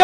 ก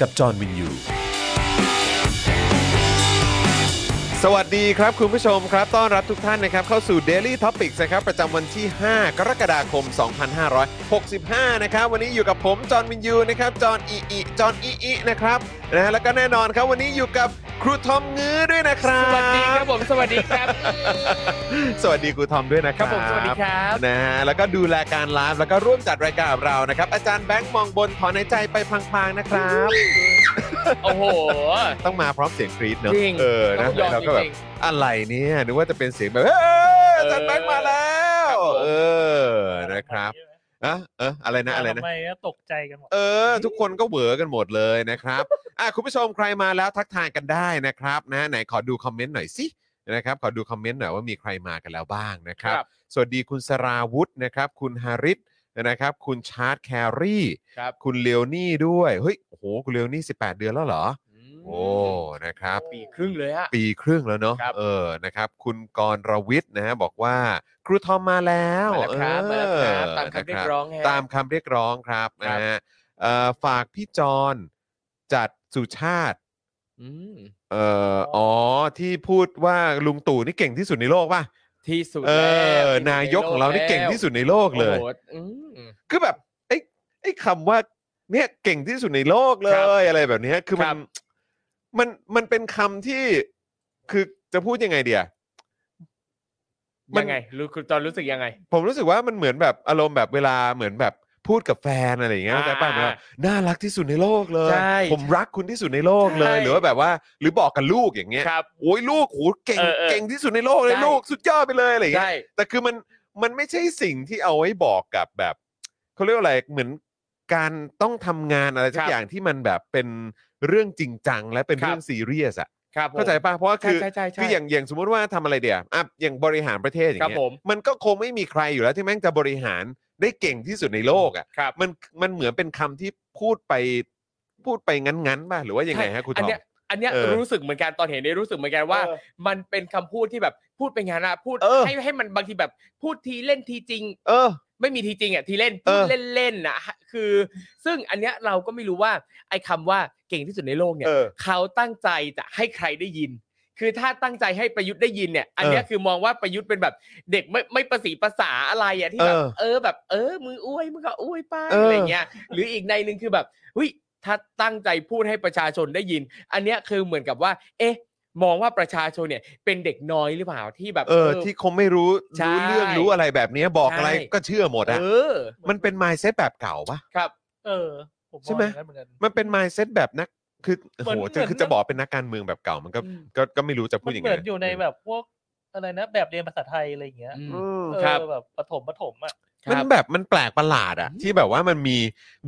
กับจอห์นวินยู สวัสดีครับคุณผู้ชมครับ ต้อนรับทุกท่านนะครับ เข้าสู่ Daily Topics นะครับ ประจำวันที่ 5 กรกฎาคม 2565 นะครับ วันนี้อยู่กับผม จอห์นวินยูนะครับ จอห์นอีอีจอห์นอีอีนะครับนะฮะแล้วก็แน่นอนครับ วันนี้อยู่กับครูทอมงื้อด้วยนะครับ สวัสดีครับผมสวัสดีครับ สวัสดีครูทอมด้วยนะครับ ครับผมสวัสดีครับ นะฮะแล้วก็ดูแลการไลฟ์แล้วก็ร่วมจัดรายการกับเรานะครับ อาจารย์แบงค์มองบนถอนหายใจไปพลางๆนะครับ โอ้โห ต้องมาพร้อมเสียงกรี๊ดเนอะ จริง เออนะ ต้องยอม เราก็แบ จริ บ ง อะไรเนี่ยนึกว่าจะเป็นเสียงแบบเฮ้ยอาจันแบงค์มาแล้ว ครับผม เออนะครับอะเอออะไรนะอะไรนะ ทำไมก็ตกใจกันหมด เออ ทุกคนก็เหวอกันหมดเลยนะครับ อ่ะคุณผู้ชมใครมาแล้วทักทายกันได้นะครับนะไหนขอดูคอมเมนต์หน่อยสินะครับขอดูคอมเมนต์หน่อยว่ามีใครมากันแล้วบ้างนะครับ ครับ สวัสดีคุณสราวุธนะครับ คุณฮาริสนะครับ คุณชาร์ตแครี่ ครับ คุณเลโอนี่ด้วยเฮ้ยโอ้โหคุณเลโอนี่18 เดือนแล้วเหรอ โอ้นะครับ ปีครึ่งเลยฮะ ปีครึ่งแล้วเนาะ ครับ เออนะครับ คุณกรรวิทย์นะฮะบอกว่าครูทอมมาแล้ว มาแล้วครับมาแล้วครับตามคำเรียกร้อง นะคบ ฮะ ตามคำเรียกร้องครับ ครั นะ บ ฮะเอ่อฝากพี่จอนจัดสุชาติ อืม เอ่ออ๋อที่พูดว่าลุงตู่นี่เก่งที่สุดในโลกป่ะ ที่สุด เอ แล้ว อ ที่สุด นายกของเรานี่เก่งที่สุดในโลกเลย โอ้โหอืม คือแบบไอ้ไอ้คำว่าเนี่ยเก่งที่สุดในโลกเล ครับ ยอะไรแบบเนี้ยคือมั คน รับ มันมันเป็นคำที่คือจะพูดยังไงเดีย มัน ยังไงรู้คุณตอนรู้สึกยังไง ผมรู้สึกว่ามันเหมือนแบบอารมณ์แบบเวลาเหมือนแบบพูดกับแฟนอะไรอย่างเงี้ย อ่า เข้าใจป่ะแบบน่ารักที่สุดในโลกเลย ใช่ ผมรักคุณที่สุดในโลกเลย ใช่ หรือว่าแบบว่า หรือบอกกับลูกอย่างเงี้ย ครับ โอ้ยลูกโหเก่ง เออเออ เก่งที่สุดในโลกเลย ใช่ ลูกสุดยอดไปเลยอะไรอย่างเงี้ย ได้ แต่คือมันมันไม่ใช่สิ่งที่เอาไว้บอกกับแบบเขาเรียกว่าอะไรเหมือนการต้องทำงานอะไรสักครับ อย่างที่มันแบบเป็นเรื่องจริงจัง และเป็น ครับ เรื่องซีเรียสอ่ะ ครับผม เข้าใจป่ะเพราะว่า ใช่ คือ ใช่ใช่ใช่ คืออย่างอย่างสมมุติว่าทำอะไรเดียวอ่ะอย่างบริหารประเทศอย่าง ครับ เงี้ย ผม มันก็คงไม่มีใครอยู่แล้วที่แม่งจะบริหารได้เก่งที่สุดในโลกอ่ะ ครับ มันมันเหมือนเป็นคำที่พูดไปพูดไปงั้นๆป่ะหรือว่ายังไงฮะคุณ อั ทอม เนี้ยอันเนี้ย เออ รู้สึกเหมือนกันตอนเห็นเนี่ยรู้สึกเหมือนกันว่า เออ มันเป็นคำพูดที่แบบพูดไปงานอะพูด เออ ให้ให้มันบางทีแบบพูดทีเล่นทีจริง เออ ไม่มีทีจริงอ่ะทีเล่น เอ พูด อ เล่นๆนะคือ ซึ่งอันเนี้ยเราก็ไม่รู้ว่าไอ้คำว่าเก่งที่สุดในโลกเนี่ย เออ เขาตั้งใจจะให้ใครได้ยิน คือถ้าตั้งใจให้ประยุทธ์ได้ยินเนี่ย อันเนี้ย เออ คือมองว่าประยุทธ์เป็นแบบเด็กไม่ไม่ประสีภาษาอะไรอ่ะที่แบบ เออ เออแบบเออมืออ้วยมึงก็อ้วยไป เอออ อะไรเงี้ยหรืออีกในหนึ่งคือแบบเฮ้ยถ้าตั้งใจพูดให้ประชาชนได้ยิน อันเนี้ยคือเหมือนกับว่า เอ๊ะ มองว่าประชาชนเนี่ย เป็นเด็กน้อยหรือเปล่าที่แบบ เออ ที่คงไม่รู้ ใช่ รู้เรื่องรู้อะไรแบบเนี้ยบอก ใช่ อะไรก็เชื่อหมดอ่ะ เออ มันเป็นมายเซตแบบเก่าป่ะ ครับ เออ ผม ใช่ไหม ว่าอย่างนั้นเหมือนกัน มันเป็นมายเซตแบบนักคือโอ้ เหมื โห อน จะ เหมือน คือจะบอกเป็นนักการเมืองแบบเก่ามันก็ อืม ก็ก็ไม่รู้จะพู มั ด น ยัง เห ไง มือนอยู่ในแบบพวกอะไรนะแบบเรียนภาษาไทยอะไรอย่างเงี้ย อืม เอ ครับ อแบบปฐมปฐมอ่ะ มันแบบมันแปลกประหลาดอะ อืม ที่แบบว่ามันมี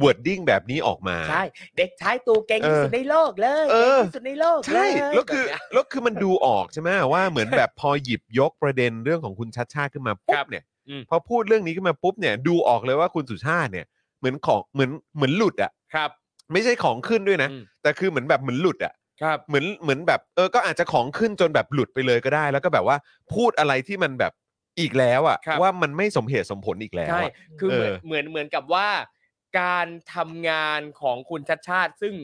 wording แบบนี้ออกมา ใช่ เด็กชายตัวเก่งที่สุดในโลกเลย เอ เก่ อ งที่สุดในโลก ใช่ เย แล้วคือ บบเนี้ย แล้วคือมันดูออกใช่ไหมว่าเหมือนแบบพ อหยิบยกประเด็นเรื่องของคุณชัดชาติขึ้นมาปุ๊ ครับ บ เนี่ย อืม พอพูดเรื่องนี้ขึ้นมาปุ๊บเนี่ยดูออกเลยว่าคุณสุชาติเนี่ยเหมือนของเหมือนเหมือนหลุดอะ ครับ ไม่ใช่ของขึ้นด้วยนะ อืม แต่คือเหมือนแบบเหมือนหลุดอะ ครับ เหมือนเหมือนแบบเออก็อาจจะของขึ้นจนแบบหลุดไปเลยก็ได้ แล้วก็แบบว่าพูดอะไรที่มันแบบอีกแล้วอะ ครับ ว่ามันไม่สมเหตุสมผลอีกแล้ว ใช่ อะ คือเหมือน เออ เหมือนเหมือนกับว่า การทำงานของคุณชัดชาติ ซึ่ง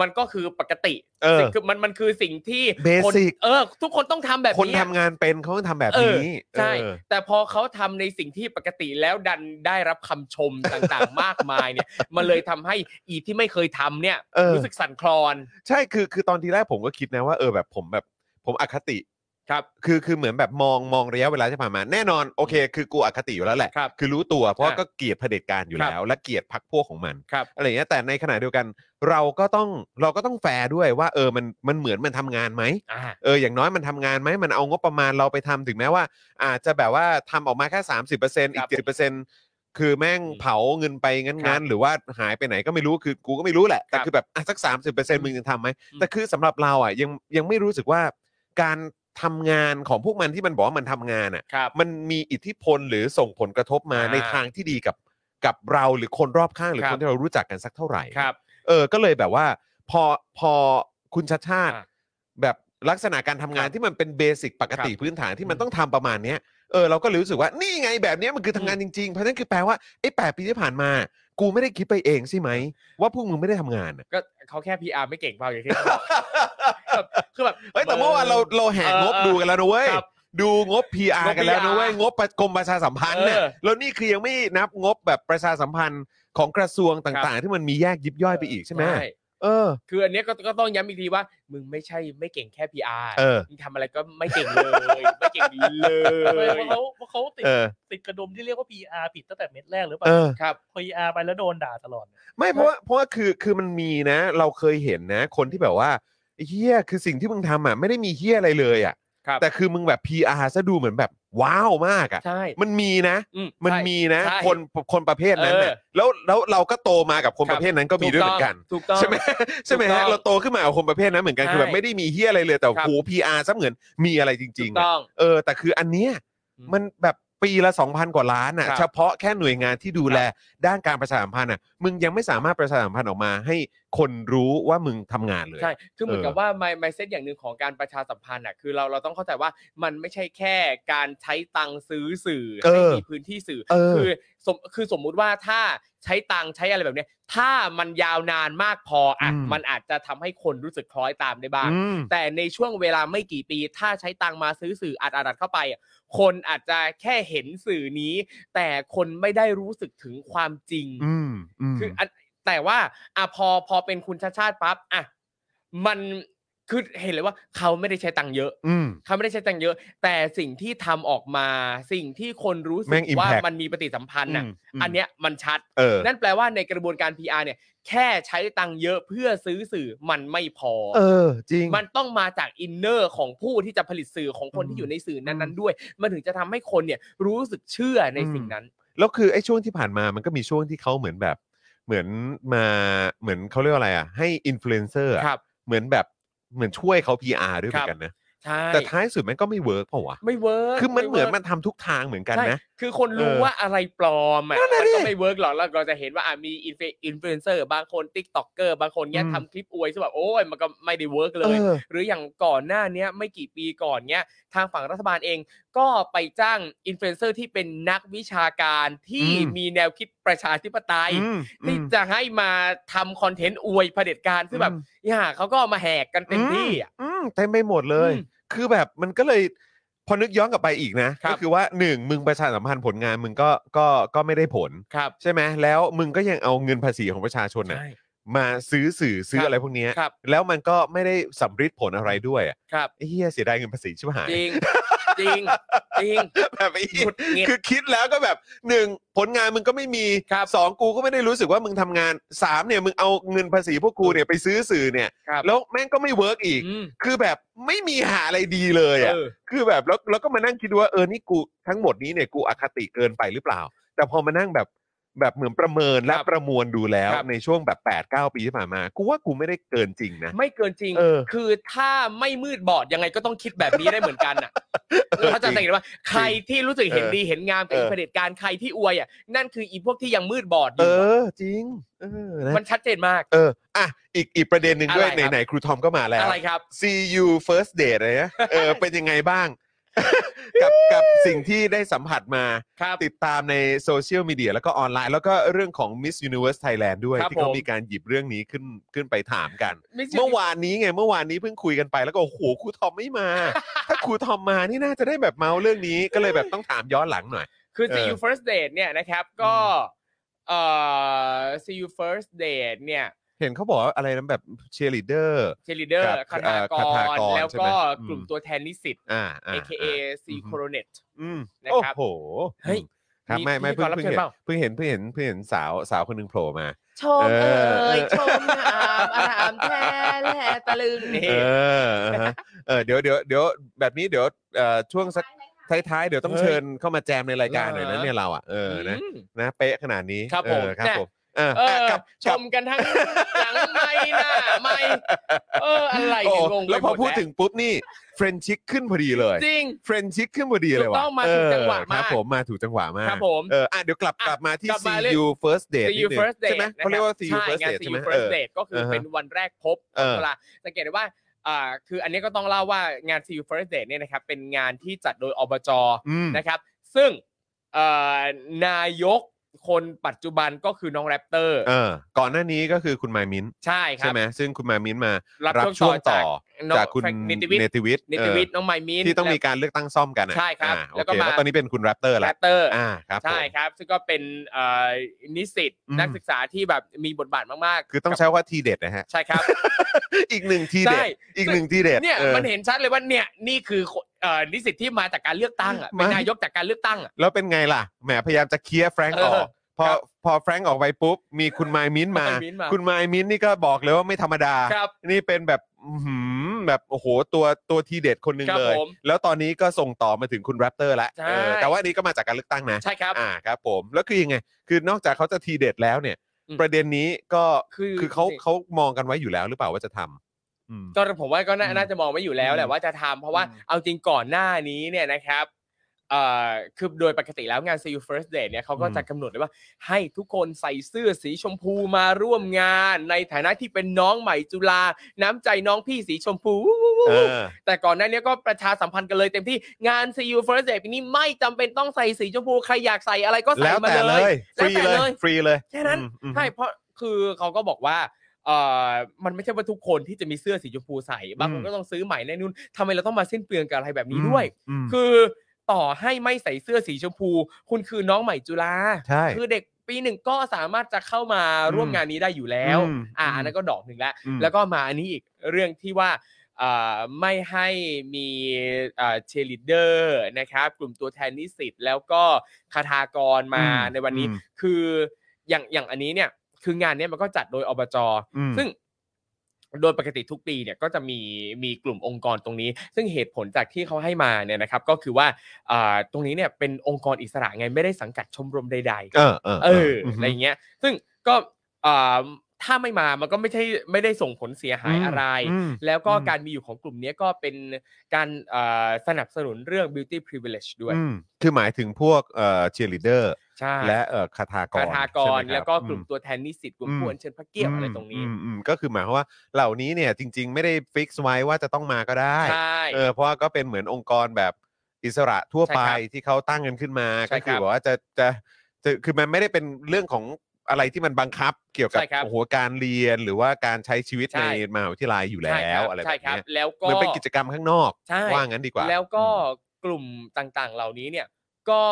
มันก็คือปกติ เออ สิ่งคือมันมันคือสิ่งที่คน Basic เออ ทุกคนต้องทำแบบ คน นี้อะ ทำงานเป็นเขาต้องทำแบบ เออ นี้ ใช่ เออ แต่พอเขาทำในสิ่งที่ปกติแล้วดันได้รับคำชมต่างๆ มากมาย เนี่ย มันเลยทำให้อีที่ไม่เคยทำเนี่ย เออ รู้สึกสั่นคลอน ใช่คือคือตอนทีแรกผมก็คิดนะว่าเออแบบผมแบบผมอคติ ครับ คือคือเหมือนแบบมองมองระยะเวลาที่ผ่านมา แน่นอนโอเค คือกูอคติอยู่แล้วแหละ ครับ อรู้ตัวเพราะ อ่ะ ก็เกลียดเผด็จการอยู่ ครับ แล้ว และเกลียดพรรคพวกของมัน ครับ อะไรอย่างเงี้ยแต่ในขณะเดียวกัน เราก็ต้องเราก็ต้องแฟร์ด้วยว่า เออมันมันเหมือนมันทำงานไหม อ่า เอออย่างน้อยมันทำงานไหมมันเอางบประมาณเราไปทำถึงแม้ว่า อาจจะแบบว่าทำออกมาแค่ 30%อี ครั ก บ เจ็ดเปอร์เซ็นคือแม่ง อืม เผาเงินไป ครั งั้น บ ๆหรือว่าหายไปไหนก็ไม่รู้คือกูก็ไม่รู้แหละ แต่ ครับ คือแบบอ่ะสัก 30%มึงยังทำไหม อืม แต่คือสำหรับเราอ่ะยังยังไม่รู้สึกว่าการทำงานของพวกมันที่มันบอกว่ามันทำงานอ่ะ ครับ มันมีอิทธิพลหรือส่งผลกระทบมา อ่า ในทางที่ดีกับกับเราหรือคนรอบข้างหรือคนที่เรารู้จักกันสักเท่าไหร่ ครับ เออ ก็เลยแบบว่า พอพอคุณชาชาติ อ่ะ แบบลักษณะการทำงาน ครับ ที่มันเป็นเบสิกปกติพื้นฐานที่มัน อืม ต้องทำประมาณเนี้ยเออเราก็เลยรู้สึกว่านี่ไงแบบเนี้ยมันคือทำงานจริงๆ เพราะฉะนั้นคือแปลว่าไอ้แปดปีที่ผ่านมา กูไม่ได้คิดไปเองใช่ไหม ว่าพวกมึงไม่ได้ทำงานอะ ก็เขาแค่ PR ไม่เก่งเปล่าอย่า งที่เขาบอกแบบคือแบบ เฮ้ยแต่เมื่อวานเราเราแหกงบ เออ ดูกันแล้วนะเว้ย ครับ ดูงบ PR งบ PR กันแล้วนะเว้ยงบประกรมประชาสัมพันธ์เนี่ย เออ แล้วนี่คือยังไม่นับงบแบบประชาสัมพันธ์ของกระทรวงต่างๆ ที่มันมีแยกยิบย่อยไปอีกใช่ไหมเออ คืออันเนี้ยก็ก็ต้องย้ำอีกทีว่า มึงไม่ใช่ไม่เก่งแค่ PR เออ มึงทำอะไรก็ไม่เก่งเลย ไม่เก่งเล เพราะ ย เขาเพราะเขาติด เออ ติดกระดุมที่เรียกว่า PR ผิดตั้งแต่เม็ดแรกหรือเป เอ ล่า อ ครับ พอ PR ไปแล้วโดนด่าตลอด ไม่เพราะว่าเพราะว่าคือคือมันมีนะ เราเคยเห็นนะ คนที่แบบว่าเฮียคือสิ่งที่มึงทำอ่ะไม่ได้มีเฮียอะไรเลยอ่ะ ครับ แต่คือมึงแบบ PR ซะดูเหมือนแบบว้าวมากอ่ะ ใช่ มันมีนะ อื มัน ใช่ มีนะ ใช่ คนคนประเภทนั้นน่ะ เออ แล้วแล้วเราก็โตมากับคน ครั ป บ ระเภทนั้นก็มีด้วยเหมือนกัน ถูกต้อง ใช่ไหม ใช่ไหม ถูกต้ ฮะ อง เราโตขึ้นมากับคนประเภทนั้นเหมือนกัน ใช่ คือแบบไม่ได้มีเฮียอะไรเลยแต่ ครับ โห PR ซะเหมือนมีอะไรจ ถู ริง ก ๆอะ ต้อง เออแต่คืออันเนี้ย อืม มันแบบปีละ 2,000 กว่าล้านอ่ะ ครับ เฉพาะแค่หน่วยงานที่ดูแลด้านการประชาสัมพันธ์อ่ะมึงยังไม่สามารถประชาสัมพันธ์ออกมาให้คนรู้ว่ามึงทำงานเลย ใช่ คือเหมือน เออ กับว่าไมไมเซ็ตอย่างหนึ่งของการประชาสัมพันธ์อ่ะ คือเราเราต้องเข้าใจว่ามันไม่ใช่แค่การใช้ตังค์ซื้อสื่อ เอ ให้ อ มีพื้นที่สื่อ เออ คือสมคือสมมุติว่าถ้าใช้ตังค์ใช้อะไรแบบเนี้ย ถ้ามันยาวนานมากพออ่ะ มันอาจจะทำให้คนรู้สึกคล้อยตามได้บ้าง อืม แต่ในช่วงเวลาไม่กี่ปี ถ้าใช้ตังค์มาซื้อสื่ออัดอัดอัดเข้าไปอ่ะคนอาจจะแค่เห็นสื่อนี้ แต่คนไม่ได้รู้สึกถึงความจริง อืมม คืออันแต่ว่าอ่ะพอพอเป็นคุณชาติชาติปั๊บอ่ะมันคือเห็นเลยว่าเขาไม่ได้ใช้ตังค์เยอะ อืม เขาไม่ได้ใช้ตังค์เยอะ แต่สิ่งที่ทำออกมาสิ่งที่คนรู้สึ แม่ ก ง impact ว่ามันมีปฏิสัมพันธ์น่ะ อืมม อันเนี้ยมันชัด เออ นั่นแปลว่าในกระบวนการ PR เนี่ย แค่ใช้ตังค์เยอะเพื่อซื้อสื่อมันไม่พอ เออ จริง มันต้องมาจากอินเนอร์ของผู้ที่จะผลิตสื่อของคน อืม ที่อยู่ในสื่อ อื นั้มนๆด้วย มันถึงจะทำให้คนเนี่ยรู้สึกเชื่อในสิ่งนั้น แล้วคือไอ้ช่วงที่ผ่านมามันก็มีช่วงที่เขาเหมือนแบบ เหมือนมาเหมือนเขาเรียกว่าอะไรอ่ะให้อินฟลูเอนเซอร์ ครับ เหมือนแบบเหมือนช่วยเขา PR ด้วยเหมือนกันนะ ใช่ แต่ท้ายสุดมันก็ไม่เวิร์กเปล่าวะ ไม่เวิร์ก คือมัน ไ เหมือน วิร์ก มันทำทุกทางเหมือนกัน ใช่ นะ คือคนรู้ เออ ว่าอะไรปลอมอ่ะ นั่นน่ะดิมันก็ไม่เวิร์กหรอกแล้วเราจะเห็นว่าอ่ะมีอินฟลูเอนเซอร์บางคนติ๊กต็อกเกอร์บางคนเนี้ย อืม ทำคลิปอวยซะแบบโอ้ยมันก็ไม่ได้เวิร์กเลย ออ หรืออย่างก่อนหน้าเนี้ยไม่กี่ปีก่อนเนี้ยทางฝั่งรัฐบาลเองก็ไปจ้างอินฟลูเอนเซอร์ที่เป็นนักวิชาการที่ อืม มีแนวคิดประชาธิปไตย อืม ที่ อืม จะให้มาทำคอนเทนต์อวยเผด็จการซึ่งแบบ อืม อย่าเขาก็มาแหกกันเต็มที่อ่ะ อืมเต็มไปหมดเลย อืม คือแบบมันก็เลยพอนึกย้อนกลับไปอีกนะ ครับ ก็คือว่าหนึ่งมึงประชาสัมพันธ์ผลงานมึงก็ก็ก็ไม่ได้ผล ครับ ใช่ไหมแล้วมึงก็ยังเอาเงินภาษีของประชาชนน่ะมาซื้อสื่อซื้อ ครับ อะไรพวกเนี้ย ครับ แล้วมันก็ไม่ได้สำฤทธิ์ผลอะไรด้วยอะ ครับ ไอ้เฮียเสียดายเงินภาษีชิบหาย จริงจริงจริง แบบไอ้เหี้ย หงุดหงิด คือคิดแล้วก็แบบหนึ่งผลงานมึงก็ไม่มี ครับ สองกูก็ไม่ได้รู้สึกว่ามึงทำงานสามเนี่ยมึงเอาเงินภาษีพวกกูเนี่ยไปซื้อสื่อเนี่ย ครับ แล้วแม่งก็ไม่เวิร์กอีก อืม คือแบบไม่มีหาอะไรดีเลยอ่ะ เออ คือแบบแล้วแล้วก็มานั่งคิดดูว่าเออนี่กูทั้งหมดนี้เนี่ยกูอคติเกินไปหรือเปล่า แต่พอมานั่งแบบแบบเหมือนประเมินและ ครับ ประมวลดูแล้ว ครับ ในช่วงแบบ8ปดเก้าปีที่ผ่านมากูว่ากูไม่ได้เกินจริงนะ ไม่เกินจริง เออ คือถ้าไม่มืดบอดยังไงก็ต้องคิดแบบนี้ได้เหมือนกันอ่ะเราจะสังเห็นว่าใครที่รู้สึกเห็นดีเห็นงามกับ เออ อีเผด็จการใครที่อวยอ่ะนั่นคืออีพวกที่ยังมืดบอดอ เอยู่ อจริงเออนะ มันชัดเจนมาก เออ อ่ะ อีก อีกประเด็นหนึ่งด้วย อะไรครับ ไหน ๆ ครูทอมก็มาแล้ว อะไรครับ CU first date อะไรนะ เออ เป็นยังไงบ้าง กับกับสิ่งที่ได้สัมผัสมา ครับ ติดตามในโซเชียลมีเดียแล้วก็ออนไลน์ แล้วก็เรื่องของ Miss Universe Thailand ด้วย ครับ ที่เขา ผม มีการหยิบเรื่องนี้ขึ้นขึ้นไปถามกัน ไใช่ เมื่อวานนี้ไงเมื่อวานนี้เพิ่งคุยกันไปแล้วก็โอ้โหครูทอมไม่มา ถ้าครูทอมมานี่น่าจะได้แบบเมาส์เรื่องนี้ก็เลยแบบต้องถามย้อนหลังหน่อย คือ เออ see you first date เนี่ยนะครับ ก็เอ่อ see you first date เนี่ย เห็นเขาบอกว่าอะไรนะแบบเชียร์ลีดเดอร์ เชลิเดอร์ ครับ คาถาก เอ่อคาถาร กร แล้วก็ ใช่ไหม กลุ่มตัวแทนนิสิต อ่าอ่า AKA อ่า C อือฮึ Coronet อืม นะครับ โอ้โห เฮ้ย ครับ มี ไม่ไม่ พิธี เพิ่ ก ง รรับ เพิ่ง เชิญ เห็นเพิ่งเปล่าเห็นเพิ่งเห็นเพิ่งเห็นสาวสาวคนหนึ่งโผล่มา ชมเอ่ย เออ ชมอามอามแท้และตะลึงนี่ เอออ่าฮะเออเดี๋ยวเดี๋ยวเดี๋ยวแบบนี้เดี๋ยวเอ่อช่วงสักท้ายๆ เดี๋ยวต้องเชิญเข้ามาแจมในรายการหน่อยนะ เหรอ เนี่ยเราอ่ะเออนะ ม นะเป๊ะขนาดนี้ ครับ เออ ผม ครับ เนี่ย ผมเออ เอ อ่ะ อก ลับ ช กลับ มกันทั้งหลังไม่หน้าไม่เอออะไร โอ้ เนี่ยงงไป แล้วพอ หม พูดถึงปุ๊บนี่เฟรนชิกขึ้นพอดีเลย จริง เฟรนชิกขึ้นพอดีเลย ถู ว่ะ กต้องมาถูกจังหวะ เออครับ มาก ผมมาถูกจังหวะมาก ครับผม เอออ่ะเดี๋ยวกลับ อ่ะ กลับมาที่ กลับมาเรื่อง CU First Date see นิด you นึง first date ใช่ไหมเขาเรียกว่า CU ใช่ First ไง Date see ใช่ไหม you เอ first อ date ก็คือ เออฮะ เป็นวันแรกพบ เออ เวลาสังเกตได้ว่าอ่าคืออันนี้ก็ต้องเล่าว่างาน see you first date เนี่ยนะครับเป็นงานที่จัดโดยอบจ อืม นะครับซึ่งเอ่อนายกคนปัจจุบันก็คือน้องแรปเตอร์ เออ ก่อนหน้านี้ก็คือคุณมายมิ้นท์ ใช่ครั ใช่ บ ไหมซึ่งคุณมายมิ้นท์มา รั รั บบ ช่ ช่ ว ว ง ง ต่ ต่ อ อ น้อง จากคุณ แฟนิติวิทย์ ติวิทย์ นิติวิทย์น้องไมมิน ที่ต้องมีการเลือกตั้งซ่อมกันอะ ใช่ครับ อ่ะ แล้วก็ โอเค มา แล้วตอนนี้เป็นคุณแรปเตอร์ แร ละ ปเตอร์ อ่าครับผม ใช่ครับ ซึ่งก็เป็นเอ่อนิสิต อืม นักศึกษาที่แบบมีบทบาทมากๆ คือต้อง กับ ใช้ว่าทีเด็ดนะฮะ ใช่ครับ อีกหนึ่งทีเด็ ใช่ ดอีกหนึ่งทีเด็ด เนี่ย ออ มันเห็นชัดเลยว่าเนี่ยนี่คือคนเอ่อนิสิตที่มาจากการเลือกตั้งอะ ไม่ เป็นนายกจากการเลือกตั้งอะ แล้วเป็นไงล่ะ แหม พยายามจะเคลียร์แฟรงก์ เอ อ อ อก พอ ครับ พอแฟรงก์ออกไปปุ๊บ มีคุณไมายมิ้นท์มา คุณมายมิ้นท์มา คุณไมายมิ้นท์นี่ก็บอกเลยว่าไม่ธรรมดา ครับ นี่เป็นแบบอื้อหือแบบโอ้โหตัวตัวทีเด็ดคนหนึ่ง ครับ เลย ผม แล้วตอนนี้ก็ส่งต่อมาถึงคุณแรปเตอร์แล้ว ใช่ เออแต่ว่าอันนี้ก็มาจากการเลือกตั้งนะ ใช่ครับ อ่าครับผม แล้วคือยังไง คือนอกจากเขาจะทีเด็ดแล้วเนี่ย อืม ประเด็นนี้ก็ คือ คือเขาเขามองกันไว้อยู่แล้วหรือเปล่าว่าจะทำอืม ก็ผมว่าก็น่า อืม น่าจะมองไว้อยู่แล้วแห อื ละ ม ว่าจะทำเพราะว่า อืม เอาจริงก่อนหน้านี้เนี่ยนะครับเอ่อคือโดยปกติแล้วงาน See You First Date เนี่ยเขาก็ อืม จะกำหนดเลยว่า ให้ทุกคนใส่เสื้อสีชมพูมาร่วมงาน ในฐานะที่เป็นน้องใหม่จุฬาน้ำใจน้องพี่สีชมพู เออ แต่ก่อนหน้านี้ก็ประชาสัมพันธ์กันเลยเต็มที่งาน See You First Date ปีนี้ไม่จำเป็นต้องใส่สีชมพูใครอยากใส่อะไรก็ใส่ แล้ว มา แต่ เล เลย ย ฟรีเลย ฟรีเลย แค่นั้น อืมอืม ใช่เพราะคือเขาก็บอกว่าเออมันไม่ใช่ว่าทุกคนที่จะมีเสื้อสีชมพูใส่บางคน อืม ก็ต้องซื้อใหม่แน่นุ่นทำไมเราต้องมาสิ้นเปลืองกับอะไรแบบนี้ด้วย อืม คือต่อให้ไม่ใส่เสื้อสีชมพู คุณคือน้องใหม่จุฬา ใช่ คือเด็กปีหนึ่งก็สามารถจะเข้ามาร่วมงานนี้ได้อยู่แล้ว อืม อ่า อืม อันนั้นก็ดอกหนึ่งแล้ว อืม แล้วก็มาอันนี้อีกเรื่องที่ว่าเอ่อไม่ให้มีเชลิเดอร์นะครับ กลุ่มตัวแทนนิสิตแล้วก็คาถากรมา อืม ในวันนี้ อืม คืออย่างอย่างอันนี้เนี่ยคืองานเนี้ยมันก็จัดโดยอบจ อืม ซึ่งโดยปกติทุกปีเนี่ยก็จะมีมีกลุ่มองค์กรตรงนี้ ซึ่งเหตุผลจากที่เขาให้มาเนี่ยนะครับ ก็คือว่าอ่าตรงนี้เนี่ยเป็นองค์กรอิสระไงไม่ได้สังกัดชมรมใด ๆ เออเออ เออ ม อะไรเงี้ย ซึ่งก็อ่าถ้าไม่มามันก็ไม่ใช่ไม่ได้ส่งผลเสียหายอะไร อืม แล้วก็ อืม การมีอยู่ของกลุ่มเนี้ยก็เป็นการอ่าสนับสนุนเรื่อง beauty privilege ด้วย อืมคือหมายถึงพวกเอ่อเชียร์ลีเดอร์ ใช่ และเอ่อคาถากร คาถากร ใช่ไหคบ แล้วก็กลุ่ม อื ตัวแทนนิสิตกลุ่ม อืม ผู้อัญเชิญพระเกียรติอะไรตรงนี้ อืมอืมก็คือหมายความว่าเหล่านี้เนี่ยจริง ๆ ไม่ได้ฟิกซ์ไว้ว่าจะต้องมาก็ได้ ใช่ เออเพราะว่าก็เป็นเหมือนองค์กรแบบอิสระทั่วไป ใช่ครับ ที่เขาตั้งกันขึ้นมาก็ใช่ครั คื บ อแบบว่าจะจะจะคือมันไม่ได้เป็นเรื่องของอะไรที่มันบังคับเกี่ยวกับ ใช่ครับ โอ้โหการเรียนหรือว่าการใช้ชีวิต ใช่ ในมหาวิทยาลัยอยู่ ใช่ แล้ ครั ว บ อะไรแบ ใช่ บ ครับ เนี้ย แล้ว เห ก็ มือนเป็นกิจกรรมข้างนอก ใช่ ว่างั้นดีกว่า แล้วก็ อืม กลุ่มต่างๆ เหล่านี้เนี่ยก็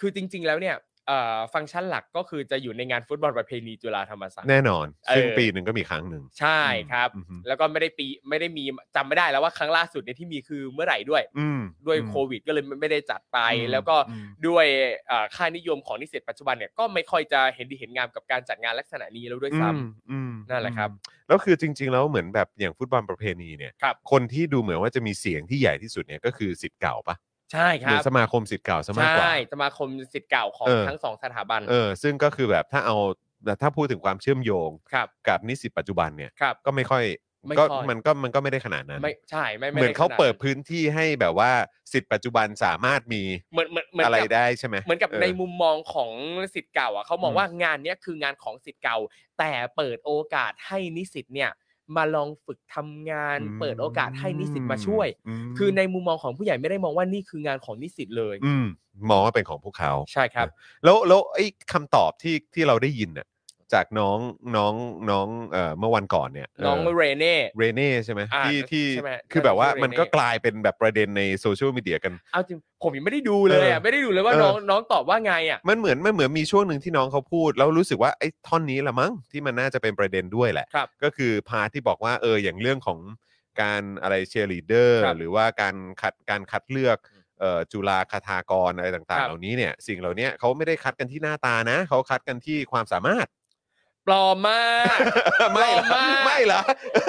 คือจริง ๆ แล้วเนี่ยเอ่อฟังก์ชันหลักก็คือจะอยู่ในงานฟุตบอลประเพณีจุฬาธรรมศาสตร์ แน่นอน เออ ซึ่งปีหนึ่งก็มีครั้งหนึ่ง ใช่ครับ อืมอืม แล้วก็ไม่ได้ปีไม่ได้มีจำไม่ได้แล้วว่าครั้งล่าสุดเนี่ยที่มีคือเมื่อไหร่ด้วย อืม ด้วย อืม โควิด ก็เลยไม่ได้จัดไป อืม แล้วก็ อืม ด้วยเอ่อค่านิยมของนิสิตปัจจุบันเนี่ยก็ไม่ค่อยจะเห็นดีเห็นงามกับการจัดงานลักษณะนี้แล้วด้วยซ้ อืมอืม นั่นแหละครับ แล้วคือจริง ๆ แล้วเหมือนแบบอย่างฟุตบอลประเพณีเนี่ย ครับ คนที่ดูเหมือนว่าจะมีเสียงที่ใหญ่ที่สุดเนี่ยก็คือสิทธิ์เก่าปะ ำใช่ค เหมื รั อน บ สมาคมสิทธิ์เก่าซะมากกว่า ใช่สมาคมสิทธิ์เก่าของ เออ ทั้งสองสถาบัน เออซึ่งก็คือแบบถ้าเอาถ้าพูดถึงความเชื่อมโยง ครับ กับนิสิตปัจจุบันเนี่ย ครับ ก็ไม่ค่อย ไม่ ก็ ค่อย มันก็มันก็ไม่ได้ขนาดนั้น ไม่ใช่ไม่ไ เหมือนเขา ไขด เปิดพื้นที่ให้แบบว่าสิทธิ์ปัจจุบันสามารถมี เหมือนเหมือนเหมือน อะไร กับ ได้ใช่ไหม เหมือนกับ ออ ในมุมมองของสิทธิ์เก่าอ่ะเขามอง อืม ว่างานเนี้ยคืองานของสิทธิ์เก่า แต่เปิดโอกาสให้นิสิตเนี่ย มาลองฝึกทำงาน อืม เปิดโอกาสให้นิสิตมาช่วย ม คือในมุมมองของผู้ใหญ่ไม่ได้มองว่านี่คืองานของนิสิตเลย อืมมองว่าเป็นของพวกเขา ใช่ครับ แล้วแล้วไอ้คำตอบที่ที่เราได้ยินน่ะจากน้องน้องน้องเอ่อเมื่อวันก่อนเนี่ย น้อง เ เรเน่ เรเน่ใช่ไหม อ่า ที่ที่ ใช่ไหม คือแบบว่า ชื่อเรเน่ มันก็กลายเป็นแบบประเด็นในโซเชียลมีเดียกัน เอาจริงผมยังไม่ได้ดูเลย เอ อ่ะ อ ไม่ได้ดูเลยว่า เออ น้องน้องตอบว่าไงอ่ะ มันเหมือนมันเหมือนมีช่วงหนึ่งที่น้องเขาพูด แล้วรู้สึกว่าไอ้ท่อนนี้ละมั้งที่มันน่าจะเป็นประเด็นด้วยแหละ ครับ ก็คือพาร์ทที่บอกว่าเอออย่างเรื่องของการอะไรเชียร์ลีเดอร์ ครับ หรือว่าการคัดการคัดเลือกเอ่อจุฬาคาทากรอะไรต่าง ครั ๆ บ เหล่านี้เนี่ยสิ่งเหล่านี้เขาไม่ได้คัดกันที่หน้าตานะเขาคัดกันที่ความสา มารถ ปลอมมาก ไม่เหรอ ปลอมมาก ไม่เหรอ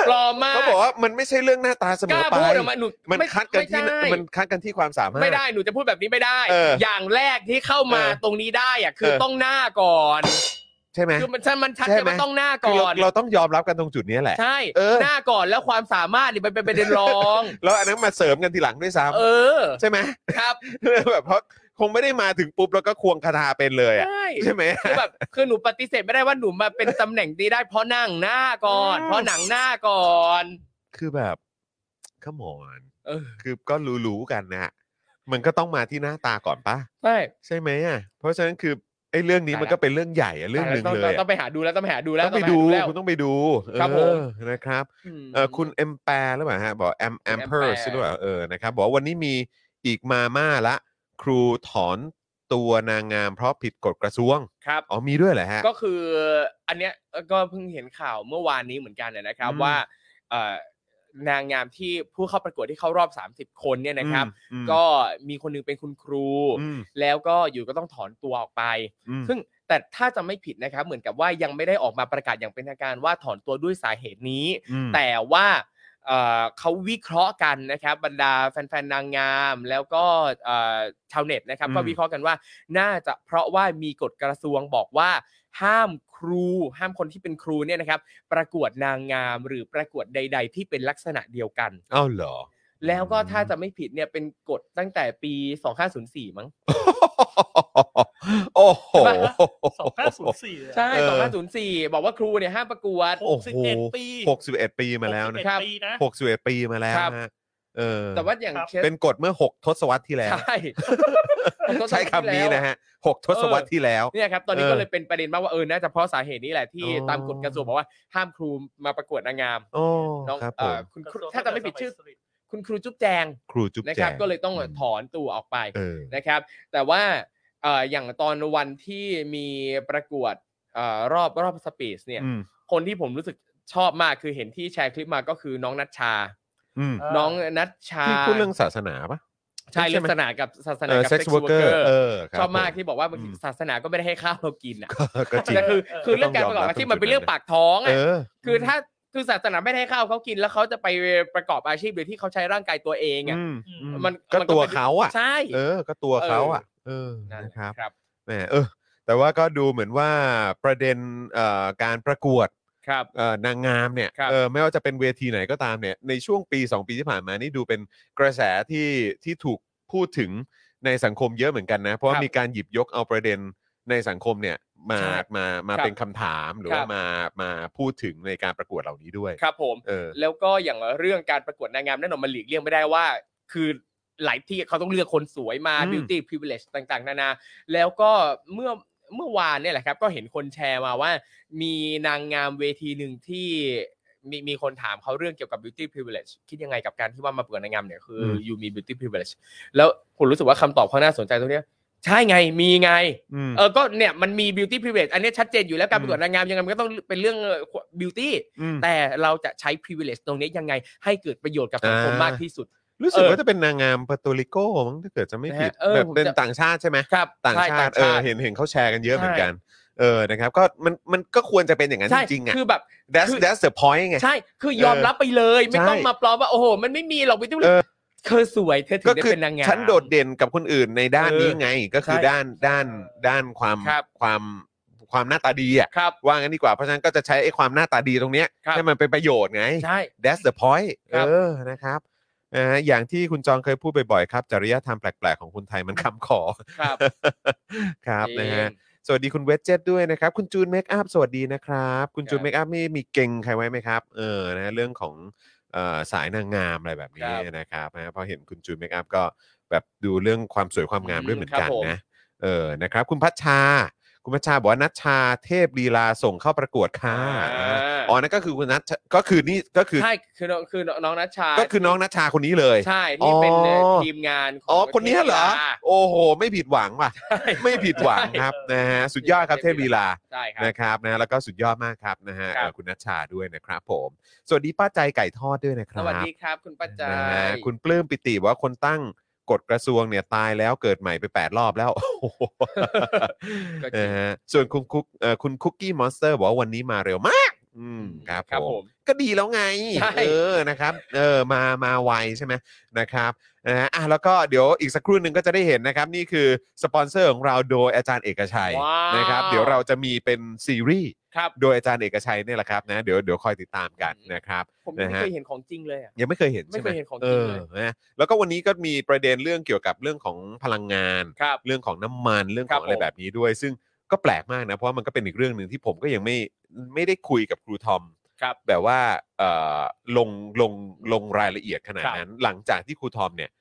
ปลอมมาก เขาบอกว่ามันไม่ใช่เรื่องหน้าตาเสม ก อ ล้า ไป พูดออกมาหนู มัน ไม่ คัดกันที่ ไม่ได้ มันคัดกันที่ความสามารถ ไม่ได้หนูจะพูดแบบนี้ไม่ได้ เออ อย่างแรกที่เข้ามา เออ ตรงนี้ได้อ่ะคือ เออ ต้องหน้าก่อน ใช่ไหม คือมันชัดมันชัด ใช่ เล ไหม ยว่าต้องหน้า คือ ก่อ เรา น เราต้องยอมรับกันตรงจุดนี้แหละ ใช่ เออ หน้าก่อนแล้วความสามารถนี่มันเป็นประเด็นรอง แล้วอันนั้นมาเสริมกันทีหลังด้วยซ้ เออ ำใช่ไหม ครับ แบบเพราะคงไม่ได้มาถึงปุ๊บแล้วก็ควงคาถาเป็นเลยอะ ใช่ ใช่ไหม คือแบบคือหนูปฏิเสธไม่ได้ว่าหนูมาเป็นตำแหน่งดีได้เพราะหนั่งหน้าก่อน อืม เพราะหนังหน้าก่อน คือแบบขมอน เออ คือก็รู้ๆกันนะมันก็ต้องมาที่หน้าตาก่อนปะ ใช่ ใช่ไหมอะเพราะฉะนั้นคือไอ้เรื่องนี้มันก็เป็นเรื่องใหญ่อะเรื่องหนึ่ง ต้ เลยอะ ต้องไปหาดูแล้วต้องไปหาดูแล้ว ต้องไปดู หาแล้ว คุณต้องไปดู ครับผเอมอนะครับ ม เออคุณเอมแปร์หรือเปล่าฮะบอกแอมแอมเพอร์ Ampere ใช่หรือเปล่าเออนะครับบอกว่าวันนี้มีอีกมาม่าละ ครูถอนตัวนางงามเพราะผิดกฎกระทรวง ครับ อ๋อมีด้วยเหรอฮะ ก็คืออันเนี้ยก็เพิ่งเห็นข่าวเมื่อวานนี้เหมือนกันนะนะครับ อืม ว่าเอ่อนางงามที่ผู้เข้าประกวดที่เข้ารอบ 30 คนเนี่ยนะครับ อืม ก็มีคนหนึงเป็นคุณครู อืม แล้วก็อยู่ก็ต้องถอนตัวออกไป อืม ซึ่งแต่ถ้าจะไม่ผิดนะครับ เหมือนกับว่ายังไม่ได้ออกมาประกาศอย่างเป็นทางการว่าถอนตัวด้วยสาเหตุนี้ อืม แต่ว่าเอ่อเขาวิเคราะห์กันนะครับบรรดาแฟนๆนางงาม แล้วก็เอ่อชาวเน็ตนะครับ อืม ก็วิเคราะห์กันว่าน่าจะเพราะว่ามีกฎกระทรวงบอกว่า ห้ามครู ห้ามคนที่เป็นครูเนี่ยนะครับ ประกวดนางงามหรือประกวดใด ๆ ที่เป็นลักษณะเดียวกัน เอ้าเหรอ แล้วก็ถ้าจะไม่ผิดเนี่ยเป็นกฎตั้งแต่ปี 2504 มั้ง โอ้โห สองห้าศูนย์สี่ ใช่ เออ 2504 บอกว่าครูเนี่ยห้ามประกวด โอ้โห สิบเอ็ดปี หกสิบเอ็ดปีมาแล้วนะ ครั ห บ กสิบเอ็ดปีนะ หกสิบเอ็ดปีมาแล้ว ครับ ฮะเออ แต่ว่าอย่างช่ เป็นกฎเมื่อหกทศวรรษที่แล้ว ใช่ ใช้คำนี้นะฮะหกทศวรรษที่แล้ว เนี่ยครับตอนนี้ เออ ก็เลยเป็นประเด็นมากว่าเออน่าจะเพราะสาเหตุนี้แหละที่ อ๋อ ตามกฎกระทรวงบอกว่าห้ามครูมาประกวดนางงาม โอ้ น้อง ครับผ เอ่อ ม คุณครูถ้าจะไม่ผิดชื่อ คุณครูจุ๊บแจง ครูจุ๊บ นะ แจ ครับ ง ก็เลยต้องถอนตัวออกไป เออ นะครับ แต่ว่าเอ่ออย่างตอนวันที่มีประกวดเอ่อรอบรอบสปีชเนี่ย อืม คนที่ผมรู้สึกชอบมากคือเห็นที่แชร์คลิปมาก็คือน้องนัชชา อืม น้องนัชชา ที่พูดเรื่องศาสนาปะ ใช่ ใช่ ลั ไหม กษณะกับศาสนา เออ กับ sex เซ็กซ์วอร์เกอ worker ร์ เออครับ ชอบมาก ผ ที่บอกว่าบางที อืม ศาสนาก็ไม่ได้ให้ข้าวเรากินอ่ะ ก็จริง แต่คือ เออ คือเรื่องการประกอบ ก็ อาชี ต้ พ องยอมรับ มันเป็น ตรงจุดนั้น เรื่องปากท้อง เอ อ่ะ อ คือถ้าคือศาสนาไม่ได้ให้ข้าวเขากิน แล้วเขาจะไปประกอบอาชีพโดยที่เขาใช้ร่างกายตัวเองอ่ะ อืม อืม มัน ก็ มันก็ ตัว เป็น เขาอ่ะ ใช่ เออ ก็ตัวเขาอ่ะ เออ นั่นนะแหละ ครับ ครับ แหมเออ แต่ว่าก็ดูเหมือนว่าประเด็นเอ่อการประกวด ครับ เอ่อนางงามเนี่ย ครับ เออไม่ว่าจะเป็นเวทีไหนก็ตามเนี่ย ในช่วงปี 2 ปีที่ผ่านมานี่ดูเป็นกระแสที่ที่ถูกพูดถึงในสังคมเยอะเหมือนกันนะ เพราะว่า ครับ มีการหยิบยกเอาประเด็นในสังคมเนี่ยมา ใช่ มามา ครับ เป็นคำถามหรือ ครั ว่า บ มามาพูดถึงในการประกวดเหล่านี้ด้วย ครับผม เออ แล้วก็อย่างเรื่องการประกวดนางงามแน่นอนมันหลีกเลี่ยงไม่ได้ว่า คือหลายที่เขาต้องเลือกคนสวยมา อืม beauty privilege ต่างๆ นานา แล้วก็เมื่อเมื่อวานเนี่ยแหละครับ ก็เห็นคนแชร์มาว่า มีนางงามเวทีหนึ่งที่มีมีคนถามเขาเรื่องเกี่ยวกับ beauty privilege คิดยังไงกับการที่ว่ามาประกวดนางงามเนี่ยคืออ ม อยู่มี beauty privilege แล้วผมรู้สึกว่าคำตอบเขาน่าสนใจตรงเนี้ยใช่ไงมีไง อืม เออก็เนี่ยมันมี beauty privilege อันเนี้ยชัดเจนอยู่แล้วการประกวดนางงามยังไงมันก็ต้องเป็นเรื่องเอ่อ beauty ม แต่เราจะใช้ privilege ตรงนี้ยังไงให้เกิดประโยชน์กับสังคม อ่าม มากที่สุด รู้สึก เออ ว่าจะเป็นนางงามปาโตริโกมั้งถ้าเกิดจะไม่ผิด นะฮะเออ แบบ ผม เป็น จะ ต่างชาติใช่ไหม ครับ ต่าง ใช่ ชาติเออเห็นเห็นเขาแชร์กันเยอะเหมือนกัน เออนะครับ ก็มันมันก็ควรจะเป็นอย่างนั้น ใช่ จริงๆอ่ะ คือแบบ that's คือ that's the point ไง ใช่ คือยอมรับไปเลย ไม่ ใช่ ต้องมาปลอมว่า โอ้โห มันไม่มีหรอกไม่ต้องเลยเธอสวยเธอถึ ก็ งได้ คือ เป็นนางงาม ฉันโดดเด่นกับคนอื่นในด้านนี้ เออ ไง ก็คือ ใช่ ด้านด้านด้านความ ครับ ความความหน้าตาดีอ่ะ ครับ ว่างั้นดีกว่าเพราะฉะนั้นก็จะใช้ไอ้ความหน้าตาดีตรงเนี้ย ครับ ให้มันเป็นประโยชน์ไง ใช่ that's the point ค เอ รับ อนะครับนะฮะอย่างที่คุณจองเคยพูดบ่อยๆครับจริยธรรมแปลกๆของคนไทยมันคำขอ ครับ ครับนะฮะ จริง สวัสดีคุณเวจเจตด้วยนะครับ คุณจูนเมคอัพสวัสดีนะครับ คุณจูน คเมรับคอัพนี่มีเก่งใครไว้ไหมครับ เออนะเรื่องของเอ่อสายนางงามอะไรแบบนี้ ครับ นะครับนะเพอเห็นคุณจูนเมคอัพก็แบบดูเรื่องความสวยความงาม อืม ด้วยเหมือน ครับ กัน ผม นะเออนะครับ คุณพัชชา คุณพัชชาบอกว่านัชชาเทพลีลาส่งเข้าประกวดค่ะอ่าอ๋อนั่นก็คือคุณนัชชาก็คือนี่ก็คือ ใช่คือน้องคือน้องนัชชา ก็คือน้องนัชชาคนนี้เลย ใช่ที่เป็น อ๋อ ทีมงานขง อ๋อ คนนี้เหรอ ทพลีลา โอ้โห ไม่ผิดหวังว่ะ ใช่ ไม่ผิดหวังครับนะฮะ สุดยอดครับเทพลีลา ใช่ครับ นะครับนะแล้วก็สุดยอดมากครับนะฮะ ครับ เอ่อคุณนัชชาด้วยนะครับผม สวัสดีป้าใจไก่ทอดด้วยนะค ส รับ วัสดีครับคุณป้าจา นะฮะ ย คุณปลื้มปิติบอกว่าคนตั้งกฎกระทรวงเนี่ยตายแล้วเกิดใหม่ไป 8 รอบแล้วโอ้โห ก็จริง นะฮะส่วนคุณคุกเอ่อคุณคุกกี้มอนสเตอร์บอกว่าวันนี้มาเร็วมาก อืมครับ ครับ ผม ผม ก็ดีแล้วไง ใช่ เออ นะครับ เออ มา มาไวใช่ไหมนะครับ นะฮะอ่ะแล้วก็เดี๋ยวอีกสักครู่หนึ่งก็จะได้เห็นนะครับ นี่คือสปอนเซอร์ของเราโดยอาจารย์เอกชัย ว้าว นะครับ เดี๋ยวเราจะมีเป็นซีรีส์ ครับ โดยอาจารย์เอกชัยเนี่ยแหละครับนะ เดี๋ยว เดี๋ยวคอยติดตามกันนะครับ ผมยันะงไม่ ฮะ เคยเห็นของจริงเลยอะ ยังไม่เคยเห็นใช่ ไม่เคยเห็นของจริงเลย ออนะแล้วก็วันนี้ก็มีประเด็นเรื่องเกี่ยวกับเรื่องของพลังงาน ครับ เรื่องของน้ำมันเรื่องของ ครับ อะไร ผม แบบนี้ด้วย ซึ่งก็แปลกมากนะ เพราะว่ามันก็เป็นอีกเรื่องหนึ่งที่ผมก็ยังไม่ไม่ได้คุยกับครูทอม ครับ แบบว่าเอ่อลงลงลงรายละเอียดขนาด ครับ นั้น หลังจากที่ครูทอมเนี่ย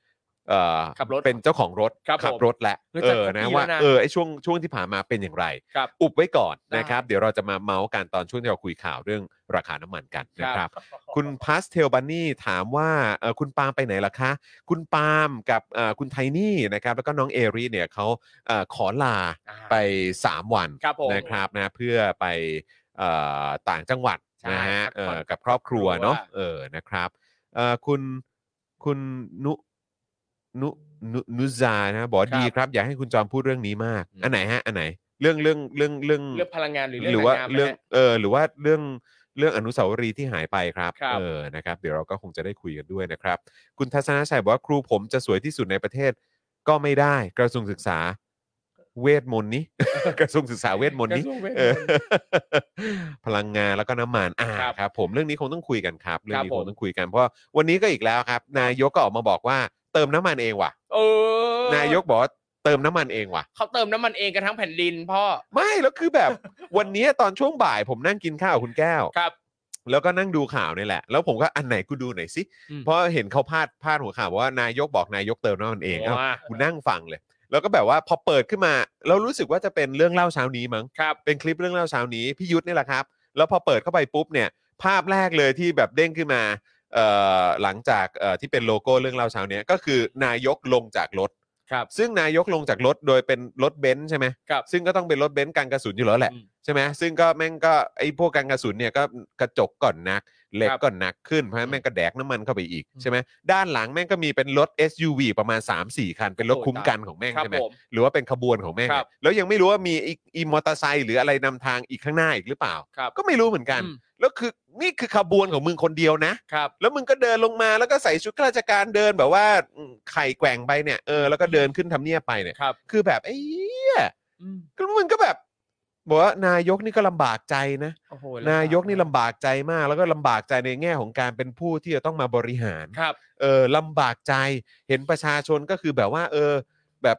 เอ่อ ขับรถ เป็นเจ้าของรถ ครับผม ขัรถแล้ว เฮ้ย เอ จะ อ ครบ นะ ปี ว่า แล้วนะ เออไอช่วงช่วงที่ผ่านมาเป็นอย่างไร ครับ อุบไว้ก่อน ได้ นะครับ เดี๋ยวเราจะมาเมาส์กันตอนช่วงที่เราคุยข่าวเรื่องราคาน้ำมันกันนะค ครั รับ บ คุณพาสเทลบันนี่ถามว่าเอ่อคุณปาล์มไปไหนล่ะคะ คุณปาล์มกับเอ่อคุณไทนี่นะครับแล้วก็น้องเอริเนี่ยเขาเอ่อขอลา อ่า ไป 3 วัน ครับผม นะครับนะเพื่อไปเอ่อต่างจังหวัด ใช่ นะฮะ พัก เอ่ ผ่อน อกับครอบครัว ครอบครัว เนาะเออนะครับเอ่อคุณคุณนุนุนุนุจานะบอกว่าดีครับ อยากให้คุณจอมพูดเรื่องนี้มาก อันไหนฮะอันไหนเรื่องเรื่องเรื่องเรื่อง เรื่องพลังงานหรือ ห เรื่ รือ อง ว่า พลังงน เรื่อง นะฮะ เออหรือว่าเรื่องเรื่องอนุสาวรีย์ที่หายไปครับ ครับ เออนะครับ เดี๋ยวเราก็คงจะได้คุยกันด้วยนะครับ คุณทัศนชัยบอกว่าครูผมจะสวยที่สุดในประเทศก็ไม่ได้ กระทรวงศึกษาเวทมนต์นี้ กระทรวงศึกษาเวทมนต์นี้ กระทรวงเวทม เออน ต์ พลังงานแล้วก็น้ำมันอ่า ครับ ครับ ผมเรื่องนี้คงต้องคุยกันครับ เรื่องนี้ ครับ ค ผม งต้องคุยกันเพราะวันนี้ก็อีกแล้วครับ นายกก็ออกมาบอกว่าเติมน้ำมันเองว่ะ เออน ายกบอกว่าเติมน้ำมันเองว่ะ เขาเติมน้ำมันเองกันทั้งแผ่นดินพ่อ ไม่แล้วคือแบบ วันนี้ตอนช่วงบ่ายผมนั่งกินข้าวกับคุณแก้ว ครับ แล้วก็นั่งดูข่าวนี่แหละ แล้วผมก็อันไหนกูดูหน่อยสิ อืม เพราะเห็นเขาพาดพาดหัวข่าวว่านายกบอกนายกเติมน้ำมันเองเอ้า ว่า กูนั่งฟังเลย แล้วก็แบบว่าพอเปิดขึ้นมา แล้วรู้สึกว่าจะเป็นเรื่องเล่าเช้านี้มั้ง ครับ เป็นคลิปเรื่องเล่าเช้านี้พี่ยุทธนี่แหละครับ แล้วพอเปิดเข้าไปปุ๊บเนี่ย ภาพแรกเลยที่แบบเด้งขึ้นมาเอ่อหลังจากเอ่อที่เป็นโลโก้เรื่องเล่าเช้านี้ก็คือนายกลงจากรถ ครับ ซึ่งนายกลงจากรถโดยเป็นรถเบนซ์ใช่ไหม ครับ ซึ่งก็ต้องเป็นรถเบนซ์กันกระสุนอยู่แล้วแหละ อืม ใช่ไหมซึ่งก็แม่งก็ไอ้พวกกันกระสุนเนี่ยก็กระจกก่อนหนักเหล็ก ครับ ก่อนหนักขึ้นเพราะฉะนั้นแม่งก็แดกน้ำมันเข้าไปอีกใช่ไหมด้านหลังแม่งก็มีเป็นรถ SUV ประมาณ 3-4 คัน เป็นรถ โอ้ย คุ้มกันของแม่ง ครับ ใช่ไหม ผม หรือว่าเป็นขบวนของแม่ง ครับ เนี่ยแล้วยังไม่รู้ว่ามีอีกอีมอเตอร์ไซค์หรืออะไรนำทางอีกข้างหน้าอีกหรือเปล่า ครับ ก็ไม่รู้เหมือนกัน อืม แล้วคือนี่คือขบวนของมึงคนเดียวนะ ครับ แล้วมึงก็เดินลงมาแล้วก็ใส่ชุดข้าราชการเดินแบบว่าอืมไข่แกว่งไปเนี่ยเออแล้วก็เดินขึ้นทำเนียบไปเนี่ย ครับ คือแบบไอ้เหี้ย อืม ก็มันก็แบบบอกว่านายกนี่ก็ลำบากใจนะ โอ้โห นายกนี่ลำบากใจมาก แล้วก็ลำบากใจในแง่ของการเป็นผู้ที่จะต้องมาบริหาร ครับ เออลำบากใจเห็นประชาชนก็คือแบบว่า เออ แบบ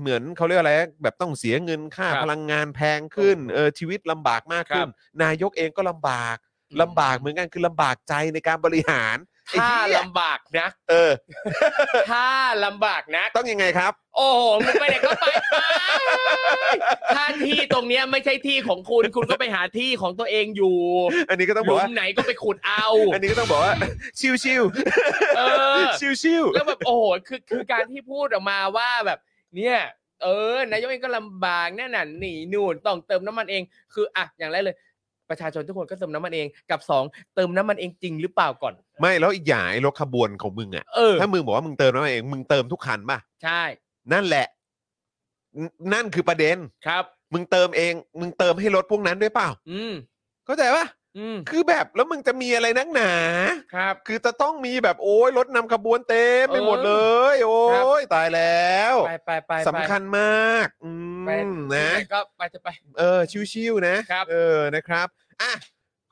เหมือนเขาเรียกอะไรแบบต้องเสียเงินค่า ครับ พลังงานแพงขึ้นเออชีวิตลำบากมากขึ้ ครั น บ นายกเองก็ลำบากลำบากเหมือนกันคือลำบากใจในการบริหารไอ้ ถ้า เหี้ย ลำบากนัก เออ ถ้าลำบากนัก ต้องยังไงครับ โอ้โหมึงไปไหนก็ไปไปถ้าที่ตรงเนี้ยไม่ใช่ที่ของคุณ คุณก็ไปหาที่ของตัวเองอยู่ อันนี้ก็ต้อง ห บอ ลุ ก ม ว่า ไหนก็ไปขุดเอา อันนี้ก็ต้องบอกว่า ชิว เออ ๆชิวๆ แล้วแบบโอ้โหคือคือการที่พูดออกมาว่าแบบ เนี่ย เออนายกเองก็ลำบากแน่นน่ะหนีหนูนต้องเติมน้ำมันเอง คืออ่ะอย่างแรกเลย ประชาชนทุกคนก็เติมน้ำมันเองกับสองเติมน้ำมันเองจริงหรือเปล่าก่อน ไม่แล้วอีกอย่างไอ้รถขบวนของมึงอะ เออ ถ้ามึงบอกว่ามึงเติมน้ำมันเองมึงเติมทุกคันป่ะ ใช่ นั่นแหละนนั่นคือประเด็น ครับ มึงเติมเอง มึงเติมให้รถพวกนั้นด้วยเปล่า อืม เข้าใจป่ะ อืม คือแบบแล้วมึงจะมีอะไรนักหนา ครับ คือจะต้องมีแบบโอ้ยรถนำขบวนเต็มไปหมดเลย โอ้ ครับ ยตายแล้ว ไปไปไปไป สำคัญมากอื ไป มนะ ก็ไปจะไป เออชิวๆนะครับเออนะครับอ่ะ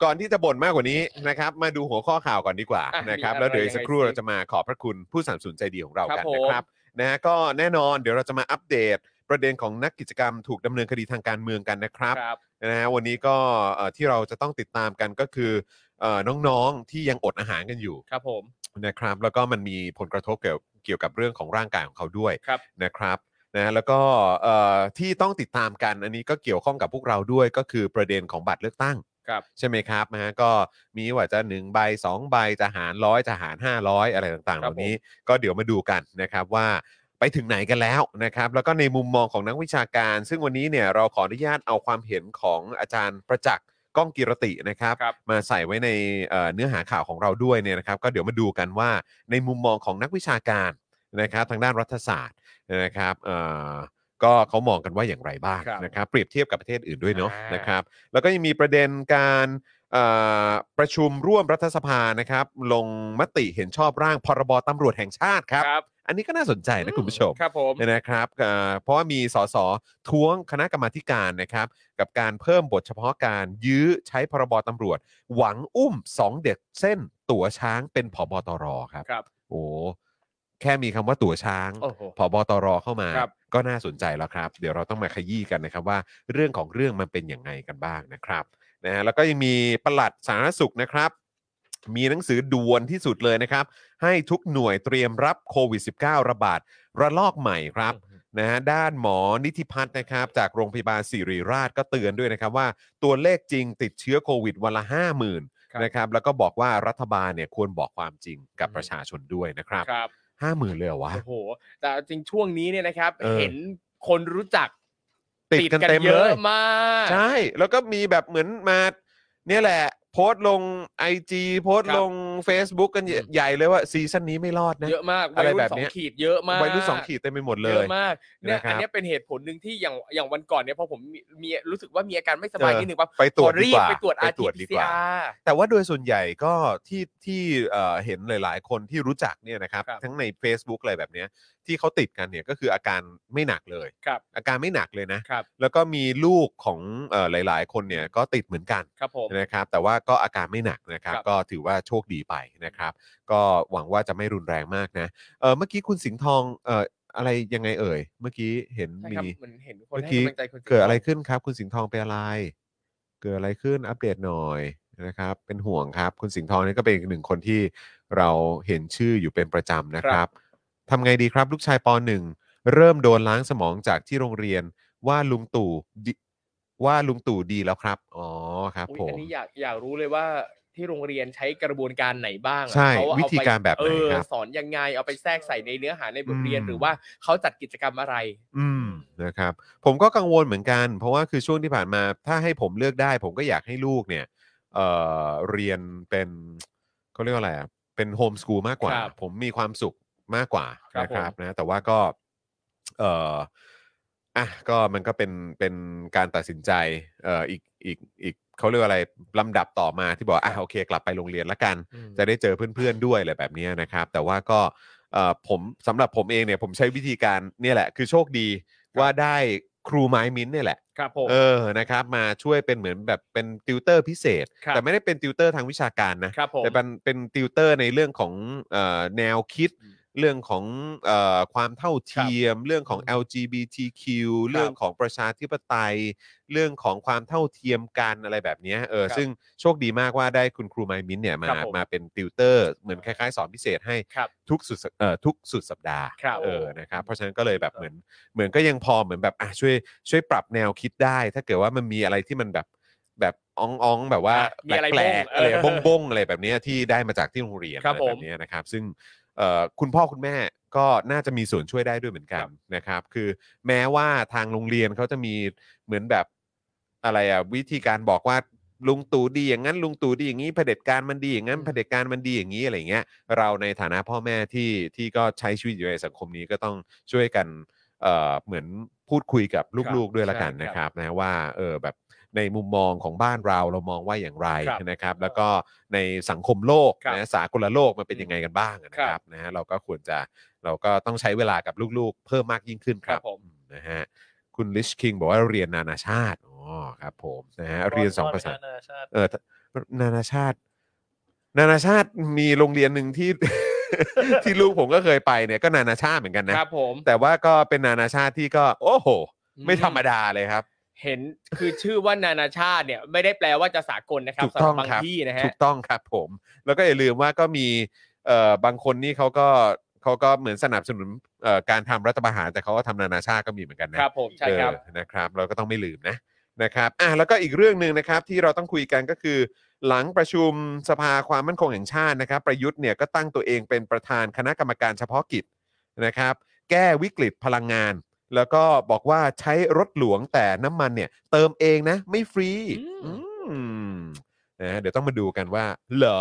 ก่อนที่จะบ่นมากกว่านี้นะครับ มาดูหัวข้อข่าวก่อนดีกว่า อ่ะ นะครับ มีอะไร แล้วเดี๋ยวอีกสักครู่ ยังไง เราจะมาขอบพระคุณผู้สนับสนุนใจดีของเรา ครั กัน บผม นะครับนะฮะก็แน่นอนเดี๋ยวเราจะมาอัปเดต ประเด็นของนักกิจกรรมถูกดำเนินคดีทางการเมืองกันนะครับ ครับ นะฮะวันนี้ก็เอ่อที่เราจะต้องติดตามกันก็คือเอ่อน้องๆที่ยังอดอาหารกันอยู่ ครับผม นะครับ แล้วก็มันมีผลกระทบเกี่ยวเกี่ยวกับเรื่องของร่างกายของเขาด้วย ครับ นะครับนะแล้วก็เอ่อที่ต้องติดตามกันอันนี้ก็เกี่ยวข้องกับพวกเราด้วยก็คือประเด็นของบัตรเลือกตั้ง ครับ ใช่ไหมครับนะฮะก็มีว่าจะ1ใบ2ใบจะหารร้อยจะหาร 500 อะไรต่างๆ เห ครับ ล่านี้ก็เดี๋ยวมาดูกันนะครับว่าไปถึงไหนกันแล้วนะครับ แล้วก็ในมุมมองของนักวิชาการ ซึ่งวันนี้เนี่ยเราขออนุญาตเอาความเห็นของอาจารย์ประจักษ์ก้องกิรตินะครับ ครับ มาใส่ไว้ในเอ่อเนื้อหาข่าวของเราด้วยเนี่ยนะครับ ก็เดี๋ยวมาดูกันว่าในมุมมองของนักวิชาการนะครับทางด้านรัฐศาสตร์นะครับเอ่อก็เขามองกันว่าอย่างไรบ้าง ครับ นะครับ เปรียบเทียบกับประเทศอื่นด้วยเนาะ อ่าน นะครับ แล้วก็ยังมีประเด็นการเอ่อประชุมร่วมรัฐสภานะครับ ลงมติเห็นชอบร่างพรบตำรวจแห่งชาติครับ อันนี้ก็น่าสนใจนะคุณผู้ชม ครับผม นะครับเอ่อเพราะว่ามีสสท้วงคณะกรรมาธิการนะครับ กับการเพิ่มบทเฉพาะการยื้อใช้พรบตำรวจ หวังอุ้ม 2 เด็กเส้นตั๋วช้างเป็นผบตรครับ ครับ โอ้แค่มีคำว่าตั๋วช้าง โอ้โห พบตรเข้ามา ครับ ก็น่าสนใจแล้วครับ เดี๋ยวเราต้องมาขยี้กันนะครับว่าเรื่องของเรื่องมันเป็นยังไงกันบ้างนะครับนะฮะแล้วก็ยังมีปลัดสาธารณสุขนะครับ มีหนังสือด่วนที่สุดเลยนะครับ ให้ทุกหน่วยเตรียมรับโควิด -19 ระบาดระลอกใหม่ครับนะฮะด้านหมอนิติพัฒน์นะครับ จากโรงพยาบาลสิริราชก็เตือนด้วยนะครับว่าตัวเลขจริงติดเชื้อโควิดวันละ ครับ 50,000นะครับแล้วก็บอกว่ารัฐบาลเนี่ยควรบอกความจริงกับประชาชนด้วยนะครับ ครับ ห้าหมื่นเลยเหรอวะ โอ้โห แต่จริงช่วงนี้เนี่ยนะครับ เออ เห็นคนรู้จัก ติดกันเต็มเลย เยอะมาก ใช่ แล้วก็มีแบบเหมือนมาเนี่ยแหละ โพสต์ลง IG โพสต์ ครับ ลง Facebook กันใหญ่ อืม ใหญ่เลยว่าซีซั่นนี้ไม่รอดนะ เยอะมาก อะไร วัยรุ่ แบ น บ สอ เนี้ ง ย ขีดเยอะมาก วัยรุ่นสองขีดเต็มไปหมดเลย เอะมากเนี่ย นะครับ อันเนี้ยเป็นเหตุผลหนึ่งที่อย่างอย่างวันก่อนเนี่ยพอผมมีมีรู้สึกว่ามีอาการไม่สบายนิดนึงว่า ไปตรวจ ขอ ดี รี ก บ ว่า ไปตรวจ ไป rt ตรวจดีกว่า pcr แต่ว่าโดยส่วนใหญ่ก็ที่ที่เอ่อเห็นหลาย ๆ คนที่รู้จักเนี่ยนะครับ ครับ ทั้งใน Facebook อะไรแบบเนี้ยที่เขาติดกันเนี่ยก็คืออาการไม่หนักเลย ครับ อาการไม่หนักเลยนะครับ แล้วก็มีลูกของเอ่อหลาย ๆ คนเนี่ยก็ติดเหมือนกัน ครับผม นะครับแต่ว่าก็อาการไม่หนักนะครับ ครับ ก็ถือว่าโชคดีไปนะครับ ก็หวังว่าจะไม่รุนแรงมากนะเออเมื่อกี้คุณสิงห์ทองเอ่ออะไรยังไงเอ่ย เมื่อกี้เห็น ใช่ มี ครับเหมือนเห็นคน เมื่อ ให้ กี้ กำลังใจคนสิงห์ เกิดอะไรขึ้นครับ คุณสิงห์ทองเป็นอะไร เกิดอะไรขึ้นอัปเดตหน่อยนะครับ เป็นห่วงครับ คุณสิงห์ทองนี่ก็เป็นอีกหนึ่งคนที่เราเห็นชื่ออยู่เป็นประจำนะค ครั รับบ ทำไงดีครับ ลูกชายปหนึ่งเริ่มโดนล้างสมองจากที่โรงเรียนว่าลุงตู่ดีว่าลุงตู่ดีแล้วครับอ๋อครับ อุ๊ย ผม อันนี้อยากอยากรู้เลยว่าที่โรงเรียนใช้กระบวนการไหนบ้างอะ ใช่ เขาเอ วิ ไป ธีการแบบไหน เออ ครับ สอนยังไงเอาไปแทรกใส่ในเนื้อหาในบทเรียน อืม หรือว่าเขาจัดกิจกรรมอะไร อืมนะครับผมก็กังวลเหมือนกัน เพราะว่าคือช่วงที่ผ่านมาถ้าให้ผมเลือกได้ ผมก็อยากให้ลูกเนี่ยเอ่อเรียนเป็นเขาเรียกว่าอะไรอ่ะเป็นโฮมสกูลมากกว่า ครับ ผมมีความสุขมากกว่า ครับ นะครับ ผม นะแต่ว่าก็เอ่ออ่ะก็มันก็เป็นเป็นการตัดสินใจเอ่ออีกอีกอีกเขาเรียกว่าอะไรลำดับต่อมาที่บอกอ่ะโอเค กลับไปโรงเรียนละกัน จะได้เจอเพื่อนๆด้วยอะไรแบบเนี้ยนะครับ แต่ว่าก็เอ่อผมสำหรับผมเองเนี่ยผมใช้วิธีการเนี่ยแหละ คือโชคดีว่าได้ครูไม้มิ้นท์เนี่ยแหละ ครับผม เออนะครับมาช่วยเป็นเหมือนแบบเป็นติวเตอร์พิเศษ ครับ แต่ไม่ได้เป็นติวเตอร์ทางวิชาการนะ ครับผม แต่เป็นเป็นติวเตอร์ในเรื่องของเออแนวคิด อืม เรื่องของเออความเท่าเทียม เรื่องของ LGBTQ เรื่องของประชาธิปไตย เรื่องของความเท่าเทียมกันอะไรแบบเนี้ยเออ ครับ ซึ่งโชคดีมากว่าได้คุณครูไมายมินท์เนี่ยมา ครับผม มาเป็นติวเตอร์ เหมือนคล้ายๆ สอนพิเศษให้ ครับ ทุกสุดสัปเอ่อทุกสุดสัปดาห์ ครับ เออนะครับเพราะฉะนั้นก็เลยแบบเหมือนเหมือนก็ยังพอเหมือนแบบอ่ะช่วยช่วยปรับแนวคิดได้ ถ้าเกิดว่ามันมีอะไรที่มันแบบแบบอ่องๆแบบว่า อ่ะมีอะไร แปล บ้าง กๆอะไร เออ บ้งๆ บ้งอะไรแบบเนี้ยที่ได้มาจากที่โรงเรียน ครับ อะไร ผม แบบเนี้ยนะครับซึ่งเอ่อคุณพ่อคุณแม่ก็น่าจะมีส่วนช่วยได้ด้วยเหมือนกัน ครับ นะครับ คือแม้ว่าทางโรงเรียนเขาจะมีเหมือนแบบอะไรอะวิธีการบอกว่าลุงตู่ดีอย่างนั้นลุงตู่ดีอย่างนี้เผด็จการมันดีอย่างนั้น อืม เผด็จการมันดีอย่างนี้อะไรอย่างเงี้ยเราในฐานะพ่อแม่ที่ที่ก็ใช้ชีวิตอยู่ในสังคมนี้ก็ต้องช่วยกันเอ่อเหมือนพูดคุยกับลูกๆด้วยละกัน ใช่ครับ นะครับนะว่าเออแบบในมุมมองของบ้านเราเรามองว่าอย่างไร ครับ นะครับแล้วก็ในสังคมโลก ครับ นะสากลโลกมันเป็นยังไงกันบ้างนะค ครั รับบ นะฮะเราก็ควรจะเราก็ต้องใช้เวลากับลูกๆ เพิ่มมากยิ่งขึ้นครับ ครับผม นะฮะคุณลิชคิงบอกว่าเรียนนานาชาติอ๋อครับผมนะฮะเรียนสองภาษา เนชาติ เออนานาชาติ นานาชาติมีโรงเรียนหนึ่งที่ ที่ลูกผมก็เคยไปเนี่ยก็นานาชาติเหมือนกันนะ ครับผม แต่ว่าก็เป็นนานาชาติที่ก็ โอ้โห ไม่ธรรมดาเลยครับ เห็นคือชื่อว่านานาชาติเนี่ยไม่ได้แปลว่าจะสากลนะครับ ถูกต้อง สำหรับบาง ครับ ที่นะ ถู ฮะ กต้องครับผม แล้วก็อย่าลืมว่าก็มีเอ่อบางคนนี่เขาก็เขาก็เหมือนสนับสนุนเอ่อการทำรัฐประหารแต่เขาก็ทำนานาชาติก็มีเหมือนกันนะครับ ผมใช่ครับ เออนะครับ เราก็ต้องไม่ลืมนะนะครับอ่ะแล้วก็อีกเรื่องหนึ่งนะครับที่เราต้องคุยกันก็คือ หลังประชุมสภาความมั่นคงแห่งชาตินะครับ ประยุทธ์เนี่ยก็ตั้งตัวเองเป็นประธานคณะกรรมการเฉพาะกิจนะครับ แก้วิกฤตพลังงาน แล้วก็บอกว่าใช้รถหลวงแต่น้ำมันเนี่ย เติมเองนะ ไม่ฟรี อื อืมนะฮะเดี๋ยวต้องมาดูกันว่า เหรอ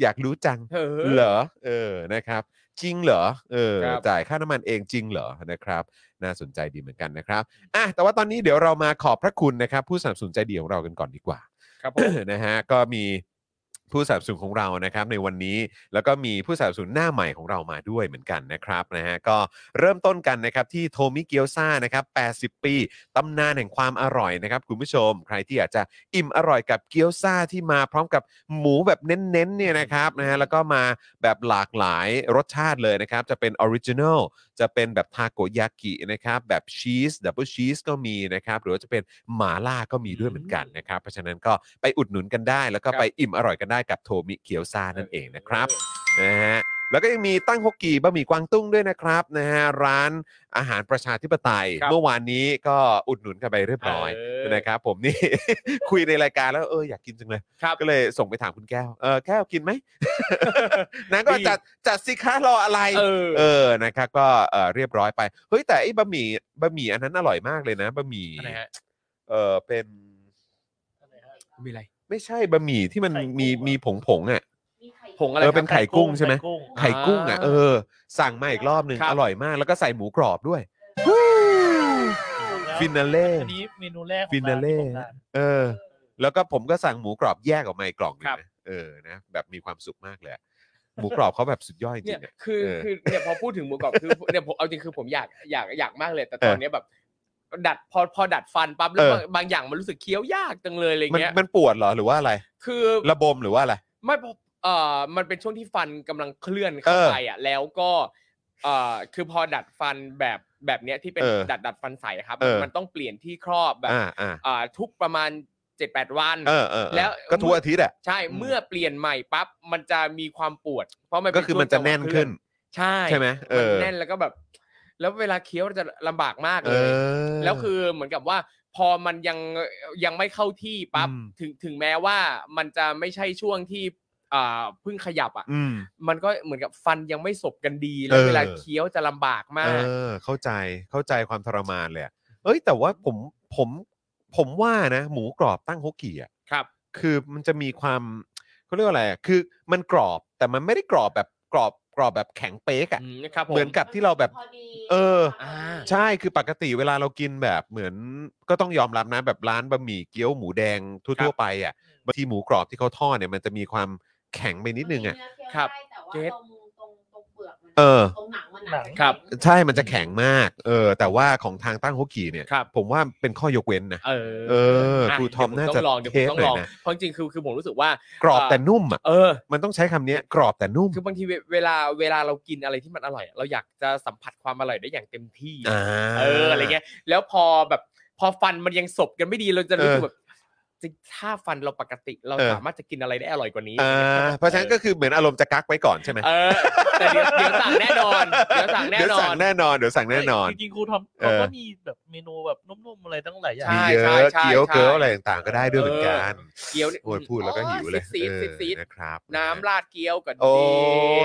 อยากรู้จัง เออ เหรอ เออ นะครับ จริงเหรอ เออ ครับ จ่ายค่าน้ำมันเองจริงเหรอ นะครับ น่าสนใจดีเหมือนกันนะครับ อ่ะ แต่ว่าตอนนี้เดี๋ยวเรามาขอบพระคุณนะครับ ผู้สนับสนุนใจดีของเรากันก่อนดีกว่า ครับผม นะฮะ ก็มีผู้สนับสนุนของเรานะครับ ในวันนี้ แล้วก็มีผู้สนับสนุนหน้าใหม่ของเรามาด้วยเหมือนกันนะครับ นะฮะ ก็เริ่มต้นกันนะครับที่โทมิเกียวซ่านะครับ 80 ปี ตำนานแห่งความอร่อยนะครับ คุณผู้ชม ใครที่อยากจะอิ่มอร่อยกับเกี๊ยวซ่าที่มาพร้อมกับหมูแบบเน้นๆเนี่ยนะครับนะฮะแล้วก็มาแบบหลากหลายรสชาติเลยนะครับ จะเป็นออริจินอลจะเป็นแบบทาโกยากินะครับ แบบชีสดับเบิลชีสก็มีนะครับ หรือว่าจะเป็นหมาล่าก็มีด้วยเหมือนกันนะครับ เพราะฉะนั้นก็ไปอุดหนุนกันได้ แล้วก็ไปอิ่มอร่อยกันได้กับโทมิเกียวซ่านั่นเองนะครับ นะฮะแล้วก็ยังมีตั้งฮกกีบะหมี่กวางตุ้งด้วยนะครับนะฮะร้านอาหารประชาธิปไตย ครับ เมื่อวานนี้ก็อุดหนุนกันไปเรียบร้อย เออ นะครับผมนี่ คุยในรายการแล้วเอออยากกินจังเลย ครับ ก็เลยส่งไปถามคุณแก้วเออแก้วกินไหม นางก็ ดี จัดจัดสิคะรออะไร เออ เออนะครับก็เออเรียบร้อยไปเฮ้ยแต่ไอ้บะหมี่บะหมี่อันนั้นอร่อยมากเลยนะบะหมี่ อันไหนฮะ เออเป็น อะไรฮะ มีอะไร ไม่ใช่บะหมี่ที่มัน ไข่กุ้ง มี เหรอ มีผงผงๆอ่ะ ผงอะไร เอ ค อเป็ รับ น ไข่กุ้งใช่ไหม ข่กุ้ง ไข่กุ้งอ่ะ อ่า เออ สั่งมาอีกรอบหนึ่ง ครับ อร่อยมากแล้วก็ใส่หมูกรอบด้วยฟินาเล่ อันนี้เมนูแรกของ ฟินาเล่ ร้นที่ผมทาน เออ แล้วก็ผมก็สั่งหมูกรอบแยกออกมาอีกกล่องหนึง ครับ นะเออนะแบบมีความสุขมากเลยอะหมูกรอบเขาแบบสุดยอดจริเนี่ย งๆอะ คือ เออ คือเนี่ยพอพูดถึงหมูกรอบคือเนี่ยผมเอาจริงคือผมอยากอยากอยากมากเลย แต่ตอน เออ เนี้ยแบบ ดัดพอพอดัดฟันปั๊บแล้ว เออ บางบางอย่างมันรู้สึกเคี้ยวยากจังเลยอะไร มัน เงี้ย มันปวดเหรอหรือว่าอะไร คือ ระบมหรือว่าอะไร ไม่พอเอ่อมันเป็นช่วงที่ฟันกำลังเคลื่อนเข้า เออ ไปอ่ะแล้วก็เอ่อคือพอดัดฟันแบบแบบเนี้ยที่เป็น เออ ดัดดัดฟันใสอะครับ เออ มันต้องเปลี่ยนที่ครอบแบบ อ่าอ่า อ่าทุกประมาณเจ็ดแปดวัน เออเออเออ แล้ว ก็ทั่ว เมื่ออ อาทิตย์อ่ะ ใช่ อืม เมื่อเปลี่ยนใหม่ปั๊บมันจะมีความปวด เพราะมันเป็ ก็คือมันจะแน่นขึ้น ใช่ ใช่ไหมเอ มัน อ แน่นแล้วก็แบบ แล้วเวลาเคี้ยวจะลำบากมาก เอ เลอยแล้วคือเหมือนกับว่า พอมันยังยังไม่เข้าที่ปั๊บ อืม ถึงถึงแม้ว่ามันจะไม่ใช่ช่วงที่อ่าเพิ่งขยับอ่ะ ม มันก็เหมือนกับฟันยังไม่สบกันดีแล้ว เออ เวลาเคี้ยวจะลำบากมาก เออเข้าใจเข้าใจความทรมานเลยอะเอ้ยแต่ว่าผมผมผมว่านะ หมูกรอบตั้งฮกกี้อ่ะ ครับ คือมันจะมีความเขาเรียกว่าอะไรอะคือมันกรอบแต่มันไม่ได้กรอบแบบกรอบกรอบแบบแข็งเป๊กอ่ะ อืมครับผม เหมือนกับที่เราแบบ เออ อ่า ใช่คือปกติเวลาเรากินแบบเหมือนก็ต้องยอมรับนะแบบร้านบะหมี่เกี๊ยวหมูแดง ครั ทั่ว บ ๆไปอ่ะบางทีหมูกรอบที่เขาทอดเนี่ยมันจะมีความแข็งไปนิดนึงอ่ะ ครับ เก็ตรงตรงตรงเปลือกมัน เออ ตรงหนังมันอะ หนัง ครับ ใช่มันจะแข็งมากเออแต่ว่าของทางตั้งฮกกี้เนี่ย ครับ ผมว่าเป็นข้อยกเว้นนะ เออ เออคอ่ะรูทอม เดี๋ยว น่าจะ ผต้องลองเดี๋ยวผมต้อง เทคหน่ ล อ อย ง นะ เพราะจริงๆคือคือผมรู้สึกว่า กรอบแต่นุ่มอ่ะ เออ มันต้องใช้คำเนี้ยกรอบแต่นุ่ม คือบางทีเวเวลาเวลาเรากินอะไรที่มันอร่อยอะเราอยากจะสัมผัสความอร่อยได้อย่างเต็มที่ อ่า เอออะไรเงี้ยแล้วพอแบบพอฟันมันยังสบกันไม่ดีเราจะรู้สึก เออ แบบจริงถ้าฟันเราปกติเรา เออ สามารถจะกินอะไรได้อร่อยกว่านี้ อ่าเพราะฉะนั้นก็คือเหมือนอารมณ์จะกักไว้ก่อนใช่ไหม เออแต่เดี๋ยวเดี๋ยวสั่งแน่นอนเดี๋ยวสั่งแน่ เดี๋ยวน อ สั่ น งแน่นอนเดี๋ยวสั่งแน่นอน จริงๆครูทอม เออ เขาก็มีแบบเมนูแบบนุ่มๆอะไรตั้งหลายอย่าง ใช่ มีเยอะ ใช่ เกี๊ยว ใช่ เกี๊ยวอะไรต่างๆก็ได้ด้วยเหมือนกัน เกี๊ยวนี่ โอ้ยพูดแล้วก็หิวเลย โอ้ยซีดๆ เออ ซีดๆ นะครับ น้ำราดเกี๊ยวก็ดี โอ้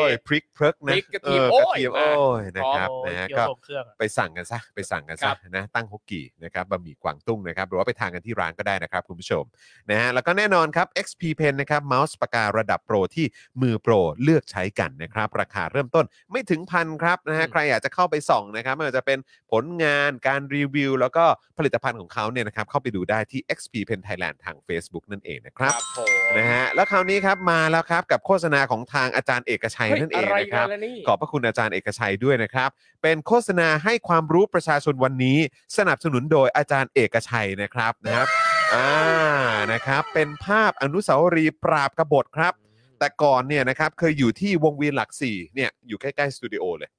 ยพริกเพลิกนะ พริกกระเทียม เอ โอ้ อย กระเทียม มา โอ้ยนะครับ โอ้ย นะฮะ เกี๊ยว ก็ ทรงเครื่องอะ ไปสั่งกันซะไปสั่งกัน ค ซะ รับ นะตั้งฮกกี้นะครับบะหมี่กวางตุ้งนะครับหรือว่าไปทานกันที่ร้านก็ได้นะครับคุณผู้ชมนะฮะแล้วก็แน่นอนครับ XP Pen นะครับเมาส์ปากการะดับโปรที่มือโปรเลือกใช้กันนะครับ ราคาเริ่มต้นไม่ถึงพันครับนะฮะ อืม ใครอยากจะเข้าไปส่องนะครับไม่ว่าจะเป็นผลงานการรีวิว แล้วก็ผลิตภัณฑ์ของเขาเนี่ยนะครับเข้าไปดูได้ที่ XP Pen Thailand ทาง Facebook นั่นเองนะค ค รั รั บบ ผม นะฮะแล้วคราวนี้ครับมาแล้วครับกับโฆษณาของทางอาจารย์เอกชัย เฮ้ย นั่นเอ อะ ง ไร นะค กั รั น บ ล่ะนี่ ขอบพระคุณอาจารย์เอกชัยด้วยนะครับ เป็นโฆษณาให้ความรู้ประชาชนวันนี้ สนับสนุนโดยอาจารย์เอกชัยนะครับนะครับ อ่านะครับ เป็นภาพอนุสาวรีย์ปราบกบฏครับ แต่ก่อนเนี่ยนะครับเคยอยู่ที่วงเวียนหลักสี่เนี่ยอยู่ใกล้ๆสตูดิโอเลย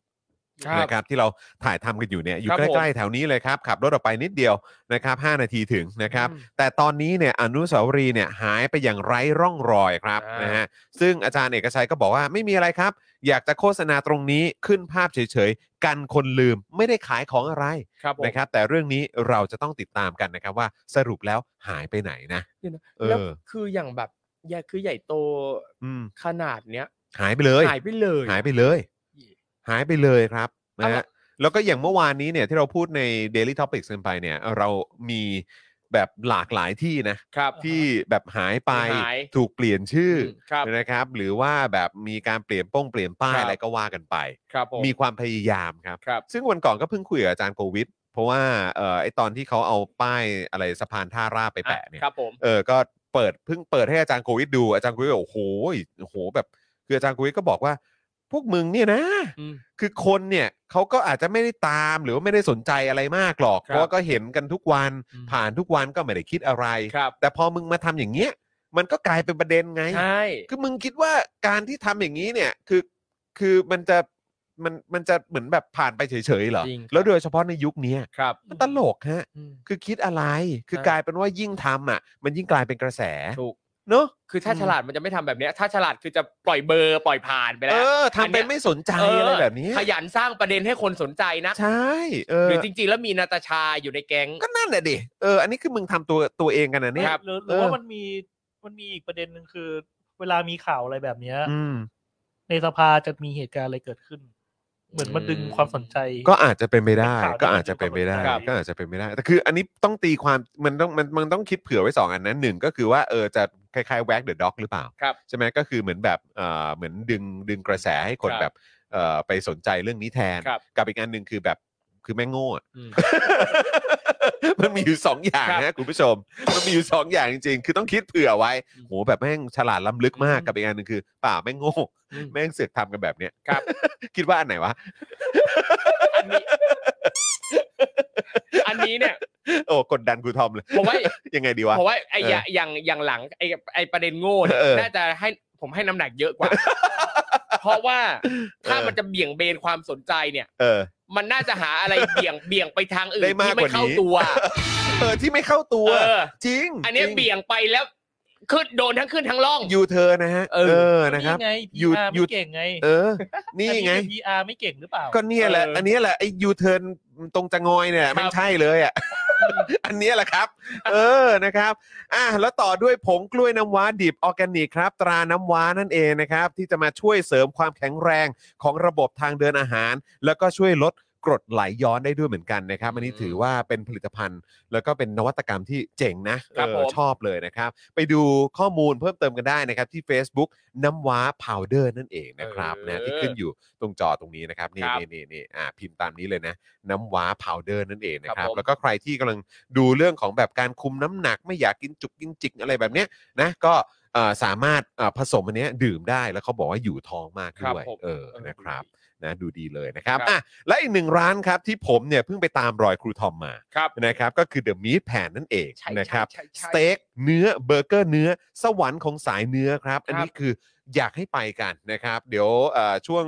ครับ นะครับที่เราถ่ายทำกันอยู่เนี่ยอยู่ ครับ ใก ผม ล้ๆแถวนี้เลยครับขับรถออกไปนิดเดียวนะครับ5นาทีถึงนะครับ อืม แต่ตอนนี้เนี่ยอนุสาวรีย์เนี่ยหายไปอย่างไร้ร่องรอยครับ อ่าน นะฮะซึ่งอาจารย์เอกชัยก็บอกว่าไม่มีอะไรครับ อยากจะโฆษณาตรงนี้ขึ้นภาพเฉยๆกันคนลืมไม่ได้ขายของอะไร ครับผม นะครับแต่เรื่องนี้เราจะต้องติดตามกันนะครับว่าสรุปแล้วหายไปไหนนะ เดี๋ยวนะ เออ แล้วคืออย่างแบบใหญ่คือใหญ่โต อืม ขนาดเนี้ย หายไปเลย หายไปเลย หายไปเลย หายไปเลยครับนะฮะแล้วก็อย่างเมื่อวานนี้เนี่ยที่เราพูดใน Daily Topics กันไปเนี่ยเรามีแบบหลากหลายที่นะครับ ที่แบบหายไป หาย ถูกเปลี่ยนชื่อ มครับ อนะครับ หรือว่าแบบมีการเปลี่ยนป้องเปลี่ยนป้าย ครับ อะไรก็ว่ากันไป ครับผม มีความพยายามครับ ครับ ซึ่งวันก่อนก็เพิ่งคุยกับอาจารย์โควิด เพราะว่าเอ่อไอตอนที่เขาเอาป้ายอะไรสะพานท่าราบไปแปะเนี่ย ครับผม เออ ก็เปิดเพิ่งเปิดให้อาจารย์โควิดดู อาจารย์โควิดบอกโอ้โหโอ้โห แบบคืออาจารย์โควิดก็บอกว่า พวกมึงเนี่ยนะ อืม คือคนเนี่ยเขาก็อาจจะไม่ได้ตามหรือว่าไม่ได้สนใจอะไรมากหรอก ครับ เพราะว่าก็เห็นกันทุกวัน อืม ผ่านทุกวันก็ไม่ได้คิดอะไร ครับ แต่พอมึงมาทำอย่างเงี้ย มันก็กลายเป็นประเด็นไง ใช่ คือมึงคิดว่าการที่ทำอย่างนี้เนี่ย คือ คือมันจะ มัน มันจะเหมือนแบบผ่านไปเฉยๆเหรอ จริงครับ แล้วโดยเฉพาะในยุคเนี้ย ครับ มันตลกฮะ อืม คือคิดอะไร คือ ใช่ กลายเป็นว่ายิ่งทำอ่ะ มันยิ่งกลายเป็นกระแส ถูก เนอะ คือถ้าฉลาดมันจะไม่ทำแบบเนี้ย ถ้าฉลาดคือจะปล่อยเบอร์ปล่อยผ่านไป เอ แล้ว อทำเป็นไม่สนใจ เอออ อะไรแบบเนี้ย ขยันสร้างประเด็นให้คนสนใจนะ ใช่ เออ หรือจริง ๆ แล้วมีนาตาชาอยู่ในแก๊ง ก็นั่นแหละดิ เออ อันนี้คือมึงทำตัวตัวเองกันนะเนี่ย หรือหรือ เอ ว่า อ มันมีมันมีอีกประเด็นหนึ่งคือ เวลามีข่าวอะไรแบบเนี้ย อืม ในสภาจะมีเหตุการณ์อะไรเกิดขึ้น เหมือนมันดึงความสนใจ ก็อาจจะเป็นไปได้ เป็นข่าว ก็อาจจะเป็นไปได้ ที่มัน ก็อาจจะเป็นไปได้ แต่คืออันนี้ต้องตีความ มันต้อง มันมันต้องคิดเผื่อไว้สองอันนะหนึ่งก็คือว่า เออ จะคล้ายๆแว็กเดอะด็อกหรือเปล่า ครับ ใช่ไหมก็คือเหมือนแบบ เออเหมือนดึง ดึงกระแสให้คน ครับ แบบ เออไปสนใจเรื่องนี้แทน ครับ กับอีกอันหนึ่งคือแบบ คือแม่งโง่อะ อืม มันมีอยู่สองอย่าง ครั นะ บ คุณผู้ชม มันมีอยู่สองอย่างจริงๆ คือต้องคิดเผื่อไว้ อืม โหแบบแม่งฉลาดล้ำลึกมาก อืม กับอีกอันหนึ่งคือเปล่าแม่งโง่ อืม แม่งเสือกทำกันแบบเนี้ย ครับ คิดว่าอันไหนวะ อันนี้ อันนี้เนี่ย โอ้กดดันครูทอมเลย ผมว่า ยังไงดีวะ เพราะว่าไอ้ เออ อย่าอย่างอย่างหลังไอ้ไอ้ประเด็นโง่เนี่ย เออ น่าจะให้ผมให้น้ำหนักเยอะ กว่า เพราะว่าถ้า เออ มันจะเบี่ยงเบนความสนใจเนี่ย เออ มันน่าจะหาอะไรเบี่ยงเบี่ยงไปทางอื่น ได้มาก ที่ ก ไม่ ว่านี้ เข้า ตัว เออที่ไม่เข้าตัว เออ จริง อันเนี้ย จริง เบี่ยงไปแล้วขึ้นโดนทั้งขึ้นทั้งล่อง ยูเธอนะฮะ เออ นะครับ ไง หยุด PR หยุ ไม่ ด เก่งไง เออ นี่ไง อัคือ PR ไม่เก่งหรือเปล่า ก็เนี่ยแหละ เอออั อันเนี้ยแหละไอ้ยูเทิร์นตรงจะงอยเนี่ย ครับ ไม่ใช่เลยอ่ะ อันเนี้ยแหละครับ เออนะครับ อ่ะแล้วต่อด้วยผงกล้วยน้ำว้าดิบออร์แกนิกครับ ตราน้ำว้านั่นเองนะครับ ที่จะมาช่วยเสริมความแข็งแรงของระบบทางเดินอาหาร แล้วก็ช่วยลดกรดไหลย้อนได้ด้วยเหมือนกันนะครับ อันนี้ถือว่าเป็นผลิตภัณฑ์ แล้วก็เป็นนวัตกรรมที่เจ๋งนะครับ เอ ผ อ ม ชอบเลยนะครับ ไปดูข้อมูลเพิ่มเติมกันได้นะครับ ที่ Facebook น้ำว้าพาวเดอร์นั่นเองนะครับนะที่ขึ้นอยู่ตรงจอตรงนี้นะครับ นี่ ครับ นี่นี่นี่อ่าพิมพ์ตามนี้เลยนะ น้ำว้าพาวเดอร์นั่นเองนะค ครั รับบ ผม แล้วก็ใครที่กำลังดูเรื่องของแบบการคุมน้ำหนัก ไม่อยากกินจุกกินจิกอะไรแบบเนี้ยนะก็เอ่อสามารถเอ่อผสมอันเนี้ยดื่มได้แล้วเขาบอกว่าอยู่ท้องมาก ครับ ด้วย ผม เออนะครับนะดูดีเลยนะครับ ครับ อ่ะและอีกหนึ่งร้านครับที่ผมเนี่ยเพิ่งไปตามรอยครูทอมมา ครับ นะครับก็คือเดอะมีทแผ่นนั่นเอง ใช่ นะครับ ใช่ ส ใช่ เต็กเนื้อเบอร์เกอร์เนื้อสวรรค์ของสายเนื้อครับ อันนี้คืออยากให้ไปกันนะครับ เดี๋ยวเอ่อช่วง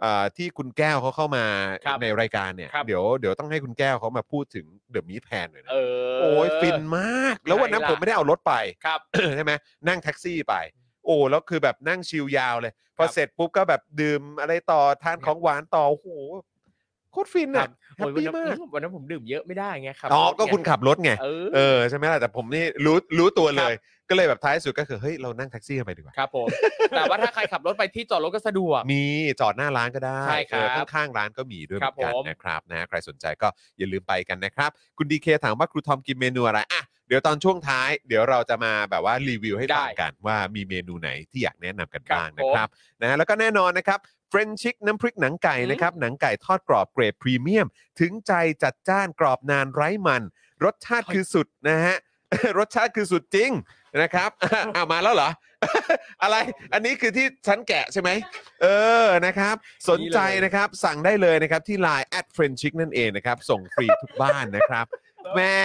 เอ่อที่คุณแก้วเขาเข้ามา ครับ ในรายการเนี่ย ครับ เดี๋ยวเดี๋ยวต้องให้คุณแก้วเขามาพูดถึงเดอะมีทแผ่นหน่อยนะ เออ โอ้ยฟินมาก แล้ววันนั้น ไหนล่ะ ผมไม่ได้เอารถไป ครับ ใช่ไหมนั่งแท็กซี่ไป โอ้แล้วคือแบบนั่งชิลยาวเลย พอ ครับ เสร็จปุ๊บก็แบบดื่มอะไรต่อทานของหวานต่อโอ้โหโคตรฟิน ครั อะ บ แฮ โอ้ ป ยวัน ปี้ นั้น มาก วันนั้นผมดื่มเยอะไม่ได้ไงครับ อ๋อก็คุณขับรถไง เออ เออใช่ไหมล่ะแต่ผมนี่รู้รู้ตัวเล ครับ ย ก็เลยแบบท้ายสุดก็คือเฮ้ยเรานั่งแท็กซี่กันไปดีกว่า ครับผม แต่ว่าถ้าใครขับรถไปที่จอดรถก็สะดวก มีจอดหน้าร้านก็ได้ ใช่ครับ เออข้างๆร้านก็มีด้วยเหมือนกัน ครับผม นะครับนะใครสนใจก็อย่าลืมไปกันนะครับ คุณดีเคถามว่าครูทอมกินเมนูอะไรอ่ะเดี๋ยวตอนช่วงท้าย เดี๋ยวเราจะมาแบบว่ารีวิวให้ ได้ ฟังกันว่ามีเมนูไหนที่อยากแนะนำกัน ครับ บ้างนะครับนะแล้วก็แน่นอนนะครับเฟรนชิกน้ำพริกหนังไก่ อืม นะครับหนังไก่ทอดกรอบเกรดพรีเมียมถึงใจจัดจ้านกรอบนานไร้มัน รสชาติคือสุดนะฮะ รสชาติคือสุดจริงนะครับ เอามาแล้วเหรอ อะไร อันนี้คือที่ฉันแกะใช่ไหม เออ นะครับ สนใจนะครับ สั่งได้เลยนะครับ ที่ Line at f r e n c h i c นั่นเองนะครับ ส่งฟรีทุกบ้านนะครับ แม่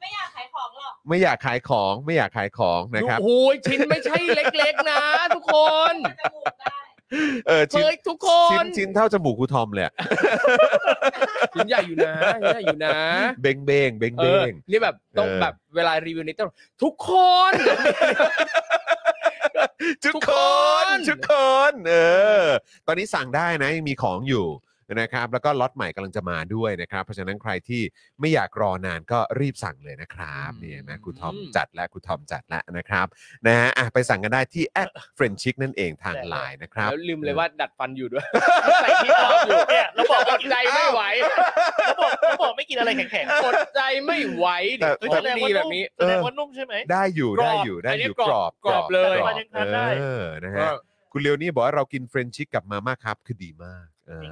ไม่อยากขายของหรอก ไม่อยากขายของไม่อยากขายของนะครับ โอ้โหชิ้นไม่ใช่เล็กๆนะ ทุกคน จมูกได้ เออ เฮ้ ชิ้น ยทุกค ชิ้ น นชิ้นเท่าจมูกครูทอมเลยอะ ชิ้นใหญ่อยู่นะชิ้นใหญ่อยู่นะ เบงเบงเบง เอ เบ อง นี่แบบต้อง เออ แบบเวลารีวิวนี่ต้องทุกคน ทุก ทุก ค คน น ทุกคน เออ ตอนนี้สั่งได้นะยังมีของอยู่นะครับ แล้วก็ล็อตใหม่กำลังจะมาด้วยนะครับ เพราะฉะนั้นใครที่ไม่อยากรอนานก็รีบสั่งเลยนะครับ อืม นี่เห็นะครูทอมจัดและครูทอมจัดและนะครับนะฮะอ่ะไปสั่งกันได้ที่แอดเฟรนชิกนั่นเองทางไลน์นะครับ แล้วลืมเลยว่าดัดฟันอยู่ด้วย ใส่ที่เราอยู่เนี่ยแล้วบอก อ ว่า ดใจไม่ไหว แล้วบอกแล้วบอกไม่กินอะไรแข็งๆ อดใจไม่ไหว แต่ เดี๋ยเฮ้ยวข แส อง ดง ดี ว่านุ่แบบ ม นี้ แสดงว่านุ่มใช่ไหม ได้อยู่ กร ได้ อบ อยู่ได้อยู่ อันนี้กรอบกรอบเลย กรอบ แต่ว่ายังทานได้ เออนะ เอ ฮะ อ คุณเลียวนี่บอกว่าเรากินเฟรนชิกกับมาม่าครับคือดีมากเออ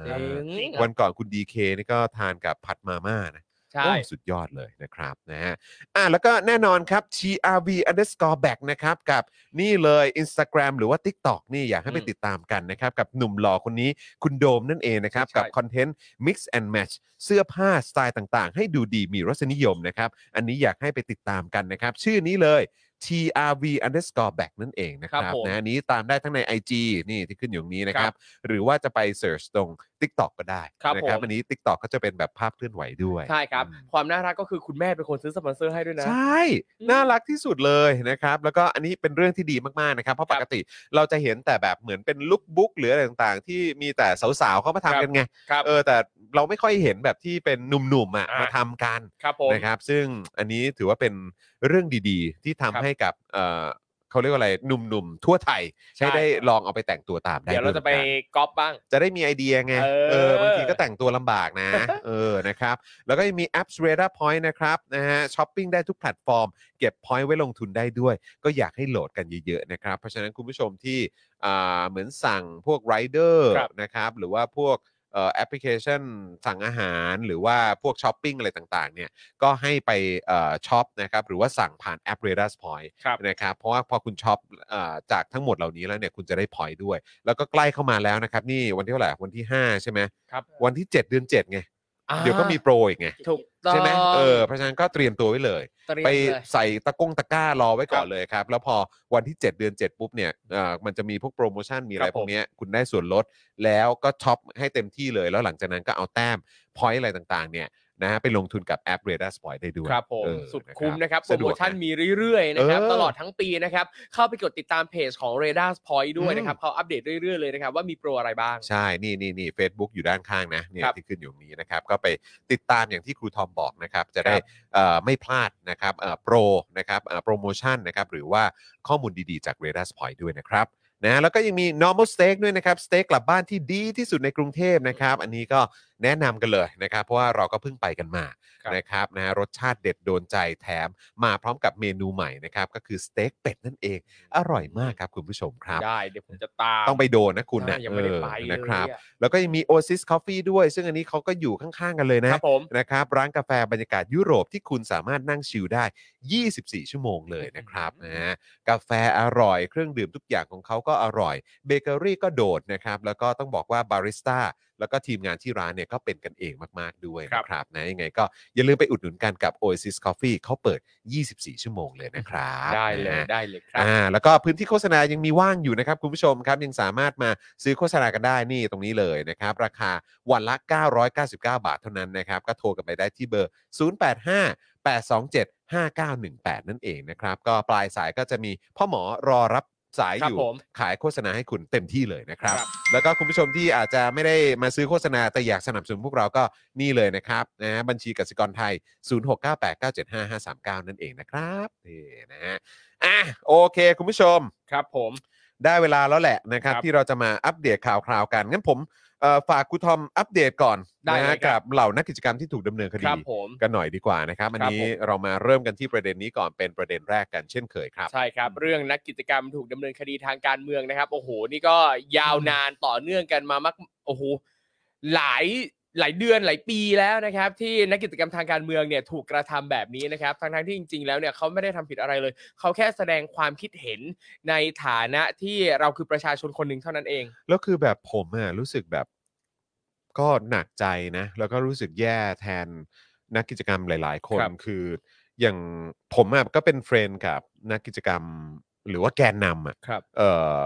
จริง วันก่อนคุณดีเคนี่ก็ทานกับผัดมาม่านะ ใช่ โอ้สุดยอดเลยนะครับนะฮะอ่ะแล้วก็แน่นอนครับ trv underscore back นะครับกับนี่เลย Instagram หรือว่า TikTok นี่อยากให้ไป อืม ติดตามกันนะครับ กับหนุ่มหล่อคนนี้คุณโดมนั่นเองนะครับ ใช่ กับคอนเทนต์ mix and match เสื้อผ้าสไตล์ต่างๆ ให้ดูดีมีรสนิยมนะครับ อันนี้อยากให้ไปติดตามกันนะครับ ชื่อนี้เลย trv underscore back นั่นเองนะครับ ครับผม นะอันนี้ตามได้ทั้งใน IG นี่ที่ขึ้นอยู่ตรงนี้นะครับ หรือว่าจะไป search ตรง TikTok ก็ได้นะครั ครับ บผม อันนี้ TikTok ก็จะเป็นแบบภาพเคลื่อนไหวด้วย ใช่ครับ ความน่ารักก็คือคุณแม่เป็นคนซื้อสปอนเซอร์ให้ด้วยนะ ใช่ อืม น่ารักที่สุดเลยนะครับ แล้วก็อันนี้เป็นเรื่องที่ดีมากๆนะครับ เพราะ ค ป รับ กติเราจะเห็นแต่แบบเหมือนเป็นลุคบุ๊กหรืออะไรต่างๆ ที่มีแต่สาวๆเขามาทำกันไง ครับ เออ แต่เราไม่ค่อยเห็นแบบที่เป็นหนุ่มๆอ่ะ อ่าม มาทำกัน ครับผม นะครับ ซึ่งอันนี้ถือว่าเป็นเรื่องดีๆ ที่ทำให้กับเออเขาเรียกว่าอะไรหนุ่มๆทั่วไทยให้ได้ลองเอาไปแต่งตัวตามได้ เดี๋ยวเราจะไป ด้วยหมือนกัน ก๊อปบ้าง จะได้มีไอเดียไง เออ เออบางทีก็แต่งตัวลำบากนะ เออ นะครับ แล้วก็ยังมีแอป r a d a r Point นะครับนะฮะช้อปปิ้งได้ทุกแพลตฟอร์ม เก็บ point ไว้ลงทุนได้ด้วย ก็อยากให้โหลดกันเยอะๆนะครับ เพราะฉะนั้นคุณผู้ชมที่อ่าเหมือนสั่งพวกไรเดอร์ ครับ นะครับ หรือว่าพวกเอ่อแอปพลิเคชันสั่งอาหาร หรือว่าพวกช้อปปิ้งอะไรต่างๆ เนี่ย ก็ให้ไปเอ่อช็อปนะครับ หรือว่าสั่งผ่านแอป r a d a r Point ครับ นะครับ เพราะว่าพอคุณช็อปเอ่อจากทั้งหมดเหล่านี้แล้วเนี่ย คุณจะได้ point ด้วย แล้วก็ใกล้เข้ามาแล้วนะครับ นี่วันที่เท่าไหร่วันที่ 5 ใช่ไหม ครับ วันที่ 7 เดือน 7 ไง เดี๋ยวก็มีโปรอีกไง ถูกต้อง ใช่ไหมเออเพราะฉะนั้นก็เตรียมตัวไว้เลย เตรียม ไป เลย ใส่ตะกงตะกร้ารอไว้ก่อน ครับ เลยครับ แล้วพอวันที่ 7 เดือน 7 ปุ๊บเนี่ยเอ่อมันจะมีพวกโปรโมชั่นมีอะไร ครับ พ ผม วกเนี้ยคุณได้ส่วนลด แล้วก็ช็อปให้เต็มที่เลย แล้วหลังจากนั้นก็เอาแต้ม พอยต์อะไรต่างๆ เนี่ยนะฮะไปลงทุนกับแอปเรดาร์สปอยได้ด้วย ครับผม เออ สุดคุ้มนะครับโป ส ร ด โม วก ชั่นมีเรื่อยๆนะครับ เออ ตลอดทั้งปีนะครับ เข้าไปกดติดตามเพจของ r a d a r Point ด้วย อืม นะครับเขาอัปเดตเรื่อยๆเลยนะครับ ว่ามีโปรอะไรบ้าง ใช่ นี่นี่นี่เฟซบุ๊กอยู่ด้านข้างนะเนี่ย ครับ ที่ขึ้นอยู่ตรงนี้นะครับ ก็ไปติดตามอย่างที่ครูทอมบอกนะครับ จะได้เอ่อไม่พลาดนะครับเอ่อโปรนะครับเอ่อโปรโมชั่นนะครับ หรือว่าข้อมูลดีๆจาก r a d a r Point ด้วยนะครับนะแล้วก็ยังมี normal steak ด้วยนะครับสเต็กกลับบ้านที่ดีที่สุดในกรุงเทพนะครับ อันนี้ก็แนะนำกันเลยนะครับ เพราะว่าเราก็เพิ่งไปกันมา ครับ นะครับนะฮะรสชาติเด็ดโดนใจแถมมาพร้อมกับเมนูใหม่นะครับ ก็คือสเต็กเป็ดนั่นเอง อร่อยมากครับคุณผู้ชมครับ ได้เดี๋ยวผมจะตาม ต้องไปโดนนะคุณนะ อ่ายังไม่ได้ไป เออ เลย นะครับ อะ แล้วก็ยังมี Oasis Coffee ด้วย ซึ่งอันนี้เขาก็อยู่ข้าง ๆ กันเลย ค นะ รับผม นะครับ ร้านกาแฟบรรยากาศยุโรปที่คุณสามารถนั่งชิลได้ 24 ชั่วโมงเลยนะครับนะฮะกาแฟอร่อยเครื่องดื่มทุกอย่างของเขาก็อร่อยเบเกอรี่ก็โดดนะครับ แล้วก็ต้องบอกว่าบาริสต้าแล้วก็ทีมงานที่ร้านเนี่ยก็เป็นกันเองมาก ๆ ด้วยนะครับนะยังไงก็อย่าลืมไปอุดหนุนกันกับ Oasis Coffee เขาเปิด 24 ชั่วโมงเลยนะครับ ได้เลย นะฮะ ได้เลยครับ อ่าแล้วก็พื้นที่โฆษณายังมีว่างอยู่นะครับ คุณผู้ชมครับ ยังสามารถมาซื้อโฆษณากันได้นี่ตรงนี้เลยนะครับ ราคาวันละ 999 บาทเท่านั้นนะครับ ก็โทรกันไปได้ที่เบอร์ 085 827 5918 นั่นเองนะครับ ก็ปลายสายก็จะมีพ่อหมอรอรับสายอยู่ ครับผม ขายโฆษณาให้คุณเต็มที่เลยนะครับ ครับ แล้วก็คุณผู้ชมที่อาจจะไม่ได้มาซื้อโฆษณาแต่อยากสนับสนุนพวกเราก็นี่เลยนะครับนะฮะบัญชีกสิกรไทย 0698975539 นั่นเองนะครับนี่นะฮะ อ่ะโอเคคุณผู้ชม ครับผม ได้เวลาแล้วแหละนะครับ ครับ ที่เราจะมาอัปเดตข่าวคราวกัน งั้นผมเอ่อฝากครูทอมอัปเดตก่อน ได้ นะฮะ เลยคกัรับ บเหล่านักกิจกรรมที่ถูกดำเนินค ค ดี รับผม กันหน่อยดีกว่านะครับ อัน ครับ นี้ ผม เรามาเริ่มกันที่ประเด็นนี้ก่อนเป็นประเด็นแรกกันเช่นเคยครับ ใช่ครับ เรื่องนักกิจกรรมถูกดำเนินคดีทางการเมืองนะครับ โอ้โห นี่ก็ยาวนานต่อเนื่องกันมามากโอ้โหหลายหลายเดือนหลายปีแล้วนะครับ ที่นักกิจกรรมทางการเมืองเนี่ยถูกกระทำแบบนี้นะครับทั้งทั้งๆที่จริง ๆ แล้วเนี่ยเขาไม่ได้ทำผิดอะไรเลย เขาแค่แสดงความคิดเห็นในฐานะที่เราคือประชาชนคนหนึ่งเท่านั้นเอง แล้วคือแบบผมอะรู้สึกแบบก็หนักใจนะ แล้วก็รู้สึกแย่แทนนักกิจกรรมหลาย ๆ คน ครับ คือ อย่างผมอะก็เป็นเฟรนด์กับนักกิจกรรมหรือว่าแกนนำอะ ครับ เอ่อ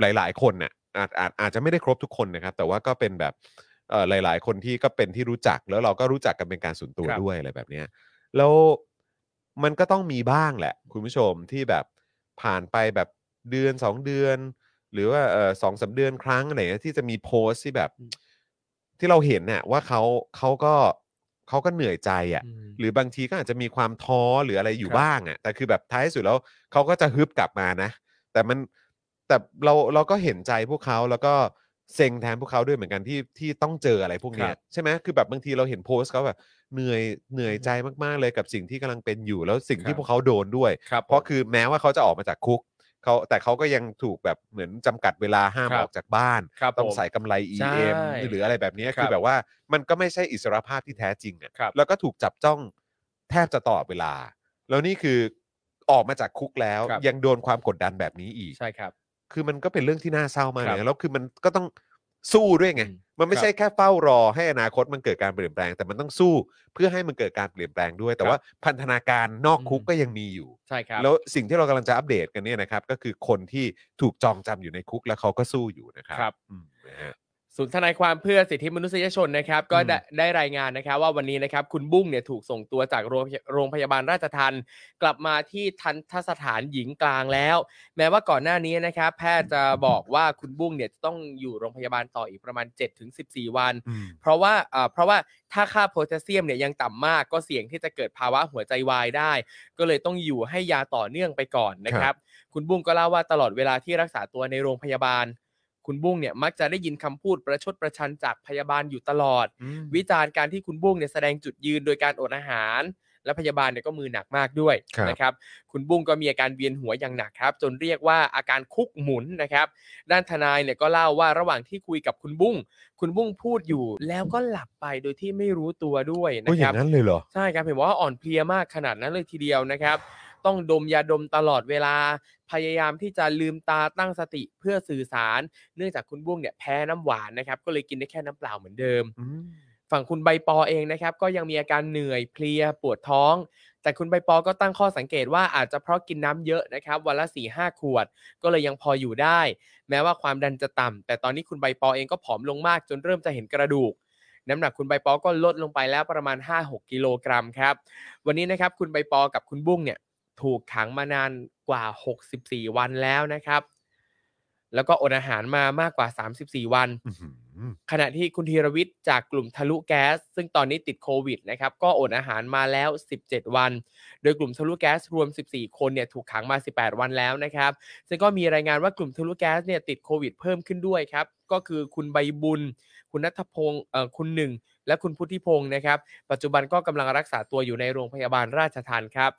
หลาย ๆ คนน่ะอาจอาจอาจจะไม่ได้ครบทุกคนนะครับ แต่ว่าก็เป็นแบบเอ่อหลาย ๆ คนที่ก็เป็นที่รู้จักแล้วเราก็รู้จักกันเป็นการส่วนตัว ครับ ด้วยอะไรแบบเนี้ยแล้วมันก็ต้องมีบ้างแหละ คุณผู้ชมที่แบบผ่านไปแบบเดือนสองเดือน หรือว่าเออสองสามเดือนครั้งอะไรเงี้ยที่จะมีโพสต์ที่แบบ ที่เราเห็นน่ะว่าเขาเขาก็เขาก็เหนื่อยใจอ่ะ อืม หรือบางทีก็อาจจะมีความท้อหรืออะไรอยู่ ครับ บ้างอะ่ะแต่คือแบบท้ายสุดแล้วเขาก็จะฮึบกลับมานะ แต่มันแต่เราเราก็เห็นใจพวกเขาแล้วก็เซ็งแทนพวกเขาด้วยเหมือนกันที่ที่ต้องเจออะไรพวกเนี้ย ครับ ใช่ไหมคือแบบบางทีเราเห็นโพสต์เขาแบบเหนื่อยเหนื่อยใจมากๆเลยกับสิ่งที่กำลังเป็นอยู่แล้วสิ่งที่พวกเขาโดนด้วย ครับ เพราะคือแม้ว่าเขาจะออกมาจากคุกเขาแต่เขาก็ยังถูกแบบเหมือนจำกัดเวลาห้าม ครับ ออกจากบ้าน ครับ ต้อง ผม ใส่กำไร ใช่ EM หรืออะไรแบบเนี้ยคือแบบว่ามันก็ไม่ใช่อิสรภาพที่แท้จริงอะ ครับ แล้วก็ถูกจับจ้องแทบจะตลอดเวลา แล้วนี่คือออกมาจากคุกแล้ว ครับ ยังโดนความกดดันแบบนี้อีก ใช่ครับ คือมันก็เป็นเรื่องที่น่าเศร้ามาก ค เล รับ ยนะแล้วคือมันก็ต้องสู้ด้วยไง อืม มันไม่ ครับ ใช่แค่เฝ้ารอให้อนาคตมันเกิดการเปลี่ยนแปลง แต่มันต้องสู้เพื่อให้มันเกิดการเปลี่ยนแปลงด้วย แต่ ครับ ว่าพันธนาการนอกคุก อืม ก็ยังมีอยู่ ใช่ครับ แล้วสิ่งที่เรากำลังจะอัปเดตกันเนี่ยนะครับ ก็คือคนที่ถูกจองจำอยู่ในคุกแล้วเขาก็สู้อยู่นะครั ครับ อืมนะฮะ ศูนย์ทนายความเพื่อสิทธิมนุษยชนนะครับ ก็ได้ได้รายงานนะครับ ว่าวันนี้นะครับคุณบุ้งเนี่ยถูกส่งตัวจากโรงโรงพยาบาลราชทันกลับมาที่ทันทสถานหญิงกลางแล้ว แม้ว่าก่อนหน้านี้นะครับ แพทย์จะบอกว่าคุณบุ้งเนี่ยจะต้องอยู่โรงพยาบาลต่ออีกประมาณ 7-14 วัน เพราะว่าเอ่อเพราะว่าถ้าค่าโพแทสเซียมเนี่ยยังต่ำมากก็เสี่ยงที่จะเกิดภาวะหัวใจวายได้ ก็เลยต้องอยู่ให้ยาต่อเนื่องไปก่อนนะค ครั รับ บ คุณบุ้งก็เล่าว่าตลอดเวลาที่รักษาตัวในโรงพยาบาล คุณบุ้งเนี่ยมักจะได้ยินคำพูดประชดประชันจากพยาบาลอยู่ตลอด อืม วิจารณ์การที่คุณบุ้งเนี่ยแสดงจุดยืนโดยการอดอาหาร และพยาบาลเนี่ยก็มือหนักมากด้วย ครับ นะครับ คุณบุ้งก็มีอาการเวียนหัวอย่างหนักครับ จนเรียกว่าอาการคุกหมุนนะครับ ด้านทนายเนี่ยก็เล่าว่าระหว่างที่คุยกับคุณบุ้งคุณบุ้งพูดอยู่แล้วก็หลับไปโดยที่ไม่รู้ตัวด้วย โอ้ยอนะครั ย่า บ งนั้นเลยเหรอ ใช่ครับเห็นว่าอ่อนเพลียมากขนาดนั้นเลยทีเดียวนะครับ ต้องดมยาดมตลอดเวลา พยายามที่จะลืมตาตั้งสติเพื่อสื่อสาร เนื่องจากคุณบุ้งเนี่ยแพ้น้ำหวานนะครับ ก็เลยกินได้แค่น้ำเปล่าเหมือนเดิม ฝั่งคุณใบปอเองนะครับ ก็ยังมีอาการเหนื่อยเพลียปวดท้อง แต่คุณใบปอก็ตั้งข้อสังเกตว่าอาจจะเพราะกินน้ำเยอะนะครับ วันละ4ี่ห้าขวด ก็เลยยังพออยู่ได้ แม้ว่าความดันจะต่ำแต่ตอนนี้คุณใบปอเองก็ผอมลงมากจนเริ่มจะเห็นกระดูก น้ำหนักคุณใบปอก็ลดลงไปแล้วประมาณ 5-6 กิโลกรัมครับ วันนี้นะครับคุณใบปอกับคุณบุ้งเนี่ยถูกขังมานานกว่า 64 วันแล้วนะครับ แล้วก็อดอาหารมามากกว่า 34 วัน อื้อหือ ขณะที่คุณธีรวิทย์จากกลุ่มทะลุแก๊ส ซึ่งตอนนี้ติดโควิดนะครับก็อดอาหารมาแล้ว 17 วัน โดยกลุ่มทะลุแก๊สรวม 14 คนเนี่ยถูกขังมา 18 วันแล้วนะครับ ซึ่งก็มีรายงานว่ากลุ่มทะลุแก๊สเนี่ยติดโควิดเพิ่มขึ้นด้วยครับ ก็คือคุณใบบุญ คุณนัทพงศ์เอ่อคุณหนึ่ง และคุณพุทธิพงศ์นะครับ ปัจจุบันก็กำลังรักษาตัวอยู่ในโรงพยาบาลราชทานครับ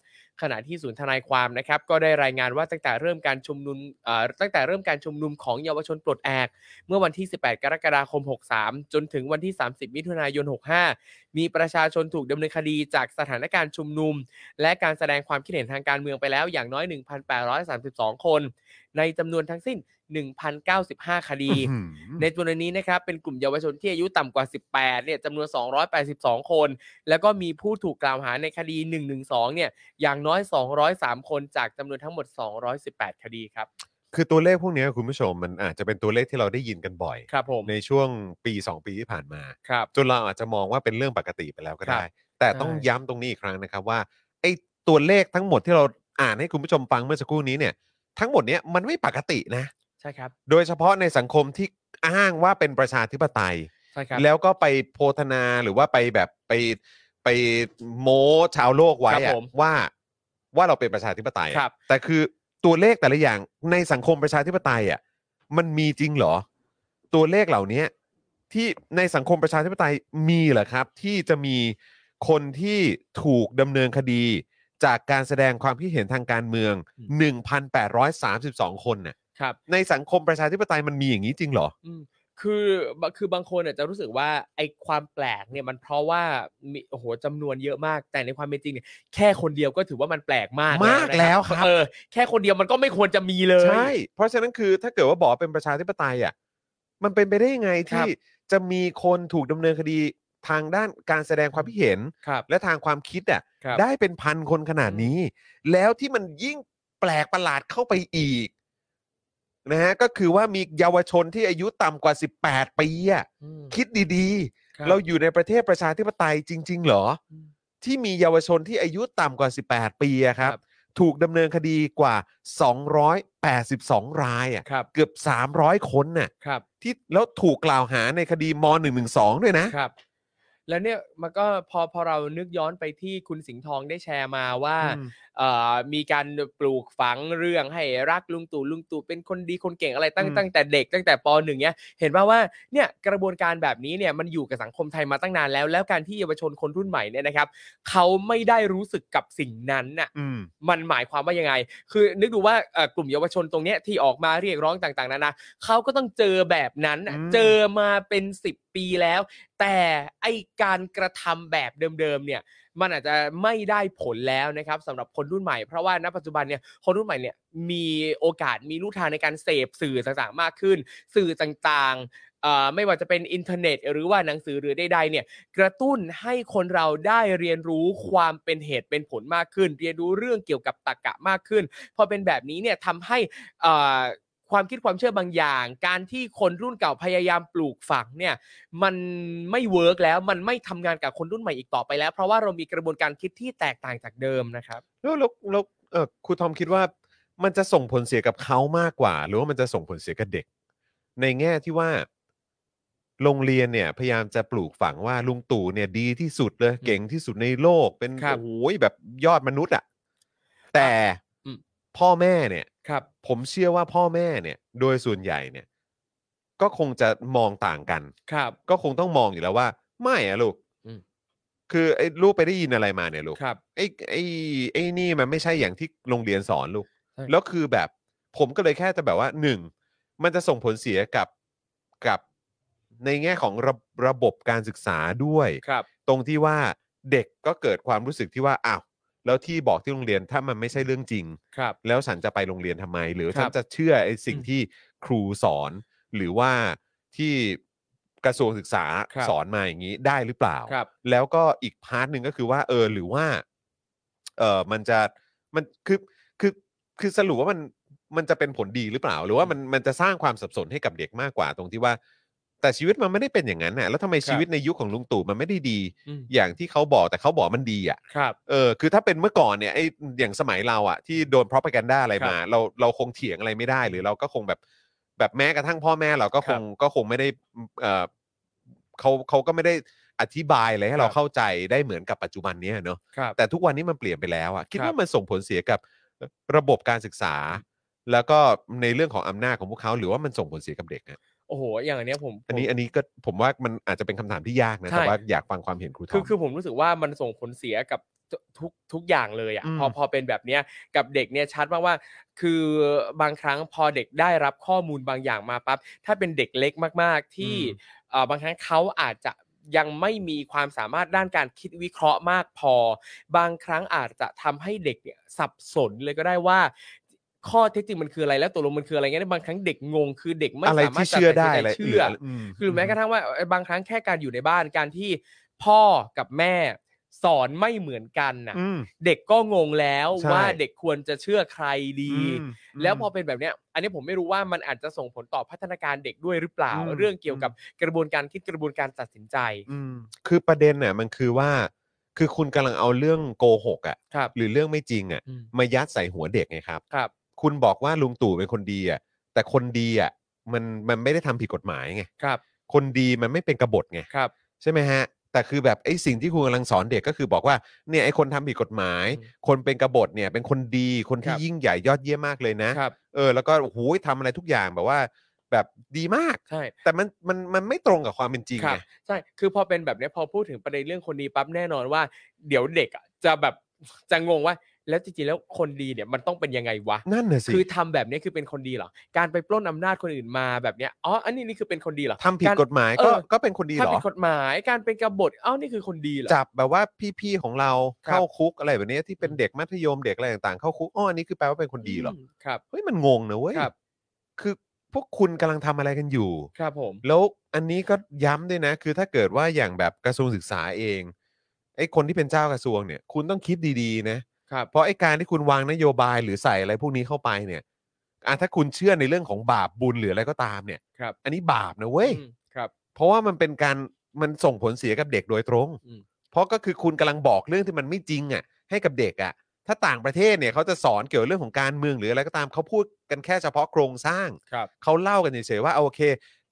ขณะที่ศูนย์ทนายความนะครับ ก็ได้รายงานว่าตั้งแต่เริ่มการชุมนุมเอ่อตั้งแต่เริ่มการชุมนุมของเยาวชนปลดแอก เมื่อวันที่ 18 กรกฎาคม 63 จนถึงวันที่ 30 มิถุนายน 65 มีประชาชนถูกดำเนินคดีจากสถานการณ์ชุมนุม และการแสดงความคิดเห็นทางการเมืองไปแล้วอย่างน้อย 1,832 คน ในจำนวนทั้งสิ้น 1,095 คดี อื้อหือ ในจำนวนนี้นะครับเป็นกลุ่มเยาวชนที่อายุต่ำกว่า 18 เนี่ยจำนวน 282 คน แล้วก็มีผู้ถูกกล่าวหาในคดี 112 เนี่ยอย่างน้อย 203 คนจากจำนวนทั้งหมด 218 คดีครับ คือตัวเลขพวกเนี้ยคุณผู้ชมมันอาจจะเป็นตัวเลขที่เราได้ยินกันบ่อย ครับผม ในช่วงปี 2 ปีที่ผ่านมา ครับ จนเราอาจจะมองว่าเป็นเรื่องปกติไปแล้วก็ได้ ครับ แต่ต้อง ใช่ ย้ำตรงนี้อีกครั้งนะครับว่าไอ้ตัวเลขทั้งหมดที่เราอ่านให้คุณผู้ชมฟังเมื่อสักครู่นี้เนี่ยทั้งหมดเนี้ยมันไม่ปกตินะ ใช่ครับ โดยเฉพาะในสังคมที่อ้างว่าเป็นประชาธิปไตย ใช่ครับ แล้วก็ไปโพธนาหรือว่าไปแบบไปไปโม้ชาวโลกไว้ ครั อะ บผม ว่าว่าเราเป็นประชาธิปไตยอะ ครับ แต่คือตัวเลขแต่ละอย่างในสังคมประชาธิปไตยอ่ะมันมีจริงเหรอ ตัวเลขเหล่านี้ที่ในสังคมประชาธิปไตยมีเหรอครับ ที่จะมีคนที่ถูกดำเนินคดี จากการแสดงความคิดเห็นทางการเมือง 1,832 คนน่ะ ครับ ในสังคมประชาธิปไตยมันมีอย่างนี้จริงเหรอ คือบคือบางคนอาจจะรู้สึกว่าไอความแปลกเนี่ยมันเพราะว่ามีโอ้โหจำนวนเยอะมาก แต่ในความเป็นจริงเนี่ยแค่คนเดียวก็ถือว่ามันแปลกมาก มากแล้วครับ เออแค่คนเดียวมันก็ไม่ควรจะมีเลย ใช่ เพราะฉะนั้นคือถ้าเกิดว่าบอกว่าเป็นประชาธิปไตยอ่ะ มันเป็นไปได้ยังไง ครั ที่ บ จะมีคนถูกดำเนินคดีทางด้านการแสดงความคิดเห็น ครับ และทางความคิดอ่ะ ครับ ได้เป็นพันคนขนาดนี้ แล้วที่มันยิ่งแปลกประหลาดเข้าไปอีกนะฮะก็คือว่ามีเยาวชนที่อายุต่ำกว่า 18 ปีอะ อืม คิดดี คบ ๆ เราอยู่ในประเทศประชาธิปไตยจริง ๆ เหรอ อืม ที่มีเยาวชนที่อายุต่ำกว่า 18 ปีอะครับ ครับ ถูกดำเนินคดีกว่า 282 รายอะ ครับ เกือบ 300 คนน่ะ ครับ ที่แล้วถูกกล่าวหาในคดีม .112 ด้วยนะ ครับ แล้วเนี่ยมันก็พอพอเรานึกย้อนไปที่คุณสิงห์ทองได้แชร์มาว่า อืม เอ่อมีการปลูกฝังเรื่องให้รักลุงตู่ลุงตู่เป็นคนดีคนเก่งอะไรตั้ง อืม ตั้งแต่เด็กตั้งแต่ปหนึ่งเนี่ยเห็นป่าว่าเนี่ยกระบวนการแบบนี้เนี่ยมันอยู่กับสังคมไทยมาตั้งนานแล้ว แล้วการที่เยาวชนคนรุ่นใหม่เนี่ยนะครับเขาไม่ได้รู้สึกกับสิ่งนั้นน่ะ อืม มันหมายความว่ายังไง คือนึกดูว่าเอ่อกลุ่มเยาวชนตรงเนี้ยที่ออกมาเรียกร้องต่างๆนานาเขาก็ต้องเจอแบบนั้นน่ะ อืม เจอมาเป็น 10 ปีแล้ว แต่ไอการกระทำแบบเดิมๆเนี่ย มันอาจจะไม่ได้ผลแล้วนะครับสำหรับคนรุ่นใหม่ เพราะว่าณปัจจุบันเนี่ยคนรุ่นใหม่เนี่ยมีโอกาสมีลู่ทางในการเสพสื่อต่างๆมากขึ้น สื่อต่างๆเอ่อไม่ว่าจะเป็นอินเทอร์เน็ต หรือว่าหนังสือหรือใดๆเนี่ยกระตุ้นให้คนเราได้เรียนรู้ความเป็นเหตุเป็นผลมากขึ้น เรียนรู้เรื่องเกี่ยวกับตรรกะมากขึ้น พอเป็นแบบนี้เนี่ยทำให้เอ่อความคิดความเชื่อบางอย่าง การที่คนรุ่นเก่าพยายามปลูกฝังเนี่ย มันไม่เวิร์กแล้วมันไม่ทำงานกับคนรุ่นใหม่อีกต่อไปแล้ว เพราะว่าเรามีกระบวนการคิดที่แตกต่างจากเดิมนะครับ แล้วแล้วแล้วเอ่อครูทอมคิดว่ามันจะส่งผลเสียกับเขามากกว่า หรือว่ามันจะส่งผลเสียกับเด็ก ในแง่ที่ว่า โรงเรียนเนี่ย พยายามจะปลูกฝังว่าลุงตู่เนี่ยดีที่สุดเลยเก่งที่สุดในโลก เป็น ครับ โอ้โหแบบยอดมนุษย์อะแต่ อืม พ่อแม่เนี่ย ครับ ผมเชื่อว่าพ่อแม่เนี่ย โดยส่วนใหญ่เนี่ย ก็คงจะมองต่างกัน ครับ ก็คงต้องมองอยู่แล้วว่า ไม่อะลูก อืม คือไอ้ลูกไปได้ยินอะไรมาเนี่ยลูก ครับ ไอ้ไอ้ไอ้นี่มันไม่ใช่อย่างที่โรงเรียนสอนลูก ใช่ แล้วคือแบบผมก็เลยแค่จะแบบว่าหนึ่งมันจะส่งผลเสียกับกับในแง่ของระระบบการศึกษาด้วย ครับ ตรงที่ว่าเด็กก็เกิดความรู้สึกที่ว่าอ้าวแล้วที่บอกที่โรงเรียนถ้ามันไม่ใช่เรื่องจริง ครับ แล้วฉันจะไปโรงเรียนทำไม หรือ ครับ ฉันจะเชื่อไอ้สิ่ง อืม ที่ครูสอน หรือว่าที่กระทรวงศึกษา ครับ สอนมาอย่างนี้ได้หรือเปล่า ครับ แล้วก็อีกพาร์ทหนึ่งก็คือว่า เออหรือว่า เออมันจะมันคือคือคือสรุปว่ามันมันจะเป็นผลดีหรือเปล่า หรือว่ามันมันจะสร้างความสับสนให้กับเด็กมากกว่าตรงที่ว่า แต่ชีวิตมันไม่ได้เป็นอย่างนั้นน่ะแล้วทำไม ครับ ชีวิตในยุคของลุงตู่มันไม่ได้ดี อืม อย่างที่เขาบอกแต่เขาบอกมันดีอ่ะ ครับ เออคือถ้าเป็นเมื่อก่อนเนี่ยไออย่างสมัยเราอ่ะ ที่โดน propaganda อะไรมา เราเราคงเถียงอะไรไม่ได้ หรือเราก็คงแบบแบบแม้กระทั่งพ่อแม่เราก็คงก็คงไม่ได้เออเขาเขาก็ไม่ได้อธิบายอะไรให้เรา ครับ เข้าใจได้เหมือนกับปัจจุบันเนี้ยเนอะ ครับ แต่ทุกวันนี้มันเปลี่ยนไปแล้วอะคิด ครับ ว่ามันส่งผลเสียกับระบบการศึกษา แล้วก็ในเรื่องของอำนาจของพวกเขาหรือว่ามันส่งผลเสียกับเด็กอะ โอ้โห อย่างอันเนี้ยผม อันนี้ ผม อันนี้ก็ผมว่ามันอาจจะเป็นคำถามที่ยากนะ ใช่ แต่ว่าอยากฟังความเห็นครูทอ คือ ม คือผมรู้สึกว่ามันส่งผลเสียกับทุทุกทุกอย่างเลย อืม อะ่ะพอพอเป็นแบบเนี้ยกับเด็กเนี่ยชัดมากว่า คือบางครั้งพอเด็กได้รับข้อมูลบางอย่างมาปั๊บถ้าเป็นเด็กเล็กมากๆ ที่ อืม เอ่อบางครั้งเขาอาจจะยังไม่มีความสามารถด้านการคิดวิเคราะห์มากพอ บางครั้งอาจจะทำให้เด็กเนี่ยสับสนเลยก็ได้ว่า ข้อเท็จจริงมันคืออะไรแล้วตกลงมันคืออะไรเงี้ยบางครั้งเด็กงงคือเด็กไม่ อะไร สามาร ที่ ถจะ เชื่อ ตั ได้ สินใจ อะไร เชื่อ ม คือแม้กระทั่งว่าเอ่อบางครั้งแค่การอยู่ในบ้านการที่พ่อกับแม่สอนไม่เหมือนกันนะเด็กก็งงแล้ว ใช่ ว่าเด็กควรจะเชื่อใครดี อืม แล้วพอเป็นแบบเนี้ยอันนี้ผมไม่รู้ว่ามันอาจจะส่งผลต่อพัฒนาการเด็กด้วยหรือเปล่า อืม เรื่องเกี่ยวกับกระบวนการคิดกระบวนการตัดสินใจ อืมคือประเด็นน่ะมันคือว่า คือคุณกำลังเอาเรื่องโกหกอะ ครับ หรือเรื่องไม่จริงอะ อืม มายัดใส่หัวเด็กไงครับ ครับ คุณบอกว่าลุงตู่เป็นคนดีอะแต่คนดีอะมันมันไม่ได้ทำผิดกฎหมายไง ครับ คนดีมันไม่เป็นกบฏไง ครับ ใช่ไหมฮะ แต่คือแบบไอ้สิ่งที่คุณกำลังสอนเด็กก็คือบอกว่าเนี่ยไอ้คนทำผิดกฎหมาย อืม คนเป็นกบฏเนี่ยเป็นคนดีคนที่ ครับ ยิ่งใหญ่ยอดเยี่ยมมากเลยนะครับ เออแล้วก็โอ้โหทำอะไรทุกอย่างแบบว่า แบบดีมาก ใช่ แต่มันมันมันไม่ตรงกับความเป็นจริง ครั ไง บใช่ คือพอเป็นแบบเนี้ยพอพูดถึงประเด็นเรื่องคนดีปั๊บแน่นอนว่า เดี๋ยวเด็กอะจะแบบ จะงงว่า แล้วจริงๆแล้วคนดีเนี่ยมันต้องเป็นยังไงวะ นั่นน่ะสิ คือทำแบบเนี้ยคือเป็นคนดีเหรอ การไปปล้นอำนาจคนอื่นมาแบบเนี้ย อ๋อ อันนี้นี่คือเป็นคนดีเหรอ ทำผิด ร กฎหมายก็ เออ ก็เป็นคนดี ถ้า เหรอ ผิดกฎหมายการเป็นกบฏอ้าวนี่คือคนดีเหรอ จับแบบว่าพี่ๆของเรา ครับ เข้าคุกอะไรแบบเนี้ยที่เป็นเด็กมัธยมเด็กอะไรต่างๆเข้าคุกอ๋ออันนี้คือแปลว่าเป็นคนดีเหรอ มครับ เฮ้ยมันงงนะเว้ย ครับ คือพวกคุณกำลังทำอะไรกันอยู่ ครับผม แล้วอันนี้ก็ย้ำด้วยนะ คือถ้าเกิดว่าอย่างแบบกระทรวงศึกษาเอง ไอ้คนที่เป็นเจ้ากระทรวงเนี่ย คุณต้องคิดดีๆนะ ครับ เพราะไอ้การที่คุณวางนโยบายหรือใส่อะไรพวกนี้เข้าไปเนี่ยอ่ะถ้าคุณเชื่อในเรื่องของบาปบุญหรืออะไรก็ตามเนี่ย ครับ อันนี้บาปนะเว้ย อืมครับ เพราะว่ามันเป็นการมันส่งผลเสียกับเด็กโดยตรง อืม เพราะก็คือคุณกำลังบอกเรื่องที่มันไม่จริงอ่ะให้กับเด็กอ่ะ ถ้าต่างประเทศเนี่ยเขาจะสอนเกี่ยวเรื่องของการเมืองหรืออะไรก็ตามเขาพูดกันแค่เฉพาะโครงสร้าง ครับ เขาเล่ากันเฉยๆว่าเอาโอเค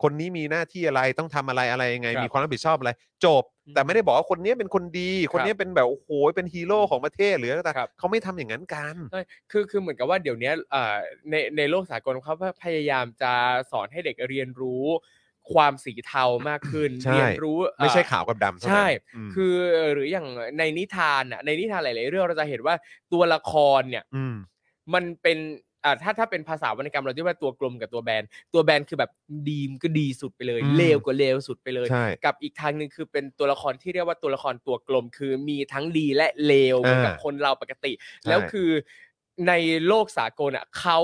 คนนี้มีหน้าที่อะไรต้องทำอะไรอะไรยังไง ครับ มีความรับผิดชอบอะไร จบ อืม แต่ไม่ได้บอกว่าคนนี้เป็นคนดี คนนี้เป็นแบบโอ้โหเป็นฮีโร่ของประเทศหรืออะไรก็ตาม ครับ เขาไม่ทำอย่างนั้นกัน ใช่คือคือเหมือนกับว่าเดี๋ยวเนี้ยเอ่อในในโลกสากลเขาพยายามจะสอนให้เด็กเรียนรู้ความสีเทามากขึ้น ใช่ เรียนรู้เอ่อ ไม่ใช่ขาวกับดำเท่านั้น ใช่ อืม คือหรืออย่างในนิทานอ่ะในนิทานหลาย ๆ เรื่องเราจะเห็นว่าตัวละครเนี่ย ม มันเป็นอ่าถ้าถ้าเป็นภาษาวรรณกรรมเราจะเรียกว่าตัวกลมกับตัวแบนตัวแบนคือแบบดีมก็ดีสุดไปเลยเลวก็เลวสุดไปเลย ใช่ กับอีกทางหนึ่งคือเป็นตัวละครที่เรียกว่าตัวละครตัวกลม คือมีทั้งดีและเลวเหมือนกับ อ่า คนเราปกติ แล้วคือในโลกสากลอ่ะเขา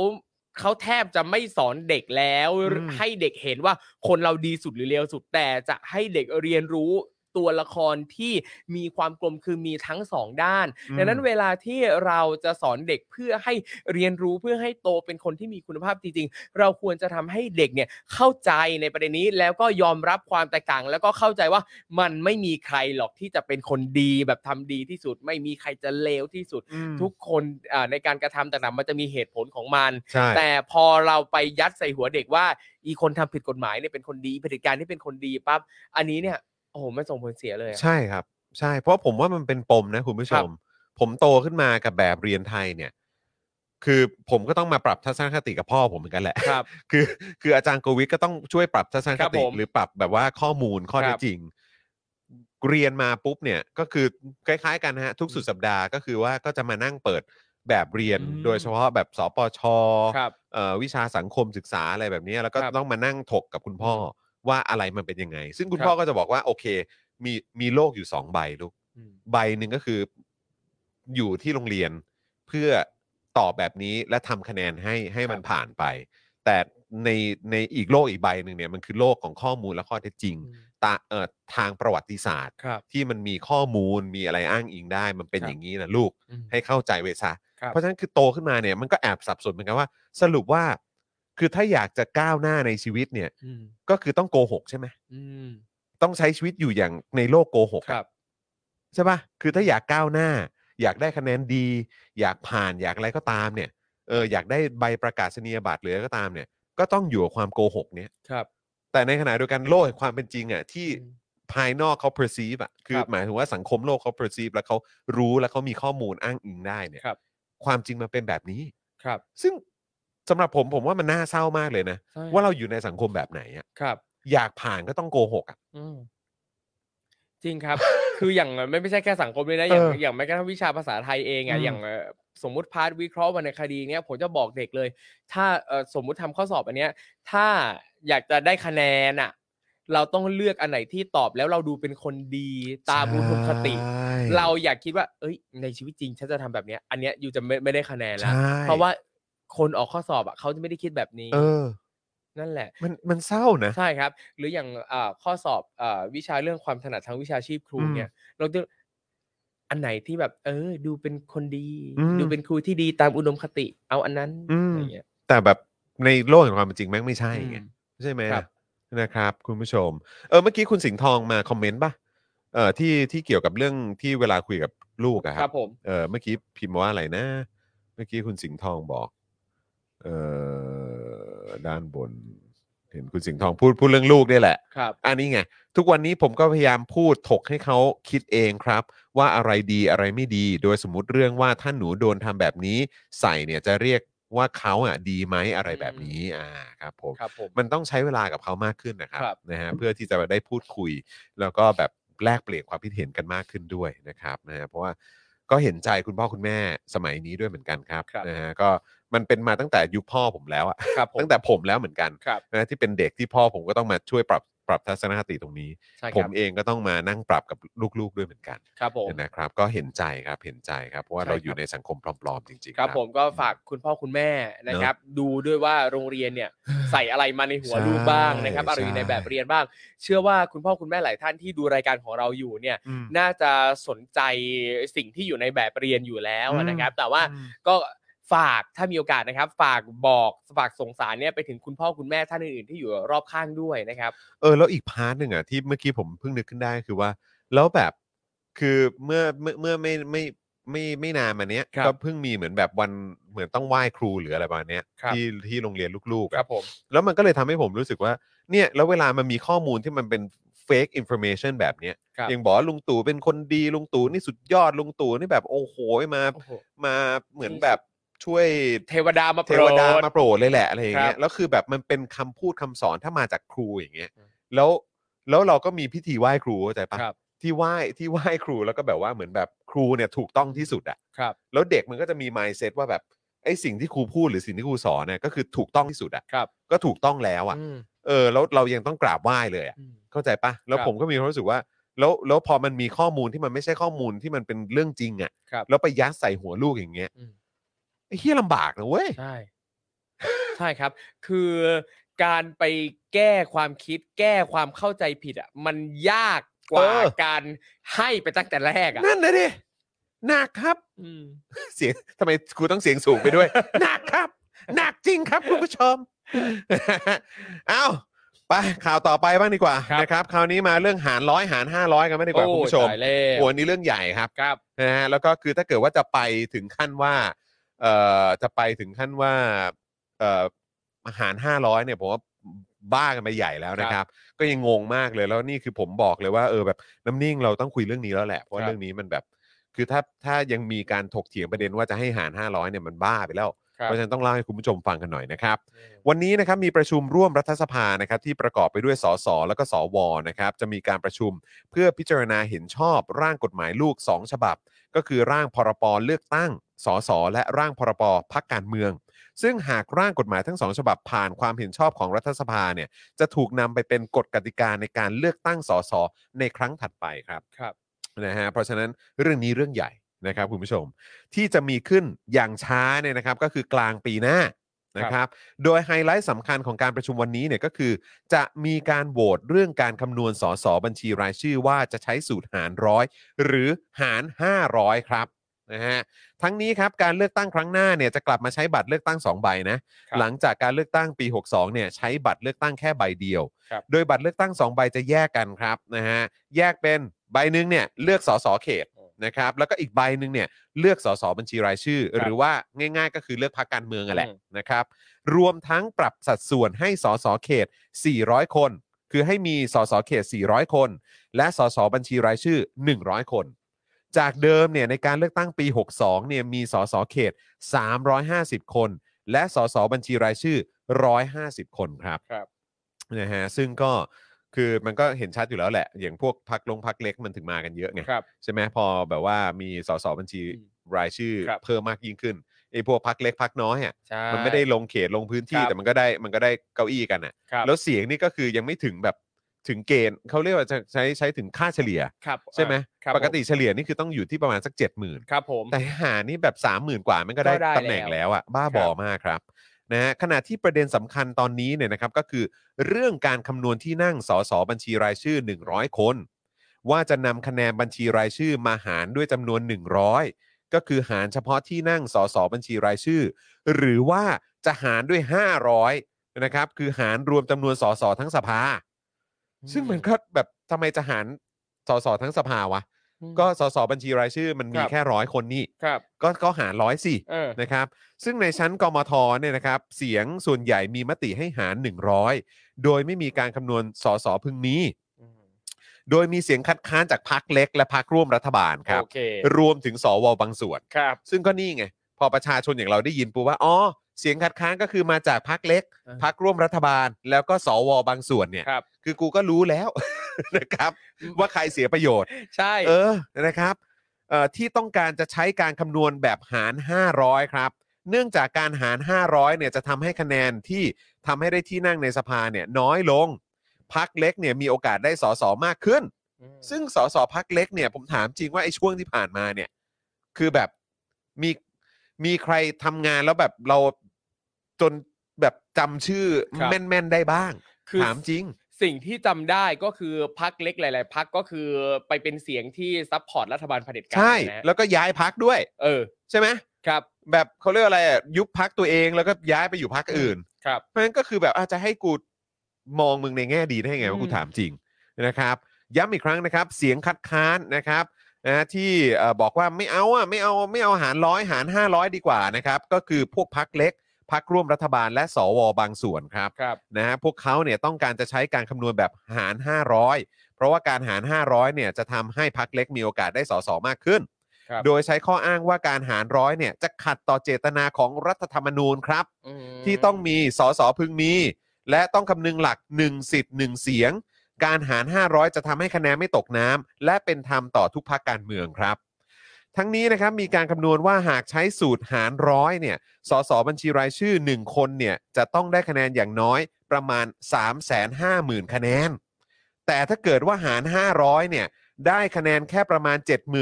เขาแทบจะไม่สอนเด็กแล้ว อืม ให้เด็กเห็นว่าคนเราดีสุดหรือเลวสุดแต่จะให้เด็กเรียนรู้ตัวละครที่มีความกลมคือมีทั้งสองด้าน อืม ดังนั้นเวลาที่เราจะสอนเด็กเพื่อให้เรียนรู้เพื่อให้โตเป็นคนที่มีคุณภาพจริงๆ เราควรจะทำให้เด็กเนี่ยเข้าใจในประเด็นนี้แล้วก็ยอมรับความแตกต่าง แล้วก็เข้าใจว่ามันไม่มีใครหรอกที่จะเป็นคนดีแบบทำดีที่สุด ไม่มีใครจะเลวที่สุด อืม ทุกคนอ่าในการกระทำต่างๆมันจะมีเหตุผลของมัน ใช่ แต่พอเราไปยัดใส่หัวเด็กว่า อีคนทำผิดกฎหมายเนี่ยเป็นคนดีเผด็จการที่เป็นคนดีปั๊บอันนี้เนี่ยโอ้โหมันส่งผลเสียเลยอะ ใช่ครับ ใช่ เพราะผมว่ามันเป็นปมนะคุณผู้ช ครั ม บ ผมโตขึ้นมากับแบบเรียนไทยเนี่ย คือผมก็ต้องมาปรับทัศนคติกับพ่อผมเหมือนกันแหละ ครับ คือคืออาจารย์โกวิทก็ต้องช่วยปรับทัศน ค ครับ ติ ผม หรือปรับแบบว่าข้อมูลข้อเท็จครับ จริง เรียนมาปุ๊บเนี่ยก็คือคล้ายๆกันนะฮะทุกสุดสัปดาห์ก็คือว่าก็จะมานั่งเปิดแบบเรียน อืม โดยเฉพาะแบบสปช ครับ เอ่อวิชาสังคมศึกษาอะไรแบบนี้แล้วก็ ครับ ต้องมานั่งถกกับคุณพ่อว่าอะไรมันเป็นยังไง ซึ่งคุณ ครับ พ่อก็จะบอกว่า โอเค มีมีโลกอยู่สองใบลูก อืม ใบหนึ่งก็คืออยู่ที่โรงเรียนเพื่อตอบแบบนี้และทำคะแนนให้ให้มันผ่านไป แต่ในในอีกโลกอีกใบหนึ่งเนี่ยมันคือโลกของข้อมูลและข้อเท็จจริงตาเอ่อทางประวัติศาสตร์ ครับ ที่มันมีข้อมูลมีอะไรอ้างอิงได้ มันเป็น ครับ อย่างนี้นะลูก อืม ให้เข้าใจไว้ซะ ครับ เพราะฉะนั้นคือโตขึ้นมาเนี่ยมันก็แอบสับสนเหมือนกันว่า สรุปว่า คือถ้าอยากจะก้าวหน้าในชีวิตเนี่ย อืม ก็คือต้องโกหกใช่ไหม อืม ต้องใช้ชีวิตอยู่อย่างในโลกโกหก ค อะ รับ ใช่ปะคือถ้าอยากก้าวหน้า อยากได้คะแนนดี อยากผ่านอยากอะไรก็ตามเนี่ยเอออยากได้ใบประกาศนียบัตรหรืออะไรก็ตามเนี่ย ก็ต้องอยู่กับความโกหกเนี่ย ครับ แต่ในขณะเดียวกันโลกแห่งความเป็นจริงอ่ะที่ อืม ภายนอกเขา perceive อ่ะคือ ครับ หมายถึงว่าสังคมโลกเขา perceive แล้วเขารู้แล้วเขามีข้อมูลอ้างอิงได้เนี่ย ครับ ความจริงมันเป็นแบบนี้ ครับ ซึ่งสำหรับผมผมว่ามันน่าเศร้ามากเลยนะ ใช่ ว่าเราอยู่ในสังคมแบบไหนอ่ะ ครับ อยากผ่านก็ต้องโกหกอ่ะ อืมจริง ครับ คืออย่างไม่ไม่ใช่แค่สังคมเลยนะอย่าง เออ อ อย่าง แม้กระทั่งวิชาภาษาไทยเอง อื อะ ม อย่างเอ่อสมมุติพาร์ทวิเคราะห์วรรณคดีเนี้ยผมจะบอกเด็กเลย ถ้าเอ่อสมมุติทำข้อสอบอันเนี้ย ถ้าอยากจะได้คะแนนอะเราต้องเลือกอันไหนที่ตอบแล้วเราดูเป็นคนดีตามอุดมคติ ใช่ เราอยากคิดว่า เอ้ย ในชีวิตจริงฉันจะทำแบบเนี้ย อันเนี้ยอยู่จะไม่ไม่ได้คะแนน ใช แล้ว ่ เพราะว่าคนออกข้อสอบอะเขาจะไม่ได้คิดแบบนี้ เออ นั่นแหละ มันมันเศร้านะ ใช่ครับ หรืออย่างอ่าข้อสอบอาวิชาเรื่องความถนัดทางวิชาชีพครู อืม เนี่ย เราจะอันไหนที่แบบ เออ ดูเป็นคนดี อืม ดูเป็นครูที่ดีตามอุดมคติ เอาอันนั้น อืม อะไรเงี้ย แต่แบบในโลกแห่งความเป็นจริงแม่งไม่ใช่ไง อืม ใช่ไหม ครับ นะครับคุณผู้ชมเออเมื่อกี้คุณสิงห์ทองมาคอมเมนต์ป่ะเออที่ที่เกี่ยวกับเรื่องที่เวลาคุยกับลูกอะค ค รั รับ บผม เออเมื่อกี้พิมพ์ว่าอะไรนะ เมื่อกี้คุณสิงห์ทองบอกเออด้านบน เห็นคุณสิงห์ทองพูดพูดเรื่องลูกนี่แหละ ครับ อันนี้ไง ทุกวันนี้ผมก็พยายามพูดถกให้เขาคิดเองครับ ว่าอะไรดีอะไรไม่ดี โดยสมมติเรื่องว่าถ้าหนูโดนทำแบบนี้ ใส่เนี่ยจะเรียกว่าเขาอ่ะดีไหมอะไรแบบนี้อ่าครับผม ครับ ผม มันต้องใช้เวลากับเขามากขึ้นนะครับ ครับ นะฮะเพื่อที่จะได้พูดคุย แล้วก็แบบแลกเปลี่ยนความคิดเห็นกันมากขึ้นด้วยนะครับนะฮะเพราะว่าก็เห็นใจคุณพ่อคุณแม่สมัยนี้ด้วยเหมือนกันครับ ครับ นะฮะก็มันเป็นมาตั้งแต่ยุคพ่อผมแล้วอะ ครับผม ตั้งแต่ผมแล้วเหมือนกัน ครับ นะที่เป็นเด็กที่พ่อผมก็ต้องมาช่วยปรับ ปรับทัศนคติตรงนี้ ใช่ ผ ครั ม บ เองก็ต้องมานั่งปรับกับลูกๆด้วยเหมือนกัน ครับผม นะครับ ก็เห็นใจครับเห็นใจครับ เพราะว่า ใช่ เรา ครับ อยู่ในสังคมปลอมๆจริงๆ ครับผมก็ฝากคุณพ่อคุณแม่นะครับ ดูด้วยว่าโรงเรียน เนี่ยใส่อะไรมาในหัว ใช่ ลูกบ้างนะครับอะไรอยู่ ใช่ ในแบบเรียนบ้าง เชื่อว่าคุณพ่อคุณแม่หลายท่านที่ดูรายการของเราอยู่เนี่ย อืม น่าจะสนใจสิ่งที่อยู่ในแบบเรียนอยู่แล้ว อืม นะครับ แต่ว่า อืม ก็ฝากถ้ามีโอกาสนะครับ ฝากบอกฝากส่งสารเนี่ยไปถึงคุณพ่อคุณแม่ท่านอื่นๆที่อยู่รอบข้างด้วยนะครับ เออแล้วอีกพาร์ทหนึ่งอ่ะที่เมื่อกี้ผมเพิ่งนึกขึ้นได้คือว่า แล้วแบบคือเมื่อเมื่อเมื่อไม่ไม่ไม่ไม่ไม่นานมาเนี้ย ครับ ก็เพิ่งมีเหมือนแบบวันเหมือนต้องไหว้ครูหรืออะไรประมาณเนี้ย ครับ ที่ที่โรงเรียนลูกๆ ครั อะ บผม แล้วมันก็เลยทำให้ผมรู้สึกว่าเนี่ยแล้วเวลามันมีข้อมูลที่มันเป็น fake information แบบเนี้ย ครับ อย่างบอกว่าลุงตู่เป็นคนดีลุงตู่นี่สุดยอดลุงตู่นี่แบบโอ้โหมา โอ้โห มาเหมือนแบบช่วย เทวดามาโป เท ร วดามา ด โปรดเลยแหละอะไรอย่างเงี้ ครั ย บ แล้วคือแบบมันเป็นคำพูดคำสอนถ้ามาจากครูอย่างเงี้ย อืม แล้วแล้วเราก็มีพิธีไหว้ครูเข้าใจปะ ครับ ที่ไหว้ที่ไหว้ครูแล้วก็แบบว่าเหมือนแบบครูเนี่ยถูกต้องที่สุดอะ ครับ แล้วเด็กมันก็จะมี mindset ว่าแบบไอ้สิ่งที่ครูพูดหรือสิ่งที่ครูสอนเนี่ยก็คือถูกต้องที่สุดอะ ครับ ก็ถูกต้องแล้วอะ อืม เออแล้วเรายังต้องกราบไหว้เลยอะ อืม เข้าใจปะแล้ว ครับ ผมก็มีความรู้สึกว่าแล้วแล้วพอมันมีข้อมูลที่มันไม่ใช่ข้อมูลที่มันเป็นเรื่องจริงอะ ครับ แล้วไปยัดใส่หัวลูกอย่างเงี้ย อืม ไอ้เฮียลำบากนะเว้ย ใช่ ใช่ครับ คือการไปแก้ความคิด แก้ความเข้าใจผิดอ่ะมันยากกว่า เออ การให้ไปตั้งแต่แรกอ่ะ นั่นนะดิหนักครับ อืม เสียงทำไมครูต้องเสียงสูงไป ด้วย หนักครับ หนักจริงครับคุณผู้ชม เอ้าไปข่าวต่อไปบ้างดีกว่า ครับ นะครับ คราวนี้มาเรื่องหารร้อยหารห้าร้อยกันบ้างดีกว่า โอ้ คุณผู้ชม ตยแล้ว โอ้อันนี้เรื่องใหญ่ครับ ครับ นะฮะแล้วก็คือถ้าเกิดว่าจะไปถึงขั้นว่าเอ่อจะไปถึงขั้นว่าเอ่อหารห้าร้อยเนี่ยผมว่าบ้ากันไปใหญ่แล้วนะครับ ก็ยังงงมากเลยแล้วนี่คือผมบอกเลยว่าเออแบบน้ำนิ่งเราต้องคุยเรื่องนี้แล้วแหละเพราะว่า ครับ เรื่องนี้มันแบบ คือถ้าถ้ายังมีการถกเถียงประเด็นว่าจะให้หาร 500เนี่ยมันบ้าไปแล้วเพครับ ราะฉะนั้นต้องเล่าให้คุณผู้ชมฟังกันหน่อยนะครับ วันนี้นะครับมีประชุมร่วมรัฐสภานะครับที่ประกอบไปด้วยสสและก็สวนะครับจะมีการประชุมเพื่อพิจารณาเห็นชอบร่างกฎหมายลูก 2 ฉบับ ก็คือร่างพรปเลือกตั้งสสและร่างพรปพักการเมือง ซึ่งหากร่างกฎหมายทั้งสองฉบับผ่านความเห็นชอบของรัฐสภาเนี่ยจะถูกนำไปเป็นกฎกติกาในการเลือกตั้งสสในครั้งถัดไปครับ ครับ นะฮะเพราะฉะนั้นเรื่องนี้เรื่องใหญ่นะครับคุณผู้ชม ที่จะมีขึ้นอย่างช้าเนี่ยนะครับก็คือกลางปีหน้านะครับ โดยไฮไลท์สำคัญของการประชุมวันนี้เนี่ยก็คือ จะมีการโหวตเรื่องการคำนวณสสบัญชีรายชื่อว่าจะใช้สูตรหารร้อยหรือหาร 500 ครับนะฮะทั้งนี้ครับการเลือกตั้งครั้งหน้าเนี่ยจะกลับมาใช้บัตรเลือกตั้ง 2 ใบนะครับหลังจากการเลือกตั้งปี 62เนี่ยใช้บัตรเลือกตั้งแค่ใบเดียว ครับ โดยบัตรเลือกตั้ง 2 ใบจะแยกกันครับนะฮะแยกเป็นใบหนึ่งเนี่ยเลือกสสเขตนะครับแล้วก็อีกใบหนึ่งเนี่ย เลือกสสบัญชีรายชื่อ ครับ หรือว่าง่าย ๆ ก็คือเลือกพรรคการเมืองอ่ะแหละ อืม นะครับ รวมทั้งปรับสัดส่วนให้สสเขต 400 คน คือให้มีสสเขต 400 คน และสสบัญชีรายชื่อ 100 คน จากเดิมเนี่ยในการเลือกตั้งปี 62เนี่ยมีสสเขต 350 คน และสสบัญชีรายชื่อ 150 คนครับ ครับ นะฮะซึ่งก็คือมันก็เห็นชัดอยู่แล้วแหละ อย่างพวกพักลงพักเล็กมันถึงมากันเยอะไง ครับ ใช่ไหมพอแบบว่ามีสสบัญชี อืม รายชื่อ ครับ เพิ่มมากยิ่งขึ้นไอ้พวกพักเล็กพักน้อยอ่ะ ใช่ มันไม่ได้ลงเขตลงพื้นที่ ครับ แต่มันก็ได้มันก็ได้เก้าอี้กันอ่ะ ครับ แล้วเสียงนี่ก็คือยังไม่ถึงแบบถึงเกณฑ์เขาเรียกว่าจะใช้ใช้ถึงค่าเฉลี่ย ครับ ใช่ไหม ครับ ปกติเฉลี่ยนี่คือต้องอยู่ที่ประมาณสัก7 0,000ื่น ครับผม แต่หานี่แบบ 3 0,000 กว่ามันก็ได้ ก็ได้ ตำแหน่ง แล้ แล้ว วอ่ะบ้า ครับ บอมากครับนะฮะขณะที่ประเด็นสำคัญตอนนี้เนี่ยนะครับก็คือเรื่องการคำนวณที่นั่งสสบัญชีรายชื่อ 100 คน ว่าจะนำคะแนนบัญชีรายชื่อมาหารด้วยจำนวน 100 ก็คือหารเฉพาะที่นั่งสสบัญชีรายชื่อ หรือว่าจะหารด้วย 500นะครับคือหารรวมจำนวนสสทั้งสภา ซึ่งมันก็แบบทำไมจะหารสสทั้งสภาวะ อืม ก็สสบัญชีรายชื่อมันมี ครับ แค่ร้อยคนนี่ ครับ ก็ก็หารร้อยสิ เออ นะครับ ซึ่งในชั้นกมทเนี่ยนะครับ เสียงส่วนใหญ่มีมติให้หาร 100 โดยไม่มีการคำนวณสสพึงมี อืม โดยมีเสียงคัดค้านจากพักเล็กและพักร่วมรัฐบาลครับ โอเค รวมถึงสวบางส่วน ครับ ซึ่งก็นี่ไง พอประชาชนอย่างเราได้ยินปูว่าอ๋อเสียงคัดค้านก็คือมาจากพักเล็ก เออ พักร่วมรัฐบาล แล้วก็สวบางส่วนเนี่ย ครับ คือกูก็รู้แล้ว นะครับ ว่าใครเสียประโยชน์ ใช่ เออ นะครับเอ่อที่ต้องการจะใช้การคำนวณแบบหาร 500 ครับ เนื่องจากการหาร 500 เนี่ยจะทำให้คะแนนที่ทำให้ได้ที่นั่งในสภาเนี่ยน้อยลง พักเล็กเนี่ยมีโอกาสได้สอสอมากขึ้น อืม ซึ่งสสพักเล็กเนี่ยผมถามจริงว่าไอ้ช่วงที่ผ่านมาเนี่ย คือแบบมีมีใครทำงานแล้วแบบเราจนแบบจำชื่อ ครับ แม่นๆได้บ้าง คือ ถามจริง สิ่งที่จำได้ก็คือพักเล็กหลาย ๆ พักก็คือไปเป็นเสียงที่ซัพพอร์ตรัฐบาลเผด็จการ ใช่ นะ แล้วก็ย้ายพักด้วย เออ ใช่ไหม ครับ แบบเขาเรียกอะไรอะยุบพักตัวเองแล้วก็ย้ายไปอยู่พักอื่น ครับ เพราะฉะนั้นก็คือแบบอาจจะให้กูมองมึงในแง่ดีได้ไงว่ากู อืม ถามจริงนะครับ ย้ำอีกครั้งนะครับ เสียงคัดค้านนะครับนะที่เอ่อบอกว่าไม่เอาอ่ะไม่เอาไม่เอาหารร้อยหาร 500 ดีกว่านะครับ ก็คือพวกพักเล็กพักร่วมรัฐบาลและสวบางส่วนครับ ครับ นะฮะพวกเขาเนี่ยต้องการจะใช้การคำนวณแบบหาร 500 เพราะว่าการหาร 500เนี่ยจะทำให้พักเล็กมีโอกาสได้สสมากขึ้น ครับ โดยใช้ข้ออ้างว่าการหารร้อยเนี่ยจะขัดต่อเจตนาของรัฐธรรมนูญครับ อืม ที่ต้องมีสสพึงมี และต้องคำนึงหลัก 1 สิทธิ์ 1 เสียง การหาร 500 จะทำให้คะแนนไม่ตกน้ำและเป็นธรรมต่อทุกพักการเมืองครับ ทั้งนี้นะครับมีการคำนวณว่าหากใช้สูตรหารร้อยเนี่ยสสบัญชีรายชื่อ 1 คนเนี่ยจะต้องได้คะแนนอย่างน้อยประมาณ 350,000 คะแนน แต่ถ้าเกิดว่าหาร 500เนี่ยได้คะแนนแค่ประมาณ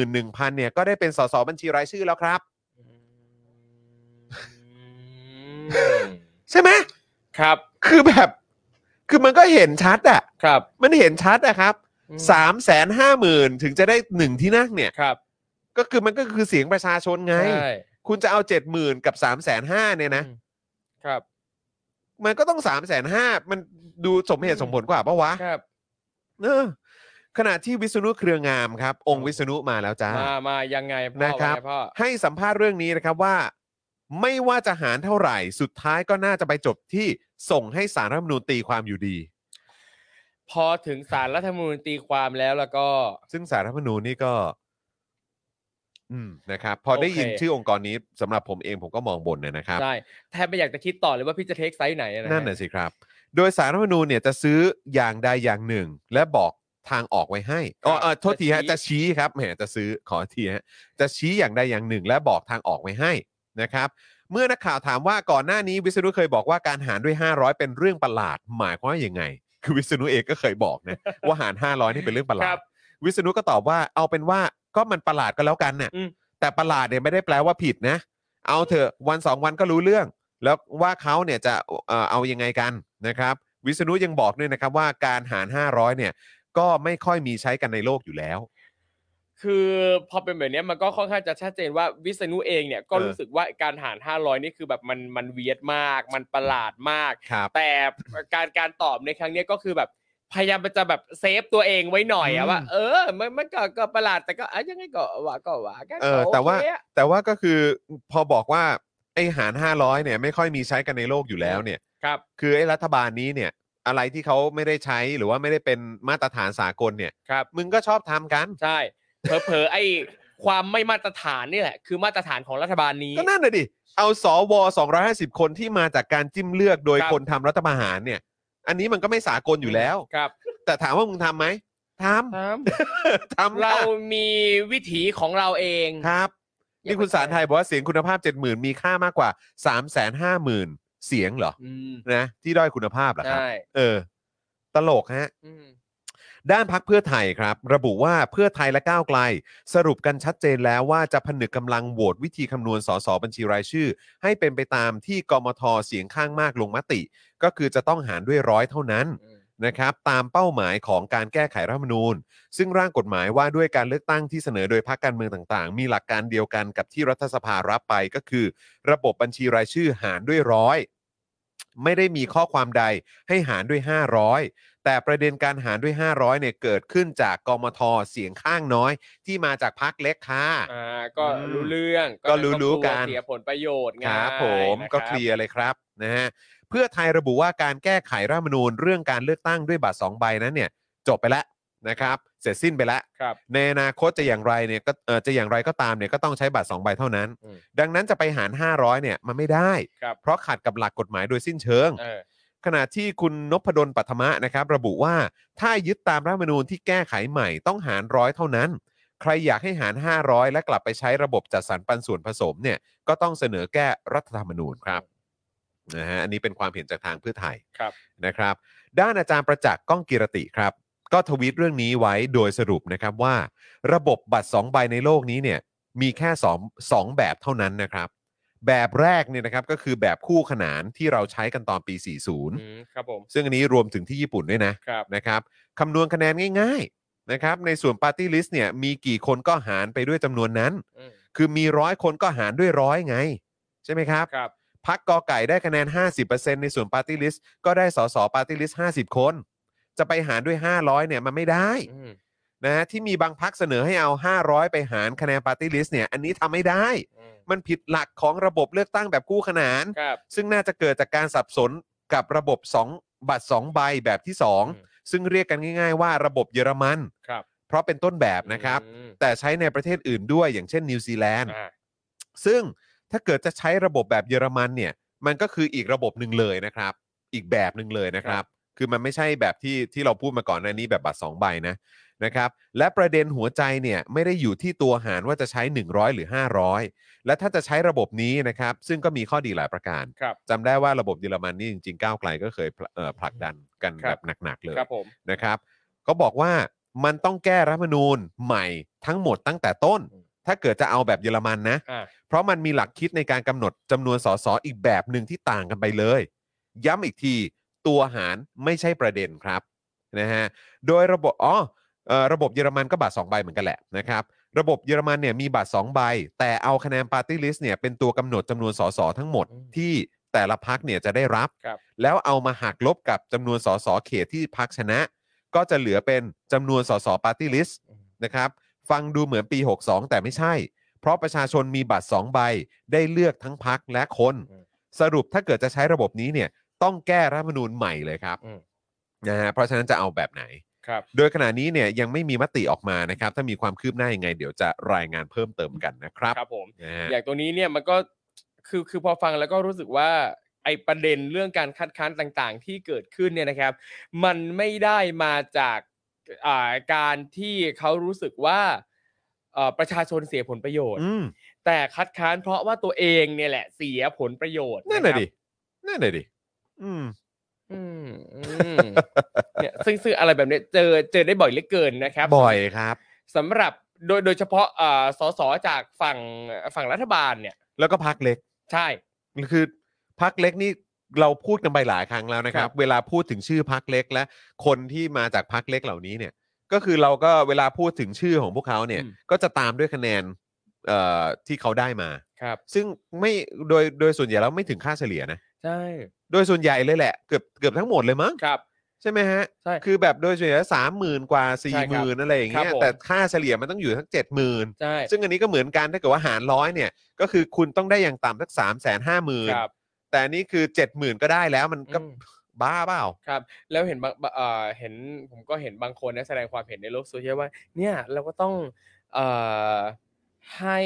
71,000เนี่ยก็ได้เป็นสสบัญชีรายชื่อแล้วครับ อืม ใช่ไหม ครับ คือแบบคือมันก็เห็นชัดอะ ครับ มันเห็นชัดนะครับสามแสนห้าหมื่นถึงจะได้หนึ่งที่นั่งเนี่ย ครับ ก็คือมันก็คือเสียงประชาชนไง ใช่ คุณจะเอาเจ็ดหมื่นกับสามแสนห้าเนี่ยนะ ครับ มันก็ต้องสามแสนห้ามันดูสมเหตุสมผลกว่าปะวะ ครับ เออขณะที่วิษณุเครืองามครับ องค์วิษณุมาแล้วจ้า มามายังไงพ่อ นะครับ ว่าไงพ่อ ให้สัมภาษณ์เรื่องนี้นะครับว่า ไม่ว่าจะหารเท่าไหร่ สุดท้ายก็น่าจะไปจบที่ส่งให้สารรัฐธรรมนูญตีความอยู่ดี พอถึงสารรัฐธรรมนูญตีความแล้วแล้วก็ ซึ่งสารรัฐธรรมนูญนี่ก็ อืมนะครับ พอได้ยิน โอเค ชื่อองค์กรนี้สำหรับผมเองผมก็มองบนนะนะครับ ใช่แทบไม่อยากจะคิดต่อเลยว่าพี่จะเทคไซส์ไหนอะนะฮะ นั่นน่ะสิครับ โดยสารรัฐธรรมนูญเนี่ยจะซื้ออย่างใดอย่างหนึ่ง และบอกทางออกไว้ให้อ๋อเออโทษทีฮะจะชี้ครับแหมจะซื้อขอทีฮะจะชี้อย่างใดอย่างหนึ่ง และบอกทางออกไว้ให้นะครับ เมื่อนักข่าวถามว่าก่อนหน้านี้วิษณุเคยบอกว่าการหารด้วย 500 เป็นเรื่องประหลาด หมายความว่าอย่างไง คือวิษณุเองก็เคยบอกนะ ว่าหาร 500 นี่เป็นเรื่องประห ค ลา รั ด บ วิษณุก็ตอบว่าเอาเป็นว่าก็มันประหลาดก็แล้วกันน่ะ อืม แต่ประหลาดเนี่ยไม่ได้แปลว่าผิดนะ เอาเถอะวันสองวันก็รู้เรื่อง แล้วว่าเขาเนี่ยจะเอ่อเอายังไงกันนะครับ วิษณุยังบอกด้วยนะครับว่าการหาร 500 เนี่ย ก็ไม่ค่อยมีใช้กันในโลกอยู่แล้ว คือพอเป็นแบบเนี้ยมันก็ค่อนข้างจะชัดเจนว่าวิษณุเองเนี่ยก็ เออ รู้สึกว่าการหาร 500 นี่คือแบบมันมันเวียดมาก มันประหลาดมาก ครับ แต่การการตอบในครั้งเนี้ยก็คือแบบพยายามจะแบบเซฟตัวเองไว้หน่อย อื อะ ม ว่า เออมันมันก็ก็ประหลาดแต่ก็อะยังไงก็ว่าก็ว่ากัน เออ ก็โค แต่ว่า อะ แต่ว่าก็คือพอบอกว่าไอหาร 500 เนี่ยไม่ค่อยมีใช้กันในโลกอยู่แล้วเนี่ย ครับ คือไอรัฐบาลนี้เนี่ย อะไรที่เขาไม่ได้ใช้หรือว่าไม่ได้เป็นมาตรฐานสากลเนี่ย ครับ มึงก็ชอบทำกัน ใช่เผลอๆไอ้ความไม่มาตรฐานนี่แหละ คือมาตรฐานของรัฐบาลนี้ ก็นั่นน่ะดิ เอาสว250 คนที่มาจากการจิ้มเลือกโดย ครับ คนทำรัฐประหารเนี่ย อันนี้มันก็ไม่สากลอยู่แล้ว ครับ แต่ถามว่ามึงทำไหมทำ ทำ เรา ค่ะ มีวิถีของเราเอง ครับ นี่คุณสารไทยบอกว่าเสียงคุณภาพ 70,000 มีค่ามากกว่า 350,000 เสียงเหรอ อืม นะ ที่ด้อยคุณภาพเหรอครับ ใช่ เออ ตลกฮะ อืม ด้านพักเพื่อไทยครับ ระบุว่าเพื่อไทยและก้าวไกล สรุปกันชัดเจนแล้วว่าจะผนึกกำลังโหวตวิธีคำนวณสสบัญชีรายชื่อ ให้เป็นไปตามที่กมทเสียงข้างมากลงมติ ก็คือจะต้องหารด้วยร้อยเท่านั้น นะครับตามเป้าหมายของการแก้ไขรัฐธรรมนูญ ซึ่งร่างกฎหมายว่าด้วยการเลือกตั้งที่เสนอโดยพรรคการเมืองต่างๆ มีหลักการเดียวกันกับที่รัฐสภารับไปก็คือ ระบบบัญชีรายชื่อหารด้วยร้อยไม่ได้มีข้อความใดให้หารด้วย 500 แต่ประเด็นการหารด้วย 500เนี่ยเกิดขึ้นจากกมทเสียงข้างน้อย ที่มาจากพรรคเล็กค่ะ อ่าก็ อืม รู้เรื่อง ก็ จะต้อง รู้ๆกัน ลัวเสียผลประโยชน์ไง ครับผม นะ ก็ รับ เคลียร์เลยครับนะฮะเพื่อไทยระบุว่าการแก้ไขรัฐธรรมนูญเรื่องการเลือกตั้งด้วยบัตรสองใบนั้นเนี่ย จบไปแล้วนะครับ เสร็จสิ้นไปแล้ว ครับ ในอนาคตจะอย่างไรเนี่ยก็เอ่อจะอย่างไรก็ตามเนี่ยก็ต้องใช้บัตร2ใบเท่านั้น อืม ดังนั้นจะไปหาร 500เนี่ยมันไม่ได้ ครับ เพราะขัดกับหลักกฎหมายโดยสิ้นเชิง เออ ขณะที่คุณนพดลปัทมะนะครับ ระบุว่าถ้ายึดตามรัฐธรรมนูญที่แก้ไขใหม่ต้องหารร้อยเท่านั้น ใครอยากให้หาร 500 และกลับไปใช้ระบบจัดสรรปันส่วนผสมเนี่ยก็ต้องเสนอแก้รัฐธรรมนูญครับนะฮะอันนี้เป็นความเห็นจากทางเพื่อไทย ครับ นะครับ ด้านอาจารย์ประจักษ์ก้องกิรติครับ ก็ทวีตเรื่องนี้ไว้โดยสรุปนะครับว่า ระบบบัตร 2 ใบในโลกนี้เนี่ยมีแค่2 2แบบเท่านั้นนะครับ แบบแรกเนี่ยนะครับก็คือแบบคู่ขนานที่เราใช้กันตอนปี อืมครับผม 40 ซึ่งอันนี้รวมถึงที่ญี่ปุ่นด้วยนะ ครับ นะครับคำนวณคะแนนง่ายๆนะครับในส่วนปาร์ตี้ลิสต์เนี่ยมีกี่คนก็หารไปด้วยจำนวนนั้น อืม คือมีร้อยคนก็หารด้วยร้อยไง ใช่ไหมครับ ครับ พักกอไก่ได้คะแนน 50%ในส่วนปาร์ตี้ลิสต์ก็ได้สสปาร์ตี้ลิสต์50 คน จะไปหารด้วย 500เนี่ยมันไม่ได้ อืม นะฮะที่มีบางพักเสนอให้เอา 500 ไปหารคะแนนปาร์ตี้ลิสต์เนี่ยอันนี้ทำไม่ได้ อืม มันผิดหลักของระบบเลือกตั้งแบบคู่ขนาน ครับ ซึ่งน่าจะเกิดจากการสับสนกับระบบ 2 บัตร 2 ใบแบบที่ อืม 2 ซึ่งเรียกกันง่ายๆว่าระบบเยอรมัน ครับ เพราะเป็นต้นแบบนะครับ อืม แต่ใช้ในประเทศอื่นด้วยอย่างเช่นนิวซีแลนด์ อ่า ซึ่งถ้าเกิดจะใช้ระบบแบบเยอรมันเนี่ยมันก็คืออีกระบบหนึ่งเลยนะครับ อีกแบบหนึ่งเลยนะครับ คือมันไม่ใช่แบบที่ที่เราพูดมาก่อนหนะนี้แบบบัตร 2 ใบนะนะครับและประเด็นหัวใจเนี่ยไม่ได้อยู่ที่ตัวหารว่าจะใช้ 100 หรือ 500 และถ้าจะใช้ระบบนี้นะครับ ซึ่งก็มีข้อดีหลายประการ ครับ จำได้ว่าระบบเยอรมันนี่จริงๆก้าวไกลก็เคยผลเอ่อผลักดันกัน ครั แบบ บหนักๆเลย ครับผม นะครับก็บอกว่ามันต้องแก้รัฐธรรมนูญใหม่ทั้งหมดตั้งแต่ต้น ถ้าเกิดจะเอาแบบเยอรมันนะ อ่า เพราะมันมีหลักคิดในการกำหนดจำนวนสสอีกแบบหนึ่งที่ต่างกันไปเลย ย้ำอีกทีตัวหารไม่ใช่ประเด็นครับนะฮะโดยระบบอ๋อเอ่อระบบเยอรมันก็บัตร2ใบเหมือนกันแหละนะครับ ระบบเยอรมันเนี่ยมีบัตร2ใบ แต่เอาคะแนนปาร์ตี้ลิสต์เนี่ยเป็นตัวกำหนดจำนวนสสทั้งหมดที่แต่ละพักเนี่ยจะได้รับ ครับ แล้วเอามาหักลบกับจำนวนสสเขตที่พักชนะ ก็จะเหลือเป็นจำนวนสสปาร์ตี้ลิสต์นะครับฟังดูเหมือนปี 62 แต่ไม่ใช่ เพราะประชาชนมีบัตร 2 ใบได้เลือกทั้งพักและคน สรุปถ้าเกิดจะใช้ระบบนี้เนี่ยต้องแก้รัฐธรรมนูญใหม่เลยครับ อืม นะฮะเพราะฉะนั้นจะเอาแบบไหน ครับ โดยขณะนี้เนี่ยยังไม่มีมติออกมานะครับ ถ้ามีความคืบหน้ายังไง เดี๋ยวจะรายงานเพิ่มเติมกันนะครับ ครับผม นะฮะ อย่างตัวนี้เนี่ยมันก็คือคือพอฟังแล้วก็รู้สึกว่าไอประเด็นเรื่องการคัดค้านต่างๆ ที่เกิดขึ้นเนี่ยนะครับ มันไม่ได้มาจากอ่าการที่เขารู้สึกว่าเอ่อประชาชนเสียผลประโยชน์ อืม แต่คัดค้านเพราะว่าตัวเองเนี่ยแหละเสียผลประโยชน์ นั่น ค น่ะ รับ ดินั่นน่ะดิอืม อืมอืมเนี่ยซึ่งซึ่งอะไรแบบเนี้ยเจอเจอได้บ่อยเหลือเกินนะครับ บ่อยครับ สำหรับโดยโดยเฉพาะเอ่อสสจากฝั่งฝั่งรัฐบาลเนี่ย แล้วก็พักเล็ก ใช่ คือพักเล็กนี่เราพูดกันไปหลายครั้งแล้วนะครับ ครับ เวลาพูดถึงชื่อพักเล็กและคนที่มาจากพักเล็กเหล่านี้เนี่ย ก็คือเราก็เวลาพูดถึงชื่อของพวกเขาเนี่ย ก็จะตามด้วยคะแนนเอ่อที่เขาได้มา ครับ ซึ่งไม่โดยโดยส่วนใหญ่แล้วไม่ถึงค่าเฉลี่ยนะ ใช่ โดยส่วนใหญ่เลยแหละเกือบเกือบทั้งหมดเลยมั้ง ครับ ใช่ไหมฮะ ใช่ คือแบบโดยส่วนใหญ่สามหมื่นกว่าสี่หมื่นอะไรอย่าง ครั เงี้ย บผม แต่ค่าเฉลี่ยมันต้องอยู่ทั้งเจ็ดหมื่น ใช่ ซึ่งอันนี้ก็เหมือนกันถ้าเกิดว่าหารร้อยเนี่ยก็คือคุณต้องได้อย่างต่ำสักสามแสนห้าหมื่น ครับ แต่อันนี่คือเจ็ดหมื่นก็ได้แล้วมันก็ อืม บ้าเปล่า ครับ แล้วเห็นบางเอ่อเห็นผมก็เห็นบางคนนะแสดงความเห็นในโลกโซเชียลว่า เนี่ยเราก็ต้องเอ่อให้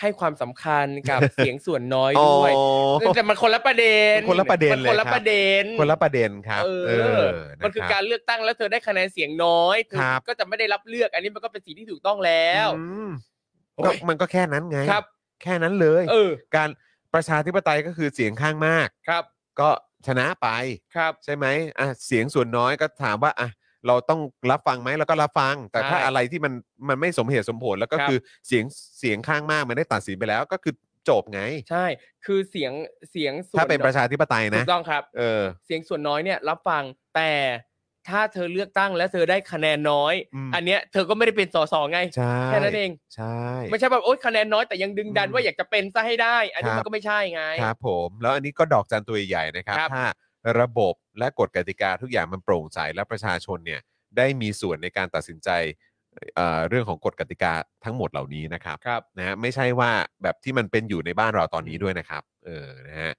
ให้ความสำคัญกับ เสียงส่วนน้อยด้วย อ๋อ แต่มันคนละประเด็น มันคนละประเด็น มัคนละ เลยครับ ประเด็น คนละประเด็นครับ เอ เอ อ อ มันคือ นะ การ บ เลือกตั้งแล้วเธอได้คะแนนเสียงน้อยเธอ ครับ ก็จะไม่ได้รับเลือก อันนี้มันก็เป็นสิ่งที่ถูกต้องแล้ว อืม โอ้ ก็ ย มันก็แค่นั้นไง ครับ แค่นั้นเลย เออ การประชาธิปไตยก็คือเสียงข้างมาก ครับ ก็ชนะไป ครับ ใช่ไหมอ่ะเสียงส่วนน้อยก็ถามว่าอ่ะเราต้องรับฟังไหมแล้วก็รับฟัง แต่ถ้า ใช่ อะไรที่มันมันไม่สมเหตุสมผลแล้วก็ ครับ คือเสียงเสียงข้างมากมันได้ตัดสินไปแล้วก็คือจบไง ใช่ คือเสียง เสียงส่วน ถ้าเป็นประชาธิปไตย ถู นะ กต้องครับ เออ เสียงส่วนน้อยเนี่ยรับฟัง แต่ถ้าเธอเลือกตั้งและเธอได้คะแนนน้อย อืม อันเนี้ยเธอก็ไม่ได้เป็นสสไง ใช่ แค่นั้นเอง ใช่ ไม่ใช่แบบโอ๊ยคะแนนน้อยแต่ยังดึงดัน อืม ว่าอยากจะเป็นซะให้ได้ อันนี้ ครับ มันก็ไม่ใช่ไง ครับผม แล้วอันนี้ก็ดอกจันตัวใหญ่ๆนะครับ ครับ ถ้าระบบและกฎกติกาทุกอย่างมันโปร่งใสและประชาชนเนี่ยได้มีส่วนในการตัดสินใจเอ่อเรื่องของกฎกติกาทั้งหมดเหล่านี้นะครับ ครับ นะฮะไม่ใช่ว่าแบบที่มันเป็นอยู่ในบ้านเราตอนนี้ด้วยนะครับ เออนะฮะ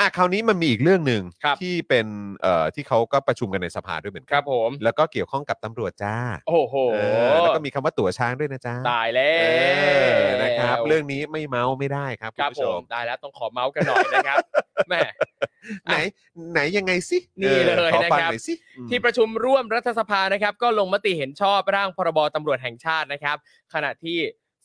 อ่ะคราวนี้มันมีอีกเรื่องหนึ่ง ครับ ที่เป็นเอ่อที่เขาก็ประชุมกันในสภาด้วยเหมือน ค กั รับผม แล้วก็เกี่ยวข้องกับตำรวจจ้า โอ้โห เออแล้วก็มีคำว่าตั๋วช้างด้วยนะจ้า ตายแล้ เอ ว อนะครับ เรื่องนี้ไม่เมาส์ไม่ได้ครับ ค คุ รั ณ บ ผู้ชผม ม ได้แล้วต้องขอเมาส์กันหน่อยนะครับ แหม่ ไหน ไหนยังไงสิ นี่เลย ออขอฟัง นะครับ หน่อยสิอืม ที่ประชุมร่วมรัฐสภานะครับ ก็ลงมติเห็นชอบร่างพรบตำรวจแห่งชาตินะครับ ขณะที่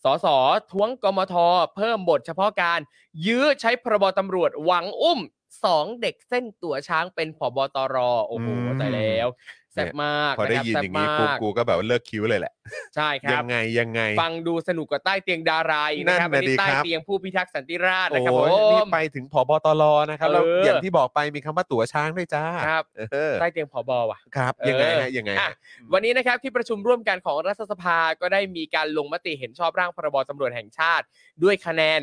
สสท้วงกมท เพิ่มบทเฉพาะการ ยื้อใช้พรบตำรวจหวังอุ้ม สองเด็กเส้นตัวช้างเป็นผบตรโอ้โห อืม แต่แล้วแซ่บมาก พอได้ ะครับ ยิน แซ่บ อย่างนี้ปุ๊บ มาก กูก็แบบว่าเลิกคิ้วเลยแหละ ใช่ครั ยั บ งไงยังไง ฟังดูสนุกกว่าใต้เตียงดาราอีกนะครับ นั่นน่ะ อั ดิ ใต้ ครับ เตียงผู้พิทักษ์สันติราษฎร์ โอ้ นะครับ ย ผ นี่ ม ไปถึงผบตรนะครับ เออ แล้วอย่างที่บอกไปมีคำว่าตั๋วช้างด้วยจ้า ครับ เออ ใต้เตียงผบว่ะ ครับ เออ ยังไงฮะยังไง อ่ะ ฮะ วันนี้นะครับที่ประชุมร่วมกันของรัฐสภาก็ได้มีการลงมติเห็นชอบร่างพรบตำรวจแห่งชาติ ด้วยคะแนน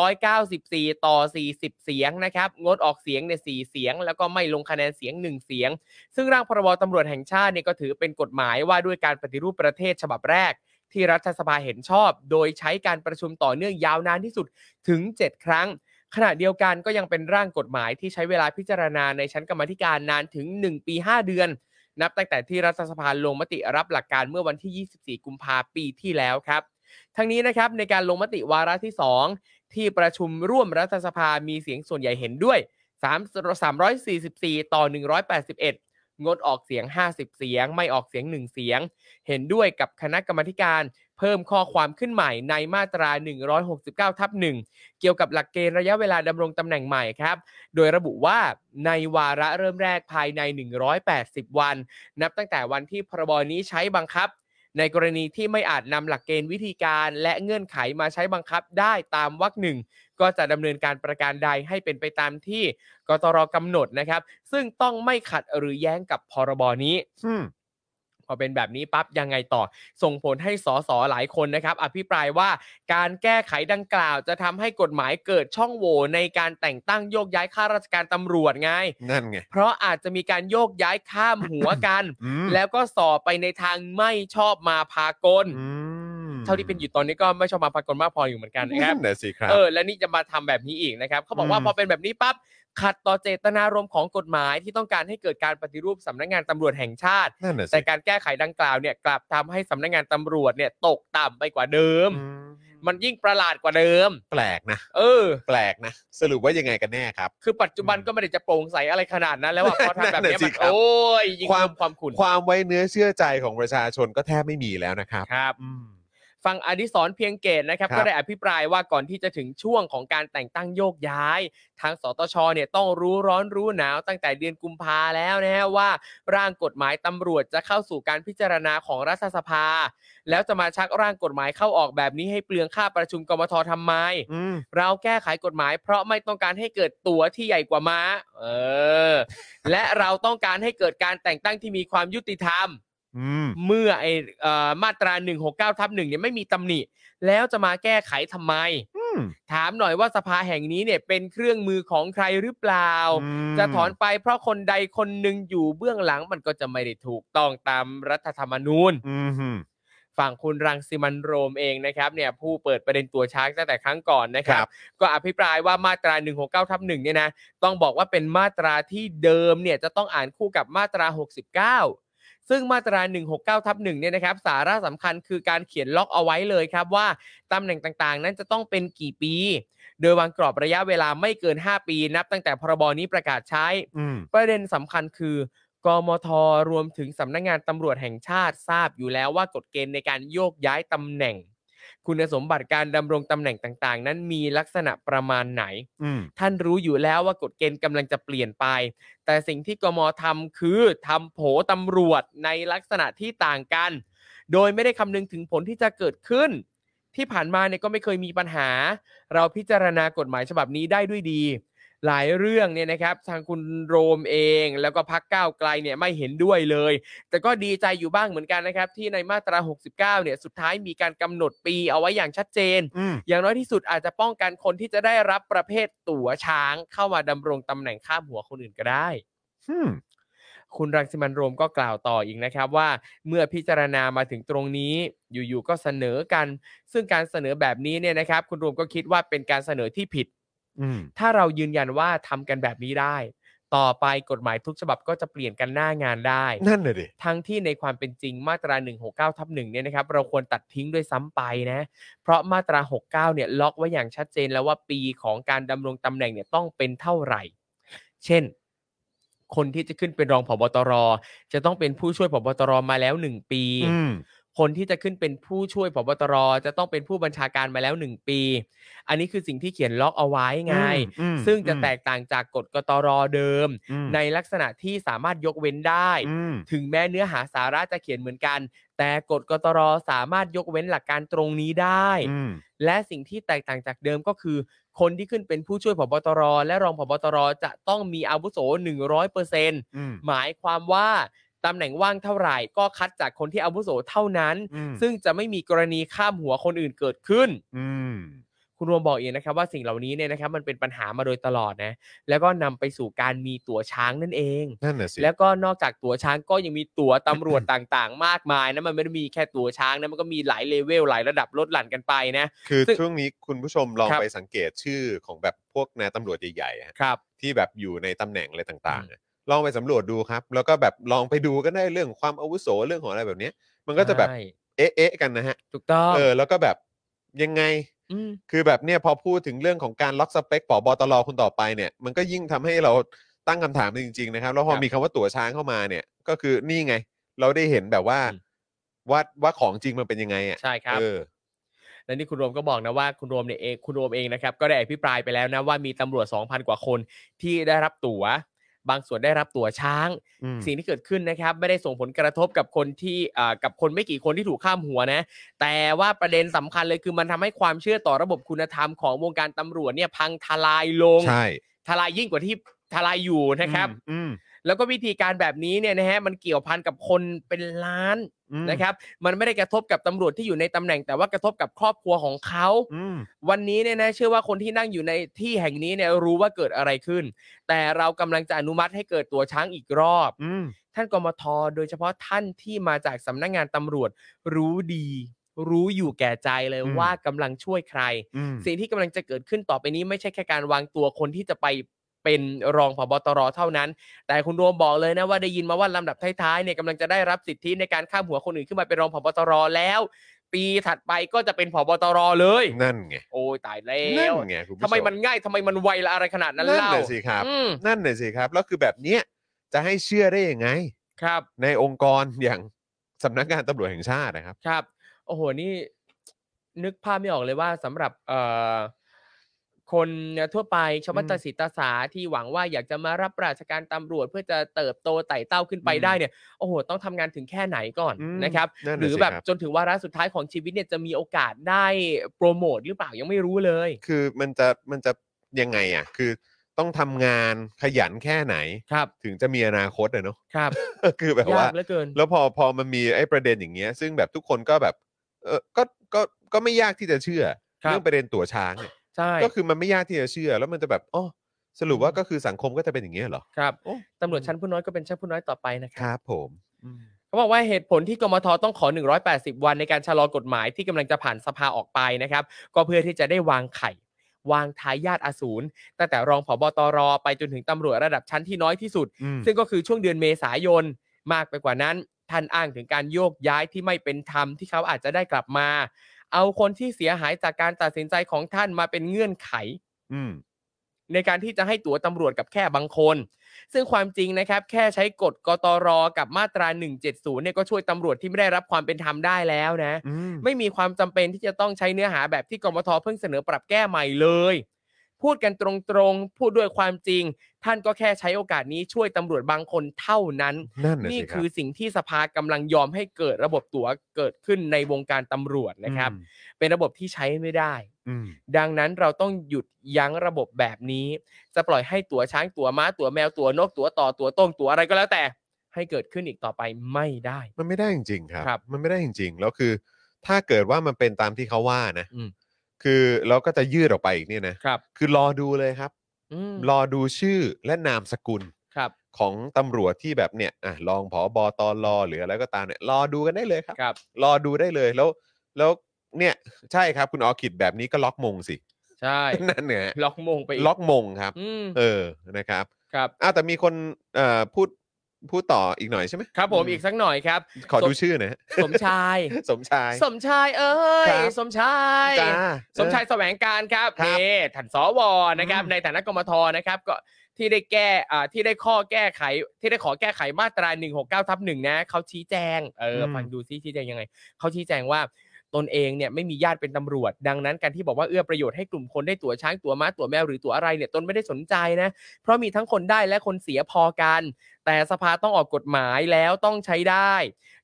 494 ต่อ 40 เสียงนะครับ งดออกเสียงใน4เสียง แล้วก็ไม่ลงคะแนนเสียง 1 เสียง ซึ่งร่างพรบตำรวจแห่งชาติเนี่ยก็ถือเป็นกฎหมายว่าด้วยการปฏิรูปประเทศฉบับแรก ที่รัฐสภาเห็นชอบ โดยใช้การประชุมต่อเนื่องยาวนานที่สุดถึง 7 ครั้ง ขณะเดียวกันก็ยังเป็นร่างกฎหมายที่ใช้เวลาพิจารณาในชั้นกรรมาธิการนานถึง 1 ปี 5 เดือน นับตั้งแต่ที่รัฐสภาลงมติรับหลักการเมื่อวันที่ 24 กุมภาพันธ์ปีที่แล้วครับ ทั้งนี้นะครับในการลงมติวาระที่ 2 ที่ประชุมร่วมรัฐสภามีเสียงส่วนใหญ่เห็นด้วย 3 344 ต่อ 181 งดออกเสียง 50 เสียง ไม่ออกเสียง 1 เสียง เห็นด้วยกับคณะกรรมาธิการ เพิ่มข้อความขึ้นใหม่ในมาตรา 169 ทับ 1 เกี่ยวกับหลักเกณฑ์ระยะเวลาดำรงตำแหน่งใหม่ครับ โดยระบุว่าในวาระเริ่มแรกภายใน 180 วัน นับตั้งแต่วันที่พรบนี้ใช้บังคับ ในกรณีที่ไม่อาจนำหลักเกณฑ์วิธีการและเงื่อนไขมาใช้บังคับได้ตามวรรคหนึ่ง ก็จะดำเนินการประการใดให้เป็นไปตามที่กตรกำหนดนะครับ ซึ่งต้องไม่ขัดหรือแย้งกับพรบนี้ อืม พอเป็นแบบนี้ปั๊บยังไงต่อ ส่งผลให้สสหลายคนนะครับ อภิปรายว่าการแก้ไขดังกล่าวจะทำให้กฎหมายเกิดช่องโหว่ในการแต่งตั้งโยกย้ายข้าราชการตำรวจไง นั่นไง เพราะอาจจะมีการโยกย้ายข้ามหัวกัน อืม แล้วก็สอบไปในทางไม่ชอบมาพากล อืม เท่าที่เป็นอยู่ตอนนี้ก็ไม่ชอบมาพากลมากพออยู่เหมือนกันนะครั นั่ บ นนะสิครับ เออและนี่จะมาทำแบบนี้อีกนะครับเขาบอกว่า อืม พอเป็นแบบนี้ปั๊บขัดต่อเจตนารมณ์ของกฎหมายที่ต้องการให้เกิดการปฏิรูปสำนักงานตำรวจแห่งชาติ นั่นน่ะ แต่ สิ การแก้ไขดังกล่าวเนี่ยกลับทำให้สำนักงานตำรวจเนี่ยตกต่ำไปกว่าเดิม อืม มันยิ่งประหลาดกว่าเดิม แปลกนะ เออ แปลกนะ สรุปว่ายังไงกันแน่ครับ คือปัจจุบันก็ไม่ได้จะโปร่งใสอะไรขนาดนั้นแล้วอะพอทำแบบเนี้ย นั่นน่ะสิ มัน ครับ โอ้ยยิ่ง ความ เพิ่มความขุ่น ความไว้เนื้อเชื่อใจของประชาชนก็แทบไม่มีแล้วนะครับ ครับ อืม ฟังอดิศรเพียงเกตนะครับ ครับ ก็ได้อภิปรายว่าก่อนที่จะถึงช่วงของการแต่งตั้งโยกย้าย ทางสตชเนี่ยต้องรู้ร้อนรู้หนาวตั้งแต่เดือนกุมภาแล้วนะฮะว่า ร่างกฎหมายตำรวจจะเข้าสู่การพิจารณาของรัฐสภา แล้วจะมาชักร่างกฎหมายเข้าออกแบบนี้ให้เปลืองค่าประชุมกมททำไม อืม เราแก้ไขกฎหมายเพราะไม่ต้องการให้เกิดตัวที่ใหญ่กว่าม้า เออ และเราต้องการให้เกิดการแต่งตั้งที่มีความยุติธรรม อืม เมื่อไอเอ่อมาตรา 169ทับหนึ่งเนี่ยไม่มีตำหนิ แล้วจะมาแก้ไขทำไม ม ถามหน่อยว่าสภาแห่งนี้เนี่ยเป็นเครื่องมือของใครหรือเปล่า จะถอนไปเพราะคนใดคนหนึ่งอยู่เบื้องหลังมันก็จะไม่ได้ถูกต้องตามรัฐธรรมนูญ อืมอืม ฝั่งคุณรังสิมันต์โรมเองนะครับเนี่ยผู้เปิดประเด็นตัวช้างตั้งแต่ครั้งก่อนนะครับ ครับ ก็อภิปรายว่ามาตรา 169ทับหนึ่งเนี่ยนะต้องบอกว่าเป็นมาตราที่เดิมเนี่ยจะต้องอ่านคู่กับมาตรา 69 ซึ่งมาตรา 169ทับหนึ่งเนี่ยนะครับสาระสำคัญคือการเขียนล็อกเอาไว้เลยครับว่าตำแหน่งต่างๆ นั้นจะต้องเป็นกี่ปี โดยวางกรอบระยะเวลาไม่เกิน 5 ปี นับตั้งแต่พรบนี้ประกาศใช้ อืม ประเด็นสำคัญคือกมทรวมถึงสำนักงานตำรวจแห่งชาติทราบอยู่แล้วว่ากฎเกณฑ์ในการโยกย้ายตำแหน่ง คุณสมบัติการดำรงตำแหน่งต่าง ๆ นั้นมีลักษณะประมาณไหน อืม ท่านรู้อยู่แล้วว่ากฎเกณฑ์กำลังจะเปลี่ยนไป แต่สิ่งที่กมทำคือทำโผตำรวจในลักษณะที่ต่างกัน โดยไม่ได้คำนึงถึงผลที่จะเกิดขึ้น ที่ผ่านมาเนี่ยก็ไม่เคยมีปัญหา เราพิจารณากฎหมายฉบับนี้ได้ด้วยดี หลายเรื่องเนี่ยนะครับทางคุณโรมเองแล้วก็พักก้าวไกลเนี่ยไม่เห็นด้วยเลย แต่ก็ดีใจอยู่บ้างเหมือนกันนะครับ ที่ในมาตรา 69 เนี่ยสุดท้ายมีการกำหนดปีเอาไว้อย่างชัดเจน อืม อย่างน้อยที่สุดอาจจะป้องกันคนที่จะได้รับประเภทตั๋วช้างเข้ามาดำรงตำแหน่งข้ามหัวคนอื่นก็ได้ อืม คุณรังสิมันต์โรมก็กล่าวต่ออีกนะครับว่า เมื่อพิจารณามาถึงตรงนี้อยู่ๆก็เสนอกัน ซึ่งการเสนอแบบนี้เนี่ยนะครับ คุณโรวมก็คิดว่าเป็นการเสนอที่ผิด อืม ถ้าเรายืนยันว่าทำกันแบบนี้ได้ ต่อไปกฎหมายทุกฉบับก็จะเปลี่ยนกันหน้างานได้ นั่นเลยดิ ทั้งที่ในความเป็นจริงมาตรา 169ทับหนึ่งเนี่ยนะครับ เราควรตัดทิ้งด้วยซ้ำไปนะ เพราะมาตรา 69 เนี่ยล็อกไว้อย่างชัดเจนแล้วว่าปีของการดำรงตำแหน่งเนี่ยต้องเป็นเท่าไหร่ เช่น คนที่จะขึ้นเป็นรองผบตร จะต้องเป็นผู้ช่วยผบตรมาแล้ว 1 ปี อืม คนที่จะขึ้นเป็นผู้ช่วยผบตรจะต้องเป็นผู้บัญชาการมาแล้วหนึ่งปี อันนี้คือสิ่งที่เขียนล็อกเอาไว้ไง อืม ซึ่งจะ อืม แตกต่างจากกฎกตรเดิม อืม ในลักษณะที่สามารถยกเว้นได้ อืม ถึงแม้เนื้อหาสาระจะเขียนเหมือนกัน แต่กฎกตรสามารถยกเว้นหลักการตรงนี้ได้ อืม และสิ่งที่แตกต่างจากเดิมก็คือ คนที่ขึ้นเป็นผู้ช่วยผบตร และรองผบตรจะต้องมีอาวุโส 100% อืม หมายความว่าตำแหน่งว่างเท่าไหร่ก็คัดจากคนที่อาวุโสเท่านั้น อืม ซึ่งจะไม่มีกรณีข้ามหัวคนอื่นเกิดขึ้น อืม คุณรวมบอกเองนะครับว่าสิ่งเหล่านี้เนี่ยนะครับมันเป็นปัญหามาโดยตลอดนะแล้วก็นำไปสู่การมีตั๋วช้างนั่นเอง นั่นน่ะสิ แล้วก็นอกจากตั๋วช้างก็ยังมีตั๋วตำรวจ ต่างๆ มากมายนะมันไม่ได้มีแค่ตั๋วช้างนะมันก็มีหลายเลเวลหลายระดับลดหลั่นกันไปนะ คือ ซึ่ง ช่วงนี้คุณผู้ชมลอง ครับ ไปสังเกตชื่อของแบบพวกนายตำรวจใหญ่ๆอะ ครับ ที่แบบอยู่ในตำแหน่งอะไรต่างๆอะลองไปสำรวจดูครับ แล้วก็แบบลองไปดูก็ได้เรื่องความอาวุโสเรื่องของอะไรแบบเนี้ย มันก็จะแบบ ใช่ เอ๊ะเอ๊ะกันนะฮะ ถูกต้อง เออ แล้วก็แบบยังไง ม คือแบบเนี่ยพอพูดถึงเรื่องของการล็อกสเปคปอบอตลอคุณต่อไปเนี่ย มันก็ยิ่งทำให้เราตั้งคำถามจริงๆนะครับ แล้วพอมีคำว่าตั๋วช้างเข้ามาเนี่ย ก็คือนี่ไง เราได้เห็นแบบว่าว่าว่าของจริงมันเป็นยังไงอ่ะ ใช่ครับ เออ และนี่คุณรวมก็บอกนะว่าคุณรวมเนี่ยเองคุณรวมเองนะครับก็ได้อภิปรายไปแล้วนะว่ามีตำรวจ 2,000 กว่าคนที่ได้รับตั๋ว บางส่วนได้รับตั๋วช้าง อืม สิ่งที่เกิดขึ้นนะครับไม่ได้ส่งผลกระทบกับคนที่อ่ากับคนไม่กี่คนที่ถูกข้ามหัวนะ แต่ว่าประเด็นสำคัญเลยคือมันทำให้ความเชื่อต่อระบบคุณธรรมของวงการตำรวจเนี่ยพังทลายลง ใช่ ทลายยิ่งกว่าที่ทลายอยู่นะครับ อืม แล้วก็วิธีการแบบนี้เนี่ยนะฮะมันเกี่ยวพันกับคนเป็นล้าน อืม นะครับมันไม่ได้กระทบกับตำรวจที่อยู่ในตำแหน่ง แต่ว่ากระทบกับครอบครัวของเขา อืม วันนี้เนี่ยนะเชื่อว่าคนที่นั่งอยู่ในที่แห่งนี้เนี่ยรู้ว่าเกิดอะไรขึ้น แต่เรากำลังจะอนุมัติให้เกิดตัวช้างอีกรอบ อืม ท่านกมทโดยเฉพาะท่านที่มาจากสำนักงานตำรวจ รู้ดี รู้อยู่แก่ใจเลย อืม ว่ากำลังช่วยใคร อืม สิ่งที่กำลังจะเกิดขึ้นต่อไปนี้ไม่ใช่แค่การวางตัวคนที่จะไปเป็นรองผบตรเท่านั้น แต่คุณรวมบอกเลยนะว่าได้ยินมาว่าลำดับท้ายๆเนี่ยกำลังจะได้รับสิทธิในการข้ามหัวคนอื่นขึ้นมาเป็นรองผบตรแล้ว ปีถัดไปก็จะเป็นผบตรเลย นั่นไง โอ้ยตายแล้ นั่น ว ไงคุณผู้ช ทำไมมันง่ายทำไมมันไวละอะไรขนาดนั้น นั่น เล่า น่ะสิครับ อืม นั่นน่ะสิครับ แล้วคือแบบเนี้ยจะให้เชื่อได้ยังไง ครับ ในองค์กร อย่างสำนักงานตำรวจแห่งชาตินะครับ ครับ โอ้โห นี่ นึกภาพไม่ออกเลยว่าสำหรับเอ่อคนทั่วไปชาวบ้าน อืม ตาสีตาสาที่หวังว่าอยากจะมารับราชการตำรวจ เพื่อจะเติบโตไต่เต้าขึ้นไป อืม ได้เนี่ยโอ้โห ต้องทำงานถึงแค่ไหนก่อน อืม นะครับ นั่นน่ะ หรือ สิ แบบ ครับ จนถึงวาระสุดท้ายของชีวิตเนี่ยจะมีโอกาสได้โปรโมทหรือเปล่ายังไม่รู้เลย คือมันจะมันจะยังไงอ่ะ คือต้องทำงานขยันแค่ไหน ครับ ถึงจะมีอนาคตอะเนาะ ครับ คือแบบ ยา ว่า กเหลือเกิน แล้วพอพอมันมีไอ้ประเด็นอย่างเงี้ย ซึ่งแบบทุกคนก็แบบ เออก็ก็ก็ไม่ยากที่จะเชื่อ ครับ เรื่องประเด็นตั๋วช้างเนี่ย ใช่ ก็คือมันไม่ยากที่จะเชื่อ แล้วมันจะแบบอ๋อสรุปว่าก็คือสังคมก็จะเป็นอย่างเงี้ยเหรอ ครับ โอ้ ตำรวจชั้นผู้น้อยก็เป็นชั้นผู้น้อยต่อไปนะค ครับ รับผมอืม เขาบอกว่าเหตุผลที่กมทต้องขอ 180 วันในการชะลอกฎหมายที่กำลังจะผ่านสภาออกไปนะครับ ก็เพื่อที่จะได้วางไข่ วางทายาทอสูรตั้งแต่รองผบตร ไปจนถึงตำรวจระดับชั้นที่น้อยที่สุด อืม ซึ่งก็คือช่วงเดือนเมษายนมากไปกว่านั้น ท่านอ้างถึงการโยกย้ายที่ไม่เป็นธรรมที่เขาอาจจะได้กลับมา เอาคนที่เสียหายจากการตัดสินใจของท่านมาเป็นเงื่อนไข อืม ในการที่จะให้ตั๋วตำรวจกับแค่บางคน ซึ่งความจริงนะครับ แค่ใช้กฎกตรกับมาตรา 170 เนี่ยก็ช่วยตำรวจที่ไม่ได้รับความเป็นธรรมได้แล้วนะ อืม ไม่มีความจำเป็นที่จะต้องใช้เนื้อหาแบบที่กมทเพิ่งเสนอปรับแก้ใหม่เลย พูดกันตรงๆ พูดด้วยความจริง ท่านก็แค่ใช้โอกาสนี้ช่วยตำรวจบางคนเท่านั้น นั่นน่ะ นี่ สิรับ คือสิ่งที่สภากำลังยอมให้เกิดระบบตั๋วเกิดขึ้นในวงการตำรวจนะครับ เป็นระบบที่ใช้ไม่ได้ อืม ดังนั้นเราต้องหยุดยั้งระบบแบบนี้ จะปล่อยให้ตัวช้างตัวม้าตัวแมวตัวนกตัวต่อตัวต้งตัวอะไรก็แล้วแต่ ให้เกิดขึ้นอีกต่อไปไม่ได้ มันไม่ได้จริงๆครับ ครับ มันไม่ได้จริงๆ แล้วคือ ถ้าเกิดว่ามันเป็นตามที่เขาว่านะ อืม คือเราก็จะยืดออกไปอีกเนี่ยนะครับ คือรอดูเลยครับ อืม รอดูชื่อและนามสกุล ครับ ของตำรวจที่แบบเนี่ยอ่ะรองผอบอตอรอหรืออะไรก็ตามเนี่ยรอดูกันได้เลยครับ ครับ รอดูได้เลยแล้ว แล้วเนี่ยใช่ครับคุณออคิดแบบนี้ก็ล็อกมงสิ ใช่ นั่นเนี่ย ล็อกมงไป ล็อกมงครับ อืม เออนะครับ ครับ อ้าวแต่มีคนเอ่อพูดพูดต่ออีกหน่อยใช่ไหม ครับผมอีกสักหน่อยครับ ขอดู สม ชื่อ หนะ สมชาย สมชาย สมชายเอ้ย ครับ สมชาย จ้า สมชายแสวงการครับ ครับ นี่ท่านสวนะครับ อืม ในฐานะกมทนะครับ ก็ ที่ได้แก้อ่าที่ได้ข้อแก้ไข ที่ได้ขอแก้ไขมาตรา 169ทับหนึ่งนะเขาชี้แจงเอออ ม ฟังดูซิชี้แจงยังไงเขาชี้แจงว่าตนเองเนี่ยไม่มีญาติเป็นตำรวจ ดังนั้นการที่บอกว่าเอื้อประโยชน์ให้กลุ่มคนได้ตั๋วช้างตั๋วม้าตั๋วแมวหรือตั๋วอะไรเนี่ยตนไม่ได้สนใจนะ เพราะมีทั้งคนได้และคนเสียพอกัน แต่สภาต้องออกกฎหมายแล้วต้องใช้ได้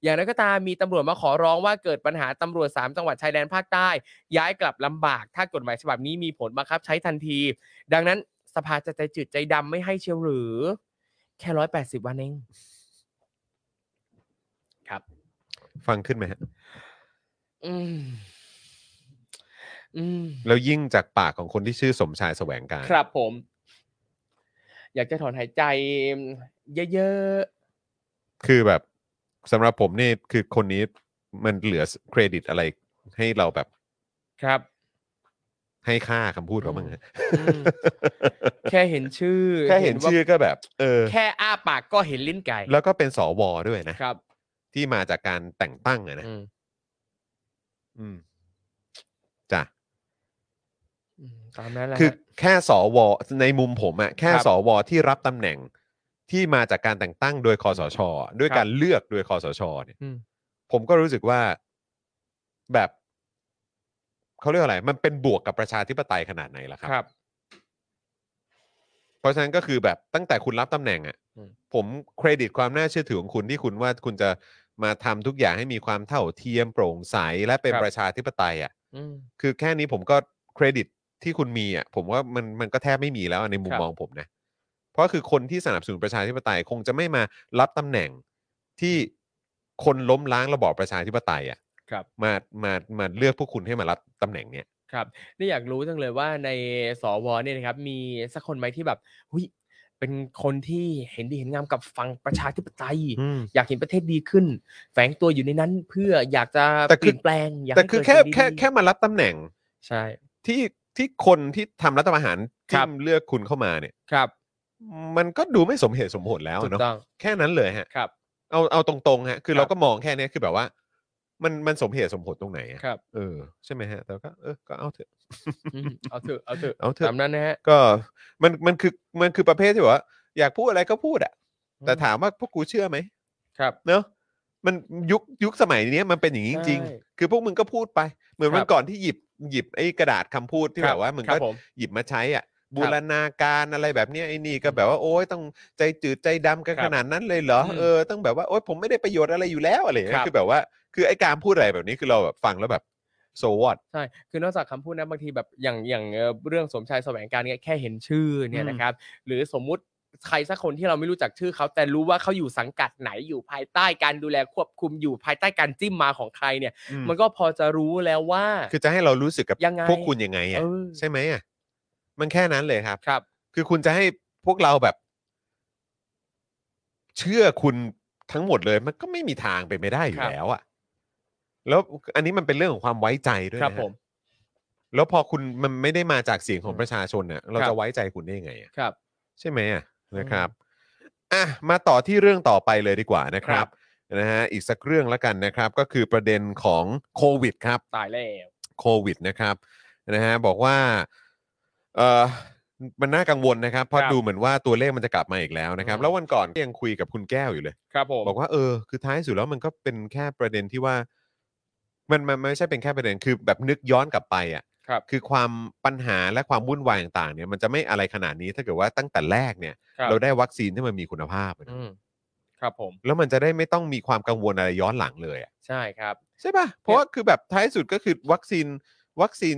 อย่างไรก็ตามมีตำรวจมาขอร้องว่าเกิดปัญหาตำรวจ 3 จังหวัดชายแดนภาคใต้ ย้ายกลับลำบาก ถ้ากฎหมายฉบับนี้มีผลบังคับใช้ทันที ดังนั้นสภาจะใจจืดใจดำไม่ให้เชียวหรือ แค่ร้อยแปดสิบวันเอง ฟังขึ้นไหมฮะ อืม อืม แล้วยิ่งจากปากของคนที่ชื่อสมชายแสวงการ ครับผม อยากจะถอนหายใจ เยอะ คือแบบสำหรับผมนี่คือคนนี้มันเหลือเครดิตอะไรให้เราแบบ ๆ ครับ ให้ค่าคำพูดเขาบ้างฮะ อื ม แค่เห็นชื่อ แค่เห็น ว่า ชื่อก็แบบ เออ แค่อ้าปากก็เห็นลิ้นไก่ แล้วก็เป็นสวด้วยนะ ครับ ที่มาจากการแต่งตั้งอะนะ อืม อืมจ้ะ อืมตามนั้นแหละ คือ ฮะ แค่สวในมุมผมอะแค่ ครับ สวที่รับตำแหน่งที่มาจากการแต่งตั้งโดยคอสช ด้วยการเลือกโดยคอสช เนี่ย อืม ผมก็รู้สึกว่าแบบเขาเรียกว่าอะไร มันเป็นบวกกับประชาธิปไตยขนาดไหนล่ะครั ครับ เพราะฉะนั้นก็คือแบบตั้งแต่คุณรับตำแหน่งอะ่ะ อืม ผมเครดิตความน่าเชื่อถือของคุณที่คุณว่าคุณจะมาทำทุกอย่างให้มีความเท่าเทียมโปร่งใสและเป็นประชาธิปไตยอะ่ะ อืม คือแค่นี้ผมก็เครดิตที่คุณมีอะ่ะผมว่ามันมันก็แทบไม่มีแล้วอะในมุม ครับ มองผมนะ เพราะคือคนที่สนับสนุนประชาธิปไตยคงจะไม่มารับตำแหน่งที่คนล้มล้างระบอบประชาธิปไตยอะ่ะ ครับ มามามาเลือกพวกคุณให้มารับตำแหน่งเนี่ย ครับนี่อยากรู้จังเลยว่าในสวเนี่ยนะครับ มีสักคนไหมที่แบบหุยเป็นคนที่เห็นดีเห็นงามกับฝั่งประชาธิปไตย อยากเห็นประเทศดีขึ้น แฝงตัวอยู่ในนั้นเพื่ออยากจะ แต่ เป คือ ลี่ยนแปลงอยาก แต่ ให้ คือ เกิด แค่ สิ่งดีๆ แค่แค่มารับตำแหน่ง ใช่ ที่ที่คนที่ทำรัฐประหาร ค ที่ รับ เลือกคุณเข้ามาเนี่ย ครับ มันก็ดูไม่สมเหตุสมผลแล้ว ถู อะ ก เนาะ ต้อง แค่นั้นเลยฮะ ครับ เอาเอาตรงๆฮะคือ ครับ เราก็มองแค่เนี้ยคือแบบว่า มันมันสมเหตุสมผลตรงไหนอะ ครับ เออใช่ไหมฮะแต่ก็เออก็เอาเถอะ อืมเอาเถอะเอาเถอะ เอาเถอะ ตามนั้นนะฮะ ก็มันมันคือมันคือประเภทที่แบบว่า อยากพูดอะไรก็พูดอะ อืม แต่ถามว่าพวกกูเชื่อไหม ครับ เนาะมันยุคยุคสมัยเนี้ยมันเป็นอย่างนี้จริง ใช่ ๆคือพวกมึงก็พูดไป เหมือน ครั วัน บ ก่อนที่หยิบหยิบไอ้กระดาษคำพูดที่ ค แบ รับบ ว่ามึง ครั ก็ บผม หยิบมาใช้อ่ะบูรณาการอะไรแบบเนี้ยไอ้นี่ก็แบบว่าโอ้ยต้องใจจืดใจดำกัน ครับ ขนาดนั้นเลยเหรอ อืม เออต้องแบบว่าโอ้ยผมไม่ได้ประโยชน์อะไรอยู่แล้วอะไรอย่างเงี้ ครั ย บ คือแบบว่า คือไอ้การพูดอะไรแบบนี้คือเราแบบฟังแล้วแบบ so what ใช่ คือนอกจากคำพูดนะบางทีแบบอย่างอย่างเอ่อเรื่องสมชายแสวงการเนี่ยแค่เห็นชื่อเนี่ยนะครับ หรือสมมุติใครสักคนที่เราไม่รู้จักชื่อเขาแต่รู้ว่าเขาอยู่สังกัดไหนอยู่ภายใต้การดูแลควบคุมอยู่ภายใต้การจิ้มมาของใครเนี่ย มันก็พอจะรู้แล้วว่า คือจะให้เรารู้สึกกับ ยังไง พวกคุณยังไงอ่ะ เออ ใช่ไหมอ่ะมันแค่นั้นเลยครับ ครับ คือคุณจะให้พวกเราแบบ เชื่อคุณทั้งหมดเลย มันก็ไม่มีทางไปนไม่ได้อยู่ ครับ แล้วอะแล้วอันนี้มันเป็นเรื่องของความไว้ใจด้วย ครับ นะฮะ ผม แล้วพอคุณมันไม่ได้มาจากเสียงของ อืม ประชาชนเนี่ยเรา ครั จะ บ ไว้ใจคุณได้ยังไงอะ ครับ ใช่ไหมอะ อืม นะครับอ่ะมาต่อที่เรื่องต่อไปเลยดีกว่านะครั ครับ บ นะฮะอีกสักเรื่องแล้วกันนะครับ ก็คือประเด็นของโควิดครับ ตายแล้ว โควิดนะครับนะฮะบอกว่าเออมันน่ากังวลนะครับเพราะดูเหมือนว่าตัวเลขมันจะกลับมาอีกแล้วนะครับ แล้ววันก่อนก็ยังคุยกับคุณแก้วอยู่เลย ครับผม บอกว่าเออคือท้ายสุดแล้วมันก็เป็นแค่ประเด็นที่ว่า มันมันมันไม่ใช่เป็นแค่ประเด็นคือแบบนึกย้อนกลับไปอ่ะ ครับ คือความปัญหาและความวุ่นวายต่างๆเนี่ยมันจะไม่อะไรขนาดนี้ถ้าเกิดว่าตั้งแต่แรกเนี่ย ครับ เราได้วัคซีนที่มันมีคุณภาพอะนะ อืมครับผม แล้วมันจะได้ไม่ต้องมีความกังวลอะไรย้อนหลังเลยอะ ใช่ครับ ใช่ป่ะ เพราะว่าคือแบบท้ายสุดก็คือวัคซีนวัคซีน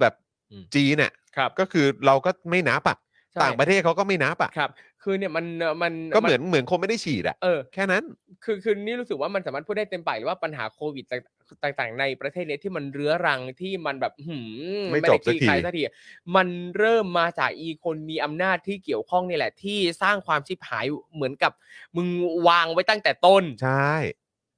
แบบ อืม จีนเนี่ย ครับ ก็คือเราก็ไม่นับอ่ะ ใช่ ต่างประเทศเขาก็ไม่นับอ่ะ ครับ คือเนี่ยมันมัน ก็เหมือนเหมือนคนไม่ได้ฉีดอ่ะ เออ แค่นั้น คือคือนี่รู้สึกว่ามันสามารถพูดได้เต็มปากเลยว่าปัญหาโควิดต่างต่างๆ ในประเทศเนี้ที่มันเรื้อรังที่มันแบบหืม ไม่ ด้ จบสัก คลี่คลาย ที สักทีมันเริ่มมาจากอีคนมีอำนาจที่เกี่ยวข้องนี่แหละ ที่สร้างความชิบหายเหมือนกับ มึงวางไว้ตั้งแต่ต้น ใช่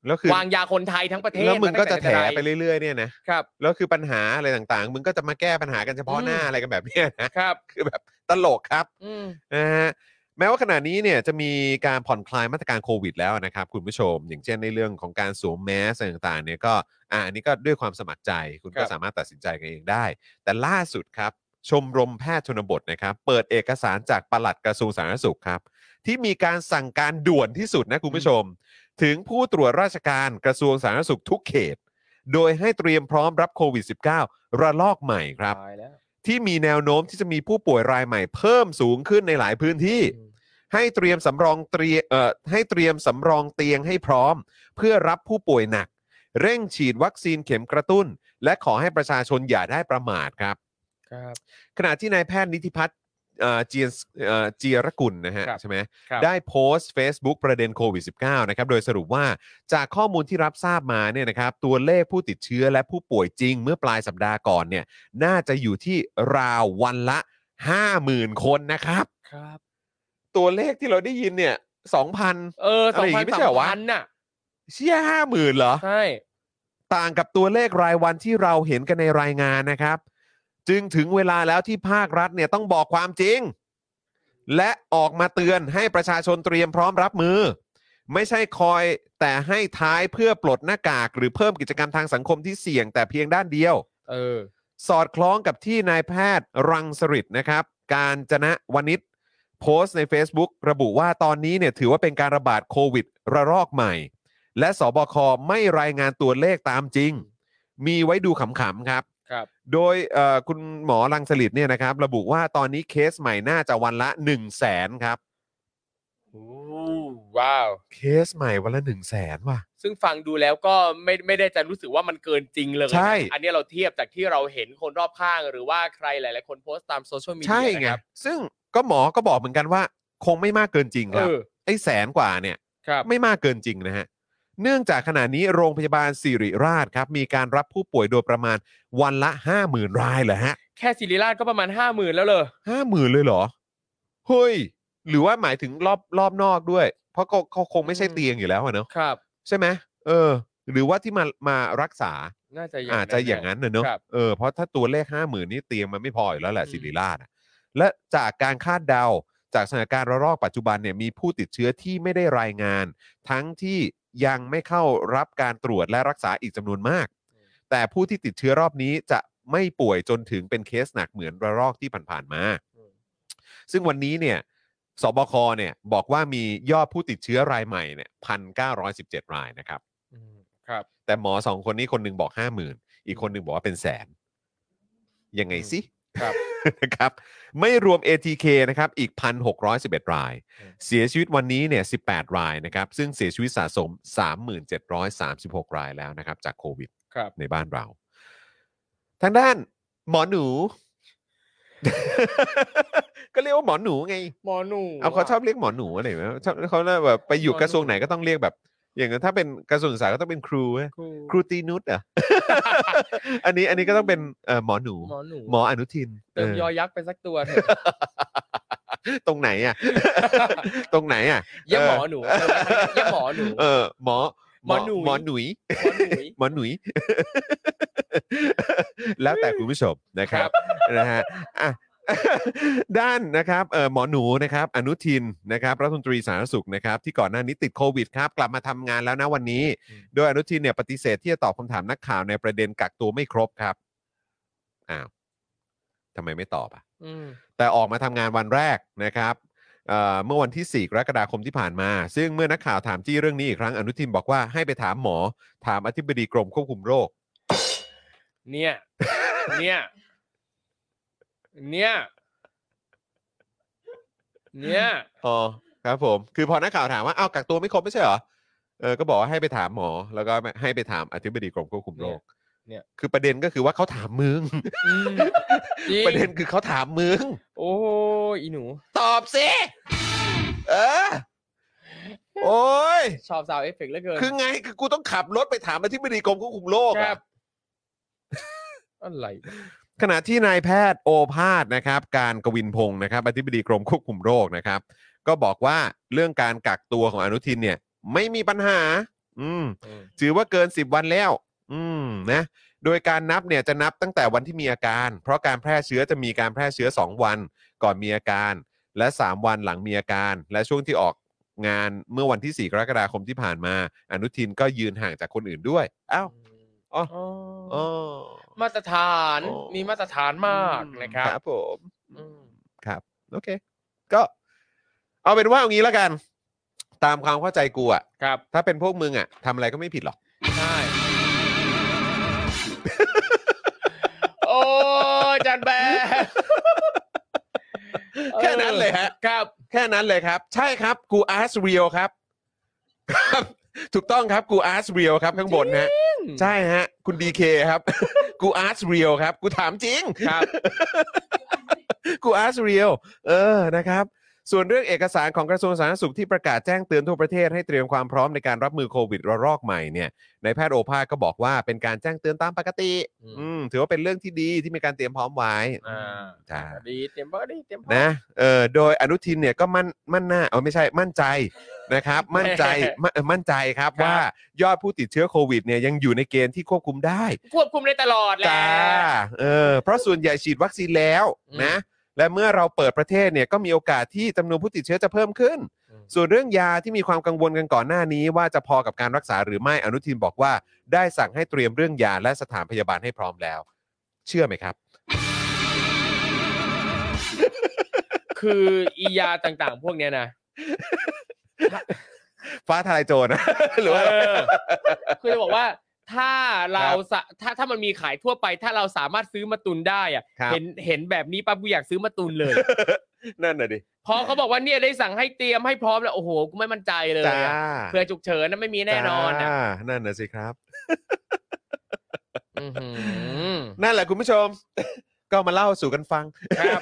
แล้วคือ วางยาคนไทยทั้งประเทศ แล้วมึงก็จะ า แถ ตั้ต่หน ไปเรื่อยๆเนี่ยนะครับ แล้วคือปัญหาอะไรต่างๆ มึงก็จะมาแก้ปัญหากันเฉพาะหน้า อืม อะไรกันแบบเนี้ยนะครับ คือแบบตลกครับ อืม นะฮะแม้ว่าขณะนี้เนี่ยจะมีการผ่อนคลายมาตรการโควิดแล้วนะครับ คุณผู้ชม อย่างเช่นในเรื่องของการสวมแมสอะไรต่างๆเนี่ยก็อ่าอันนี้ก็ด้วยความสมัครใจคุณ ครั ก็ บ สามารถตัดสินใจกันเองได้ แต่ล่าสุดครับ ชมรมแพทย์ชนบทนะครับ เปิดเอกสารจากปลัดกระทรวงสาธารณสุขครับ ที่มีการสั่งการด่วนที่สุดนะคุณผู้ชม ถึงผู้ตรวจราชการกระทรวงสาธารณสุขทุกเขต โดยให้เตรียมพร้อมรับโควิด -19 ระลอกใหม่ครับ ตายแล้ว ที่มีแนวโน้มที่จะมีผู้ป่วยรายใหม่เพิ่มสูงขึ้นในหลายพื้นที่ ให้เตรียมสำรองเตรียเอ่อให้เตรียมสำรองเตียงให้พร้อม เพื่อรับผู้ป่วยหนัก เร่งฉีดวัคซีนเข็มกระตุ้น และขอให้ประชาชนอย่าได้ประมาทครับ ครับ ขณะที่นายแพทย์นิติพัฒน์เอ่อเจียนเอ่อเจียรกุลนะฮะ ครับ ใช่ไหม ครับ ได้โพสต์ Facebook ประเด็นโควิด -19 นะครับ โดยสรุปว่าจากข้อมูลที่รับทราบมาเนี่ยนะครับ ตัวเลขผู้ติดเชื้อและผู้ป่วยจริงเมื่อปลายสัปดาห์ก่อนเนี่ย น่าจะอยู่ที่ราววันละ 50,000 คนนะครับ ครับ ตัวเลขที่เราได้ยินเนี่ย 2,000 เออ อะ สอ ไรง อย่าง พั งี้ น ไม่ สา ใช่เหร ม อวะ พันน่ะ เชี่ย50,000เหรอ ใช่ ต่างกับตัวเลขรายวันที่เราเห็นกันในรายงานนะครับ จึงถึงเวลาแล้วที่ภาครัฐเนี่ยต้องบอกความจริง และออกมาเตือนให้ประชาชนเตรียมพร้อมรับมือ ไม่ใช่คอยแต่ให้ท้ายเพื่อปลดหน้ากาก หรือเพิ่มกิจกรรมทางสังคมที่เสี่ยงแต่เพียงด้านเดียว เออ สอดคล้องกับที่นายแพทย์รังสฤษนะครับ การจนะวณิชโพสต์ใน Facebook ระบุว่าตอนนี้เนี่ยถือว่าเป็นการระบาดโควิด ระลอกใหม่ และสบคไม่รายงานตัวเลขตามจริง มีไว้ดูขำๆครับ ครับ โดยเอ่อคุณหมอรังสฤษเนี่ยนะครับ ระบุว่าตอนนี้เคสใหม่น่าจะวันละ 1 0 0 0 0แสนครับ ว้าว เคสใหม่วันละ 1 0 0 0 0แสนว่ะ ซึ่งฟังดูแล้วก็ไม่ไม่ได้จะรู้สึกว่ามันเกินจริงเลยนะ ใช่ อันนี้เราเทียบจากที่เราเห็นคนรอบข้างหรือว่าใครหลาย ๆ คนโพสต์ตามโซเชียลมีเดี ใช่ ย ไง นะครับ ซึ่งก็หมอก็บอกเหมือนกันว่า คงไม่มากเกินจริงค เอ รับ อ ไอ้แสนกว่าเนี่ย ครับ ไม่มากเกินจริงนะฮะ เนื่องจากขณะนี้โรงพยาบาลสิริราชครับ มีการรับผู้ป่วยโดยประมาณวันละ 50,000 รายเหรอฮะ แค่ศิริราชก็ประมาณห้าหมื่นแล้วเลย 50,000 เลยเหรอ เฮ้ย หรือว่าหมายถึงรอบรอบนอกด้วย เพราะเขาเขาคงไม่ใช่ อืม เตียงอยู่แล้วอะเนาะ ครับ ใช่ไหมเออ หรือว่าที่มามารักษา น่าจะอย่าง อาจจะอย่าง นั้น นั้นเนอะเนอะ ครับ เออเพราะถ้าตัวเลข 50,000 นี่เตียงมันไม่พออยู่แล้วแหละ อืม สิริราชอะและจากการคาดเดาจากสถานการณ์ระลอกปัจจุบันเนี่ยมีผู้ติดเชื้อที่ไม่ได้รายงาน ทั้งที่ยังไม่เข้ารับการตรวจและรักษาอีกจำนวนมาก แต่ผู้ที่ติดเชื้อรอบนี้จะไม่ป่วยจนถึงเป็นเคสหนักเหมือนระลอกที่ผ่านๆมา ซึ่งวันนี้เนี่ยสบคเนี่ยบอกว่ามียอดผู้ติดเชื้อรายใหม่เนี่ยพันเรายนะครับ อืมครับ แต่หมอสองคนนี้คนหนึ่งบอก 5 0,000 อีกคนหนึ่งบอกว่าเป็นแสน ยังไงสิ ครับ นะครับ ไม่รวม ATK นะครับ อีก 1,611 ราย อืม เสียชีวิตวันนี้เนี่ย 18 รายนะครับ ซึ่งเสียชีวิตสะสม 3,736 รายแล้วนะครับ จากโควิด ครับ ในบ้านเรา ทางด้านหมอหนู ก็เรียกว่าหมอหนูไง หมอหนู เอาเขา ะ ชอบเรียกหมอหนูอะไรไหมชอบเขาน่าแบบไปอยู่ หมอหนู กระทรวงไหนก็ต้องเรียกแบบ อย่างถ้าเป็นกระทรวงศึกษาก็ต้องเป็นครูเว้ย ครู ครูตีนุชเหรอ่ ะ อันนี้อันนี้ก็ต้องเป็นเอ่อหมอหนู หมอหนู หมออนุทิน เติม เออย อยักษ์ไปสักตัวเถอะ ตรงไหนอ่ะ ตรงไหนอ่ะ อย่าหมอหนูอย่าหมอหนู เออหมอ หมอหนุ่ย หมอหนุยหหมอหนูมอหนุย แล้วแต่คุณผู้ชมนะครับนะฮะอ่ะ ด้านนะครับเอ่อหมอหนูนะครับ อนุทินนะครับรัฐมนตรีสาธารณสุขนะครับ ที่ก่อนหน้านี้ติดโควิดครับ กลับมาทำงานแล้วนะวันนี้ อืม โดยอนุทินเนี่ยปฏิเสธที่จะตอบคำถามนักข่าวในประเด็นกักตัวไม่ครบครับอ้าวทำไมไม่ตอบอ่ะ อืม แต่ออกมาทำงานวันแรกนะครับเอ่อเมื่อวันที่ 4 กรกฎาคมที่ผ่านมา ซึ่งเมื่อนักข่าวถามจี้เรื่องนี้อีกครั้งอนุทินบอกว่าให้ไปถามหมอ ถามอธิบดีกรมควบคุมโรค เนี่ย เนี่ย เนี่ย เนี่ย อ๋อครับผมคือพอนักข่าวถามว่าอ้าวกักตัวไม่ครบไม่ใช่เหรอเออก็บอกว่าให้ไปถามหมอ แล้วก็ให้ไปถามอธิบดีกรมควบคุมโรค เนี่ยเนี่ย คือประเด็นก็คือว่าเขาถามมึง อืมจริง ประเด็นคือเขาถามมึง โอ้ยอีหนู ตอบสิเออโอ้ย ชอบซาวเอฟเฟกต์เหลือเกิน คือไงคือกูต้องขับรถไปถามอธิบดีกรมควบคุมโรค ครั อะ บ อะไรวะ ขณะที่นายแพทย์โอภาสนะครับ การกวินพงศ์นะครับอธิบดีกรมควบคุมโรคนะครับ ก็บอกว่าเรื่องการกักตัวของอนุทินเนี่ย ไม่มีปัญหา อืม อืม ถือว่าเกิน 10 วันแล้ว อืมนะ โดยการนับเนี่ยจะนับตั้งแต่วันที่มีอาการ เพราะการแพร่เชื้อจะมีการแพร่เชื้อ 2 วันก่อนมีอาการ และ 3 วันหลังมีอาการ และช่วงที่ออกงานเมื่อวันที่ 4 กรกฎาคมที่ผ่านมา อนุทินก็ยืนห่างจากคนอื่นด้วย อ้าว อ๋ออ๋อ มาตรฐาน โอ้ มีมาตรฐานมากนะครับ ครับผม อืม ครับโอเค ก็เอาเป็นว่าเอางี้แล้วกัน ตามความเข้าใจกูอะ ครับ ถ้าเป็นพวกมึงอะทำอะไรก็ไม่ผิดหรอก ใช่ โอ้ยจันแบร์ แค่นั้นเลยฮะ ครับ แค่นั้นเลยครับ ใช่ครับกูอาร์สเรียลครับครับ ถูกต้องครับกูอาร์สเรียลครับข้างบนนะฮะใช่ฮะ คุณดีเคครับ กูอาร์สเรียลครับ กูถามจริง ครับ กูอาร์สเรียลเออนะครับ ส่วนเรื่องเอกสารของกระทรวงสาธารณสุขที่ประกาศแจ้งเตือนทั่วประเทศให้เตรียมความพร้อมในการรับมือโควิดระลอกใหม่เนี่ยในายแพทย์โอภาสก็บอกว่าเป็นการแจ้งเตือนตามปกติ อืม อืมถือว่าเป็นเรื่องที่ดีที่มีการเตรียมพร้อมไว้ อ่า ใช่ ดีเตรียมบอดีเตรียมพร้อม นะเออโดยอนุทินเนี่ยก็มั่นมั่นหน้าเออไม่ใช่มั่นใจนะครับ มั่นใจมั่นเอ่อมั่นใจครับ ครับ ว่ายอดผู้ติดเชื้อโควิดเนี่ยยังอยู่ในเกณฑ์ที่ควบคุมได้ ควบคุมได้ตลอดแหละ จ้าเออเพราะส่วนใหญ่ฉีดวัคซีนแล้ว อืม นะ และเมื่อเราเปิดประเทศเนี่ยก็มีโอกาสที่จำนวนผู้ติดเชื้อจะเพิ่มขึ้น อืม ส่วนเรื่องยาที่มีความกังวลกันก่อนหน้านี้ ว่าจะพอกับการรักษาหรือไม่อนุทินบอกว่า ได้สั่งให้เตรียมเรื่องยาและสถานพยาบาลให้พร้อมแล้ว เชื่อไหมครับ คืออียาต่างๆ พวกเนี้ยนะ ฟ้าทลายโจรนะ หรือว่า เออคือจะบอกว่าถ้าเรา ครับ สะถ้าถ้ามันมีขายทั่วไป ถ้าเราสามารถซื้อมาตุนได้อะ ครับ เห็นเห็นแบบนี้ปั๊บกูอยากซื้อมาตุนเลย นั่นน่ะดิ พอเขาบอกว่าเนี่ยได้สั่งให้เตรียมให้พร้อมแล้วโอ้โหกูไม่มั่นใจเลย จ้า อะเพื่อฉุกเฉินนะไม่มีแน่นอนอะ จ้านั่นน่ะสิครับ อื้อหือ นั่นแหละคุณผู้ชม ก็มาเล่าสู่กันฟัง ครับ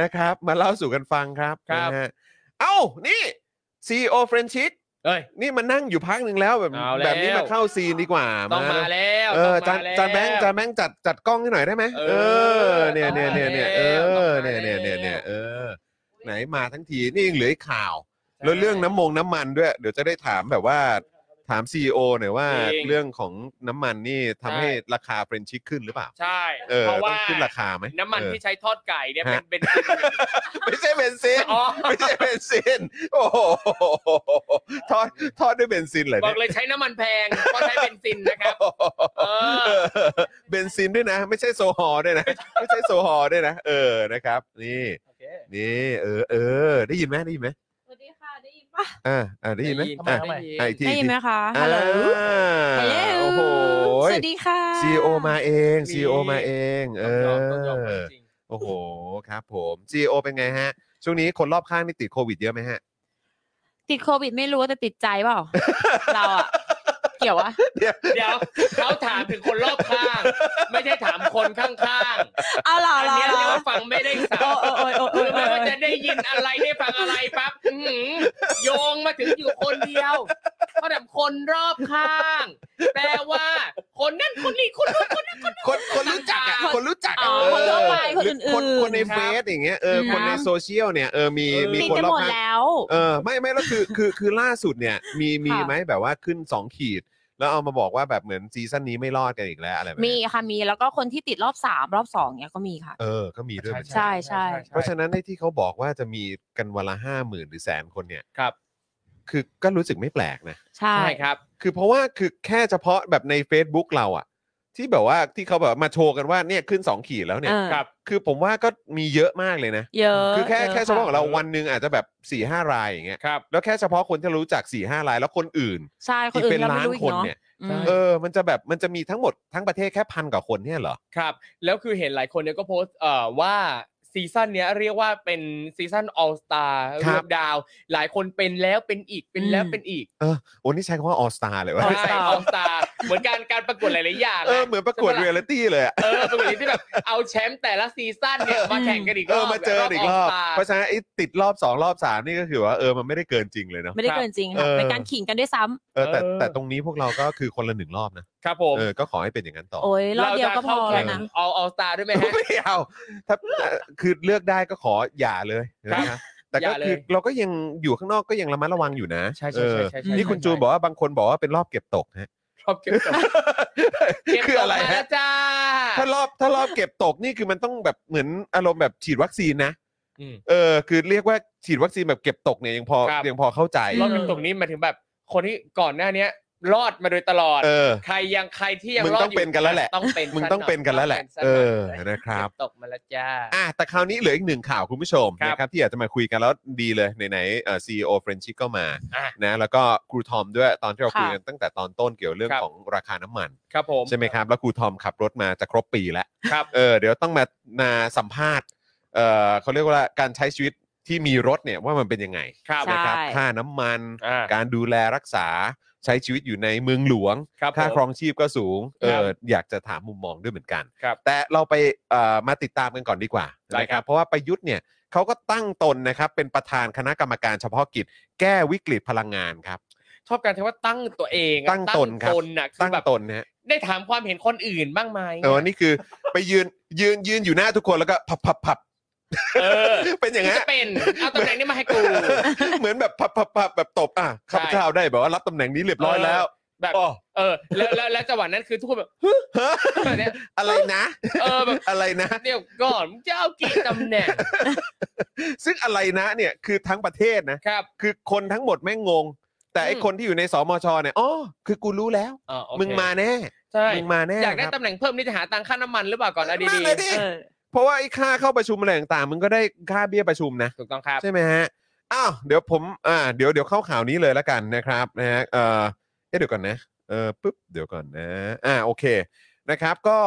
นะครับ มาเล่าสู่กันฟังครับ ครับ นะฮะเอ้า นี่ซีโอเฟรนชิก เอ้ย นี่มันนั่งอยู่พักหนึ่งแล้วแบบ เอาแล้ว แบบนี้มาเข้าซีนดีกว่า ต้องมาแล้ว เออ ต้ จา อน มล้ว จานแบงค์จานแบงค์จัดจัดกล้องให้หน่อยได้ไหม เออ เออเนี่ยเนี่ยเนี่ยเนี่ยเอ ต้อองมาแล้ว เนี่ยเนี่ยเนี่ยเนี่ยเออ ไหนมาทั้งทีนี่ยังเหลืออีกข่าว แล้วเรื่องน้ำมงน้ำมันด้วย เดี๋ยวจะได้ถามแบบว่าถามซีอหน่อยว่า จริง เรื่องของน้ำมันนี่ทำให้ ใช่ ราคาเฟรนชิกขึ้นหรือเปล่า ใช่ เออ เพราะ ต้อ ว่าง ขึ้นราคาไหม น้ำมัน เออ ที่ใช้ทอดไก่เนี่ยเป็น ฮะ เบนซิน ไม่ใช่เบนซิน อ๋อ ไม่ใช่เบนซินโอ้โหทอดทอดด้วยเบนซินเหรอ บอก เนี่ย เลยใช้น้ำมันแพงเพราะใช้เบนซินนะครับ เออ เออเบนซินด้วยนะ ไม่ใช่โซฮอลด้วยนะ ไม่ใช่โซฮอลด้วยนะ เออนะครับ นี่นี่เออเออได้ยินไหมได้ยินไหม สวัสดีค่ะได้ยินปะ อ่าอ่าได้ยินไหม ทำไม อ่า ทำไม อ่าอีกที ได้ อีก ยิ ที นไหมคะฮัลโหล อ่าโอ้โห สวัสดีค่ะ ซีโอมาเอง มี ซีโอมาเอง เอ ต้องยอม อ จริง โอ้โห ครับผมซีโอเป็นไงฮะ ช่วงนี้คนรอบข้างนี่ติดโควิดเยอะไหมฮะ ติดโควิดไม่รู้แต่ติดใจ เปล่า เราอะเกี่ยววะ เดี๋ยวเขาถามถึงคนรอบข้าง ไม่ได้ถามคนข้าง เอาเหร ๆ อ อัน เหรอ เนี้ย เหร เรีย อก ว่าฟังไม่ได้สา โอ้ ร โอ้โอ้โอ้โอ้ คือหมายว่าจะได้ยินอะไรได้ฟังอะไรปั๊บอื้อหือโยงมาถึงอยู่คนเดียวเขาแบบคนรอบข้าง แปลว่า คนนั้นคนนี้คนนู้นคนนั้น คนคนรู้จักอะคนรู้จัก อ๋อคนทั่วไปคนอื่น หรือคนคนในเฟซอย่างเงี้ย เออ คนในโซเชียลเนี่ย เออ มี เออ มี ติด คน กัน รอ ห บ มด ข้าง แล้ว เออ ไม่ไม่แล้วคือ คือ คือล่าสุดเนี่ย มี มี ค่ะ ไหมแบบว่าขึ้น 2 ขีด แล้วเอามาบอกว่าแบบเหมือนซีซั่นนี้ไม่รอดกันอีกแล้วอะไรแบบ มี นี้ ค่ะมีแล้วก็คนที่ติดรอบสามรอบสองเนี้ยก็มีค่ะ เออ ก็มีด้วยเหมือนกัน ใช่ใช่ เพราะฉะนั้นในที่เขาบอกว่าจะมีกันวันละห้าหมื่นหรือแสนคนเนี่ย ครับ คือก็รู้สึกไม่แปลกนะ ใช่ ใช่ครับ คือเพราะว่าคือแค่เฉพาะแบบใน Facebook เราอะที่แบบว่าที่เขาแบบมาโชว์กันว่าเนี่ยขึ้น 2 ขีดแล้วเนี่ย เออ ครับ คือผมว่าก็มีเยอะมากเลยนะ เยอะ คือแค่ ยะ แค่เฉพาะข ะ องเราวันหนึ่งอาจจะแบบ4ี่ห้ารายอย่างเงี้ย ครับ แล้วแค่เฉพาะคนที่เรารู้จัก4ี่ห้ารายแล้วคนอื่น ใช่คน ที่ อื่ เป็น นเรา ล้านไม่รู้อี ค ก น เนาะ เนี่ย อืม เออมันจะแบบมันจะมีทั้งหมดทั้งประเทศแค่พันกว่าคนเนี่ยเหรอ ครับ แล้วคือเห็นหลายคนเนี่ยก็โพสต์เอ่อว่าซีซั่นเนี้ยเรียกว่าเป็นซีซั่น All Star ครั เรื บ อบดาว หลายคนเป็นแล้วเป็นอีกเป็นแล้ว อืม เป็นอีก เออโอ้นี่ใช้คำว่าออสตาเลยวะ ใช่ ใช่ All Star เหมือนการการประกวดหลาย ๆ อย่าง เออเหมือนประกวดเรียลลิตี้เลยอะ เออประกวดที่แบบเอาแชมป์แต่ละซีซั่นเนี่ยมาแข่งกันอีก เอ รอ อบ มาเจออีกรอบ แบบ All Star เพราะฉะนั้นไอ้ติดรอบ 2 รอบ 3 นี่ก็คือว่าเออมันไม่ได้เกินจริงเลยเนาะ ไม่ได้ ครับ เกินจริง เอ ค่ะ อ เป็นการขิงกันด้วยซ้ำ เออแต่ เออ แต่ตรงนี้พวกเราก็คือคนละหนึ่งรอบนะครับ ผม เออก็ขอให้เป็นอย่างนั้นต่อ โอ้ยรอบเดียวก็พอแล้วนะ เอา All Star ด้วยไหมฮะ ไม่เอาถ้าเอ่อคือเลือกได้ก็ขออย่าเลยนะครับแต่ อ ก็ ย่าเลย คือเราก็ยังอยู่ข้างนอกก็ยังระมัดระวังอยู่นะ ใช่ใช่ใช่ใช่ใช่ เออนี่คุณ ใช่ จูนบอกว่าบางคนบอกว่าเป็นรอบเก็บตกฮะ รอบเก็บตกเก็บ คืออะไร ตกมา ฮะ แล้วจ้า ถ้ารอบถ้ารอบเก็บตกนี่คือมันต้องแบบเหมือนอารมณ์แบบฉีดวัคซีนนะ อืม เออคือเรียกว่าฉีดวัคซีนแบบเก็บตกเนี่ยยังพอ ครับ ยังพอเข้าใจ รอบเก็บตกนี้หมายถึงแบบ คนที่ก่อนหน้าเนี้ย รอดมาโดยตลอด เออ ใครยังใครที่ยัง มึง รอด ต้อง ยู่ เป็นกันแล้วแหละ ต้องเป็น มึงต้องเป็นกันแล้วแหละ ต้อง เอ ป็นอซหน่ย นะครับ เก็ตกมาแล้วจ้า อ่ะแต่คราวนี้เหลืออีกหนึ่งข่าวคุณผู้ชม ครับ นะครับที่อยากจะมาคุยกันแล้วดีเลยไหนๆเอ่อซีโอเฟรนชิกก็มา อ่ะ นะแล้วก็ครูทอมด้วยตอนที่เรา ค่ะ คุยกันตั้งแต่ตอนต้นเกี่ยวเรื่อง ครับ ของราคาน้ำมัน ครับผม ใช่ไหมครับ แล้วครูทอมขับรถมาจะครบปีแล้ว ครับ เออเดี๋ยวต้องมามาสัมภาษณ์เออเขาเรียกว่าการใช้ชีวิตที่มีรถเนี่ยว่ามันเป็นยังไง ครับ นะครับ ใช่ ค่าน้ำมัน อ่า การดูแลรักษาใช้ชีวิตอยู่ในเมืองหลวง ครับผม ค่าครองชีพก็สูงเอ ครับ ออยากจะถามมุมมองด้วยเหมือนกัน ครับ แต่เราไปเอ่อมาติดตามกันก่อนดีกว่า ได้ นะค ครั รับบ เพราะว่าประยุทธ์เนี่ยเขาก็ตั้งตนนะครับเป็นประธานคณะกรรมการเฉพาะกิจ แก้วิกฤตพลังงานครับ ชอบการใช้ว่าตั้งตัวเองอะ ตั้งตนครับ ตั้งตนน่ะคือ ตั้ง แบบ ตนนะฮะ ได้ถามความเห็นคนอื่นบ้างไหม เออนี่คือไปยืนยืนยืนอยู่หน้าทุกคนแล้วก็พับพับพับ เออ เป็นอย่าง กู นั้น จะเป็นเอาตำแหน่งนี้มาให้กู เหมือนแบบพับพับพับแบบตบอ่ะข้าพเจ้าได้แบบว่ารับตำแหน่งนี้เรียบร้อยแล้ว แบบ อ๋อ เออแล้วแล้วแล้วจังหวะนั้นคือทุกคนแบบฮึแบบเนี้ย อะไรนะ เออแบบ อะไรนะ เดี๋ยวก่อนมึงจะเอากี่ตำแหน่ง ซึ่งอะไรนะเนี่ยคือทั้งประเทศนะ ครับ คือคนทั้งหมดแม่งงง แต่ไอ อืม คนที่อยู่ในสมชเนี่ยอ๋อคือกูรู้แล้ว เออโอเค มึงมาแน่ ใช่ มึงมาแน่ อยากได้ ครับ ตำแหน่งเพิ่มนี่จะหาตังค่าน้ำมันหรือเปล่าก่อนเอา นั่ ดี นเลยดิ เออ เพราะว่าไอค่าเข้าประชุมอะไรต่างๆมึงก็ได้ค่าเบี้ยประชุมนะ ๆถูกต้องครับ ใช่ไหมฮะอ้าวเดี๋ยวผมอ่าเดี๋ยวเดี๋ยวเข้าข่าวนี้เลยละกันนะครับนะฮะเอ่อเอ๊ะเดี๋ยวก่อนนะเออปุ๊บเดี๋ยวก่อนนะอ่าโอเคนะครับก็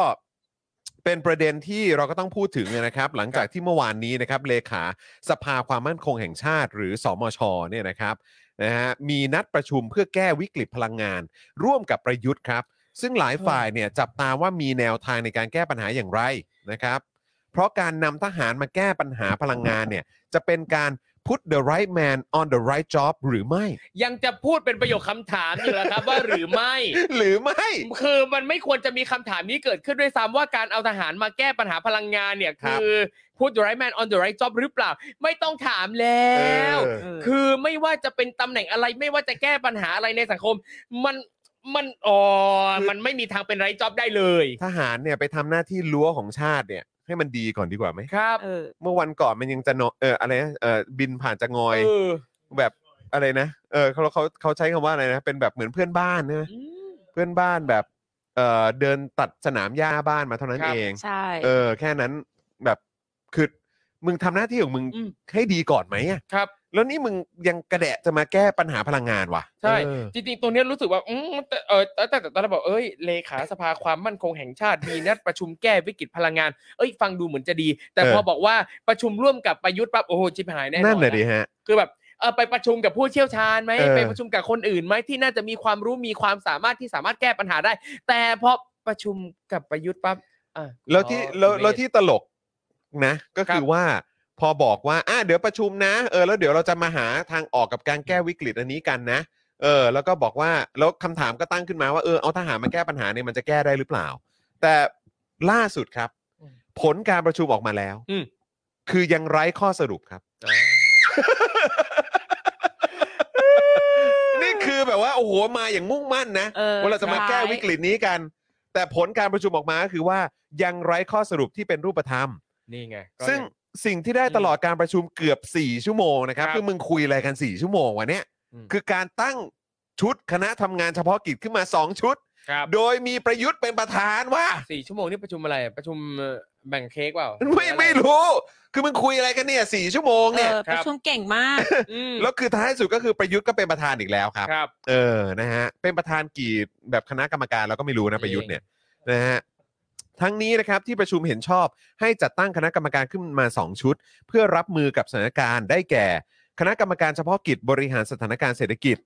เป็นประเด็นที่เราก็ต้องพูดถึงเนี่ยนะครับ หลังจากที่เมื่อวานนี้นะครับเลขาสภาความมั่นคงแห่งชาติ หรือสมชเนี่ยนะครับนะฮะมีนัดประชุมเพื่อแก้วิกฤตพลังงาน ร่วมกับประยุทธ์ครับ ซึ่งหลายฝ่ายเนี่ยจับตาว่ามีแนวทางในการแก้ปัญหาอย่างไรนะครับ เพราะการนำทหารมาแก้ปัญหาพลังงานเนี่ย จะเป็นการ put the right man on the right job หรือไม่ ยังจะพูดเป็นประโยคคำถามอยู่แล้วครับ ว่าหรือไม่ หรือไม่ คือมันไม่ควรจะมีคำถามนี้เกิดขึ้นด้วยซ้ำว่าการเอาทหารมาแก้ปัญหาพลังงานเนี่ย ครั คื บ อพูด the right man on the right job หรือเปล่า ไม่ต้องถามแล้ เอ ว อ คือไม่ว่าจะเป็นตำแหน่งอะไรไม่ว่าจะแก้ปัญหาอะไรในสังคม มันมันอ๋อ คือ มันไม่มีทางเป็นไรจ็อบได้เลย ทหารเนี่ยไปทำหน้าที่รั้วของชาติเนี่ย ให้มันดีก่อนดีกว่าไหม ครับ เออ เมื่อวันก่อนมันยังจะนอเอออะไรนะเออบินผ่านจะงอย เออ แบบอะไรนะ เออเขาเขาเขาใช้คำว่าอะไรนะ เป็นแบบเหมือนเพื่อนบ้านใช่ไหม อืม เพื่อนบ้านแบบเออเดินตัดสนามหญ้าบ้านมาเท่านั้น ครับ เอง ใช่ เออ แค่นั้นแบบคือมึงทำหน้าที่ของมึง อืม ให้ดีก่อนไหมอะ ครับ แล้วนี่มึงยังกระแดะจะมาแก้ปัญหาพลังงานวะ ใช่ เออ จริงๆ ตรงเนี้ยรู้สึกว่าอืมแต่เออแต่แต่แต่ตอนแรกบอกเอ้ยเลขาสภาความมั่นคงแห่งชาติมีนัดประชุมแก้วิกฤตพลังงาน เอ้ยฟังดูเหมือนจะดี แต่พอบอกว่าประชุมร่วมกับประยุทธ์ปั๊บโอ้โหจิบหายแน่นอน นั่นแหละ นะ ดิฮะ คือแบบเออไปประชุมกับผู้เชี่ยวชาญไหม เออ ไปประชุมกับคนอื่นไหมที่น่าจะมีความรู้มีความสามารถที่สามารถแก้ปัญหาได้ แต่พอประชุมกับประยุทธ์ปั๊บอ่ะ แล้วที่ อ๋อ แล้ว คุณเมธ แล้วที่ตลกนะ ก็คือ ครับ ว่าพอบอกว่าอ่ะเดี๋ยวประชุมนะ เออแล้วเดี๋ยวเราจะมาหาทางออกกับการแก้วิกฤตอันนี้กันนะ เออ แล้วก็บอกว่าแล้วคำถามก็ตั้งขึ้นมาว่าเออเอาทหารมาแก้ปัญหาเนี่ยมันจะแก้ได้หรือเปล่า แต่ล่าสุดครับ อืม ผลการประชุมออกมาแล้ว อืม คือยังไร้ข้อสรุปครับ นี่คือแบบว่าโอ้โหมาอย่างมุ่งมั่นนะ เออ ว่าเราจะมาแก้ ร้ย วิกฤตนี้กัน แต่ผลการประชุมออกมาก็คือว่ายังไร้ข้อสรุปที่เป็นรูปธรรม นี่ไงก็ ซึ่งสิ่งที่ได้ตลอดการประชุมเกือบ 4 ชั่วโมงนะครับ ครับ คือมึงคุยอะไรกัน 4 ชั่วโมงวันเนี้ย อืม คือการตั้งชุดคณะทำงานเฉพาะกิจขึ้นมา 2 ชุด ครับ โดยมีประยุทธ์เป็นประธานว่า สี่ชั่วโมงนี่ประชุมอะไรประชุมเอ่อแบ่งเค้กเปล่า ไม่ อะ ไม่รู้ คือมึงคุยอะไรกันเนี่ยสชั่วโมง เอ เนี่ย อประชุมเก่งมาก อืม แล้วคือท้ายสุดก็คือประยุทธ์ก็เป็นประธานอีกแล้วครับ ครับ เออ นะฮะ เป็นประธานกี่แบบคณะกรรมการเราก็ไม่รู้นะประยุทธ์เนี่ยนะฮะ ทั้งนี้นะครับที่ประชุมเห็นชอบให้จัดตั้งคณะกรรมการขึ้นมา 2 ชุด เพื่อรับมือกับสถานการณ์ได้แก่ คณะกรรมการเฉพาะกิจบริหารสถานการณ์เศรษฐกิจ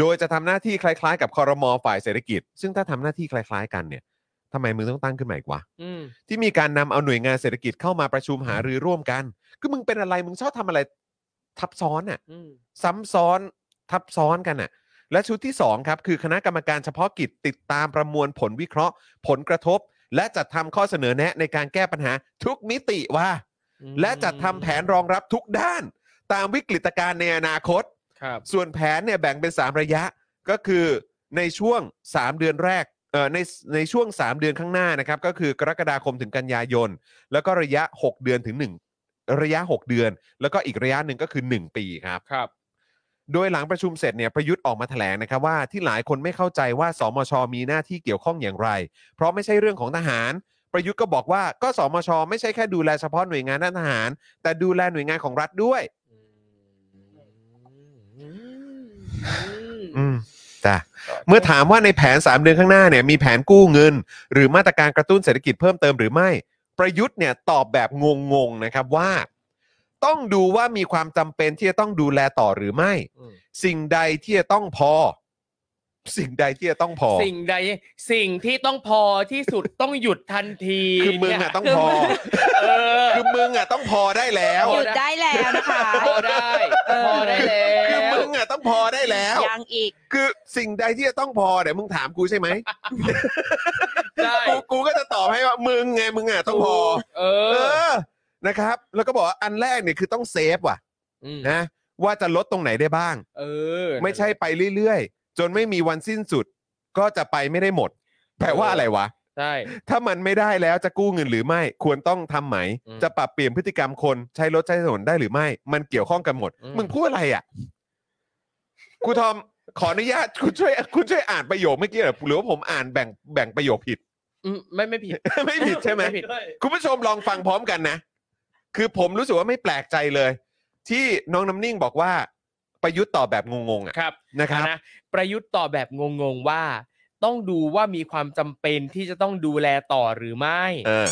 โดยจะทำหน้าที่คล้ายๆ กับคอรมอฝ่ายเศรษฐกิจ ซึ่งถ้าทำหน้าที่คล้าย ๆ กันเนี่ยทำไมมึงต้องตั้งขึ้นมาอีกวะ อืม ที่มีการนำเอาหน่วยงานเศรษฐกิจเข้ามาประชุมหารือร่วมกัน ก็มึงเป็นอะไรมึงชอบทำอะไรทับซ้อนอ่ะ อืม ซ้ำซ้อนทับซ้อนกันน่ะ และชุดที่ 2 ครับ คือคณะกรรมการเฉพาะกิจติดตามประมวลผลวิเคราะห์ ผลกระทบ และจัดทำข้อเสนอแนะในการแก้ปัญหาทุกมิติว่า อืม และจัดทำแผนรองรับทุกด้าน ตามวิกฤตการณ์ในอนาคต ครับ ส่วนแผนเนี่ยแบ่งเป็น 3 ระยะก็คือในช่วง 3 เดือนแรกเอ่อในในช่วง 3 เดือนข้างหน้านะครับ ก็คือกรกฎาคมถึงกันยายน แล้วก็ระยะ 6 เดือนถึง 1 ระยะ 6 เดือน แล้วก็อีกระยะหนึ่งก็คือ 1 ปีครับ ครับ โดยหลังประชุมเสร็จเนี่ยประยุทธ์ออกมาแถลงนะครับว่าที่หลายคนไม่เข้าใจว่าสมชมีหน้าที่เกี่ยวข้องอย่างไร เพราะไม่ใช่เรื่องของทหาร ประยุทธ์ก็บอกว่าก็สมชไม่ใช่แค่ดูแลเฉพาะหน่วยงานด้านทหาร แต่ดูแลหน่วยงานของรัฐด้วย อืมจ้ะเมื่อถามว่าในแผน 3 เดือนข้างหน้าเนี่ยมีแผนกู้เงิน หรือมาตรการกระตุ้นเศรษฐกิจเพิ่มเติมหรือไม่ ประยุทธ์เนี่ยตอบแบบงงๆนะครับว่า ต้องดูว่ามีความจำเป็นที่จะต้องดูแลต่อหรือไม่ สิ่งใดที่จะต้องพอ สิ่งใดที่จะต้องพอ สิ่งใดสิ่งที่ต้องพอที่สุด ต้องหยุดทันที คือมึง เนี่ย อ่ะต้องพอ เออ คือมึงอ่ะต้องพอได้แล้ว หยุดได้แล้วนะคะ พอได้พอได้แล้ คือ ว มึงอ่ะต้องพอได้แล้ว ยังอีก คือสิ่งใดที่จะต้องพอเดี๋ยวมึงถามกูใช่ไหม ใช่ กูกูก็จะตอบให้ว่ามึงไงมึงอ่ะต้องพอ เอ เอ อ อ นะครับ แล้วก็บอกว่าอันแรกเนี่ยคือต้องเซฟว่ะ อืม นะว่าจะลดตรงไหนได้บ้าง เออ ไม่ใช่ไปเรื่อยๆ จนไม่มีวันสิ้นสุด ก็จะไปไม่ได้หมด แปลว่า เอออ อะไรวะ ใช่ ถ้ามันไม่ได้แล้วจะกู้เงินหรือไม่ ควรต้องทำไหม อืม จะปรับเปลี่ยนพฤติกรรมคนใช้รถใช้ถนนได้หรือไม่ มันเกี่ยวข้องกันหมด อืม มึงพูดอะไรอ่ะครูทอมขออนุญาตคุณช่วยคุณช่วยอ่านประโยคเมื่อกี้หน่อยหรือว่าผมอ่านแบ่งแบ่งประโยคผิด อืมไม่ไม่ผิด ไม่ผิดใช่ไหม ไม่ผิด คุณผู้ชมลองฟังพร้อมกันนะ คือผมรู้สึกว่าไม่แปลกใจเลย ที่น้องน้ำนิ่งบอกว่า ประยุทธ์ตอบแบบงงๆอะ ครับ นะครับ นะประยุทธ์ตอบแบบงงๆว่า ต้องดูว่ามีความจำเป็นที่จะต้องดูแลต่อหรือไม่ เออ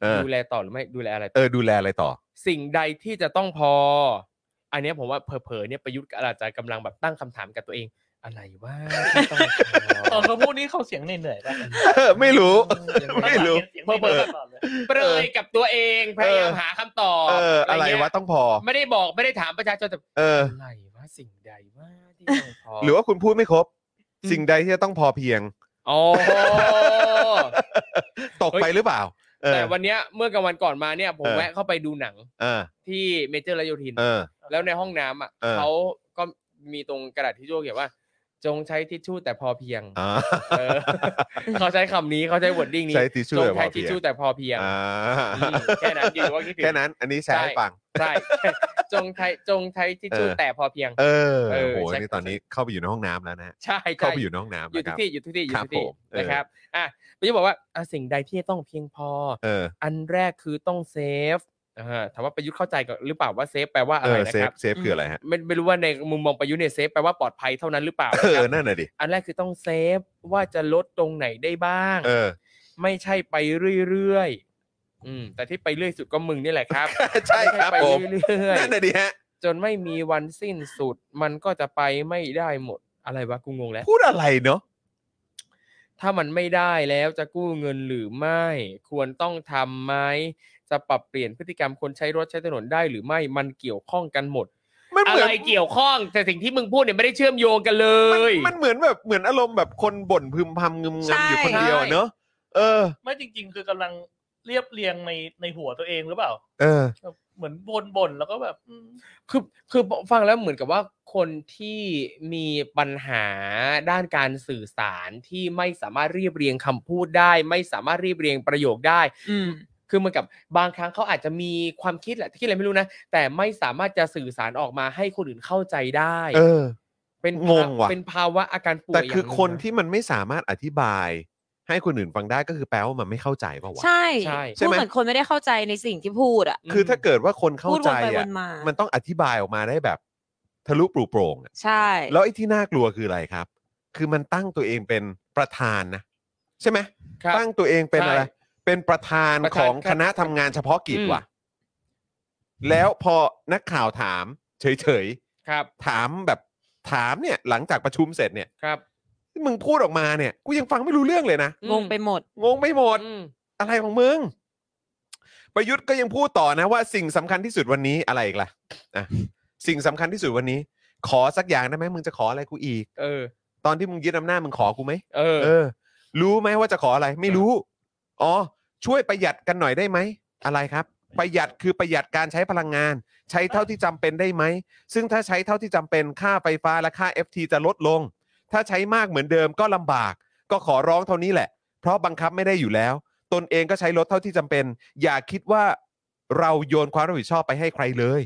เออ ดูแลต่อหรือไม่ดูแลอะไร เออดูแลอะไรต่อ สิ่งใดที่จะต้องพอ อันเนี้ยผมว่าเผลอๆเนี่ยประยุทธ์อาจจะกำลังแบบตั้งคำถามกับตัวเอง อะไรว่าต้องพ ต อ อนเขาพูดนี่เขาเสียงเหนื่อยๆป่ะ เออ ไม่รู้ ไม่รู้ เสียงเบอร์ตลอดเลย เปรยกับตัวเองพยายามหาคำตอบ เออ อะไร เงี้ยว ะต้องพอ ไม่ได้บอกไม่ได้ถามประชาชนแต่ เออ อะไรว่าสิ่งใดว่าที่ต้องพอ หรือว่าคุณพูดไม่ครบ สิ่งใดที่จะต้องพอเพียง อ๋อ ตกไปหรือเปล่า เออ แต่วันเนี้ยเมื่อกลางวันก่อนมาเนี่ยผม เออ แวะเข้าไปดูหนัง เออ ที่เมเจอร์รโยธิน เออ แล้วในห้องน้ำอ่ะ เออ เขาก็มีตรงกระดาษทิชชู่เขียนว่า จงใช้ทิชชู่แต่พอเพียง อ่า เออเขาใช้คำนี้เขาใช้วอร์ดดิ้ง นี้ใช้ทิชชู่ จง แบบพ ใช้ อ ทิเพีชยง ชู่แต่พอเพียง อ่า อืมแค่นั้นดีว่าคิดถึง แค่นั้น อันนี้แชร์ให้ ใช่ ฟัง ใช่ จงใช้จงใช้ทิชชู่ เออ แต่พอเพียง เออ เออ โห ใช่ นี่ตอนนี้เข้าไปอยู่ในห้องน้ำแล้วนะฮะ ใช่ใช่ เข้าไปอยู่ในห้องน้ำ อยู่ นะค ทุก รับ ที่อยู่ทุกที่อยู่ ครับ ทุกที่ ผมเออ นะครับอ่ะไม่ใช่บอกว่าอ่ะสิ่งใดที่ต้องเพียงพอ เออ อันแรกคือต้องเซฟอ่าถามว่าประยุทธ์เข้าใจกับหรือเปล่าว่าเซฟแปลว่าอะ เอ ไร อ นะ เซ ค ฟ รับ เซฟคืออะไรฮะ ไม่ไม่รู้ว่าในมุมมองประยุทธ์เนี่ยเซฟแปลว่าปลอดภัยเท่านั้นหรือเปล่า เอ นะค อ รับ นั่นน่ะดิ อันแรกคือต้องเซฟว่าจะลดตรงไหนได้บ้าง เออ ไม่ใช่ไปเรื่อยๆอืมแต่ที่ไปเรื่อยสุดก็มึงนี่แหละครับ ใช่ครับ ไม่ ผ ใช่ ม ไปเรื่อย นั่นน่ะดิฮะ ๆจนไม่มีวันสิ้นสุด มันก็จะไปไม่ได้หมดอะไรวะกูงงแล้ว พูดอะไรเนาะ ถ้ามันไม่ได้แล้วจะกู้เงินหรือไม่ ควรต้องทำไหมจะปรับเปลี่ยนพฤติกรรมคนใช้รถใช้ถนนได้หรือไม่มันเกี่ยวข้องกันหมด มันเห อะ มือน ไรเกี่ยวข้องแต่สิ่งที่มึงพูดเนี่ยไม่ได้เชื่อมโยงกันเล มัน ย มันเหมือนแบบ เหมือนอารมณ์แบบคนบ่นพึมพำงึม ใช่ งำอยู่คนเดียวอะเนาะ เออ ไม่จริง ๆ คือกำลังเรียบเรียงในในหัวตัวเองหรือเปล่า เออ เหมือนบ่นบ่นๆแล้วก็แบบอืม คือคือฟังแล้วเหมือนกับว่าคนที่มีปัญหาด้านการสื่อสารที่ไม่สามารถเรียบเรียงคำพูดได้ ไม่สามารถเรียบเรียงประโยคได้ อืม คือเหมือนกับบางครั้งเขาอาจจะมีความคิดแหละคิดอะไรไม่รู้นะแต่ไม่สามารถจะสื่อสารออกมาให้คนอื่นเข้าใจได้ เออ เป็น งงว่ะ เป็นภาวะอาการป่วย แต่คือ อย่างหง คน นะ ที่มันไม่สามารถอธิบาย ให้คนอื่นฟังได้ก็คือแปลว่ามันไม่เข้าใจป่าวะ ใช่ ใช่ ใช่ พูด ไหม เหมือนคนไม่ได้เข้าใจในสิ่งที่พูดอ่ะ คือถ้าเกิดว่าคนเข้า พูดว ใจ นไปว อะ นมา มันต้องอธิบายออกมาได้แบบ ทะลุปลุกโปร่งอะ ใช่ แล้วไอ้ที่น่ากลัวคืออะไรครับ คือมันตั้งตัวเองเป็นประธานนะ ใช่ไหม ครับ ตั้งตัวเองเป็นอะไร ใช่ เป็นประธาน ประ ข ธาน อง ครับ คณะทำงานเฉพาะกิจ อืม ว่ะ แล้วพอนักข่าวถาม เฉย ครับ ๆ ถามแบบถามเนี่ย หลังจากประชุมเสร็จเนี่ย ครับ มึงพูดออกมาเนี่ย กูยังฟังไม่รู้เรื่องเลยนะ งงไปหมด งงไม่หมด อืม อะไรของมึง ประยุทธ์ก็ยังพูดต่อนะว่าสิ่งสำคัญที่สุดวันนี้อะไรอีกล่ะอ่ะ สิ่งสำคัญที่สุดวันนี้ ขอสักอย่างได้ไหมมึงจะขออะไรกูอีก เออ ตอนที่มึงยึดอำนาจมึงขอกูไหม เออ เออ รู้ไหมว่าจะขออะไร ไม่รู้ อ๋อ ช่วยประหยัดกันหน่อยได้ไหม อะไรครับ ประหยัดคือประหยัดการใช้พลังงาน ใช้เท่าที่จำเป็นได้ไหม ซึ่งถ้าใช้เท่าที่จำเป็นค่าไฟฟ้าและค่า FT จะลดลง ถ้าใช้มากเหมือนเดิมก็ลำบาก ก็ขอร้องเท่านี้แหละ เพราะบังคับไม่ได้อยู่แล้ว ตนเองก็ใช้ลดเท่าที่จำเป็น อย่าคิดว่าเราโยนความรับผิดชอบไปให้ใครเลย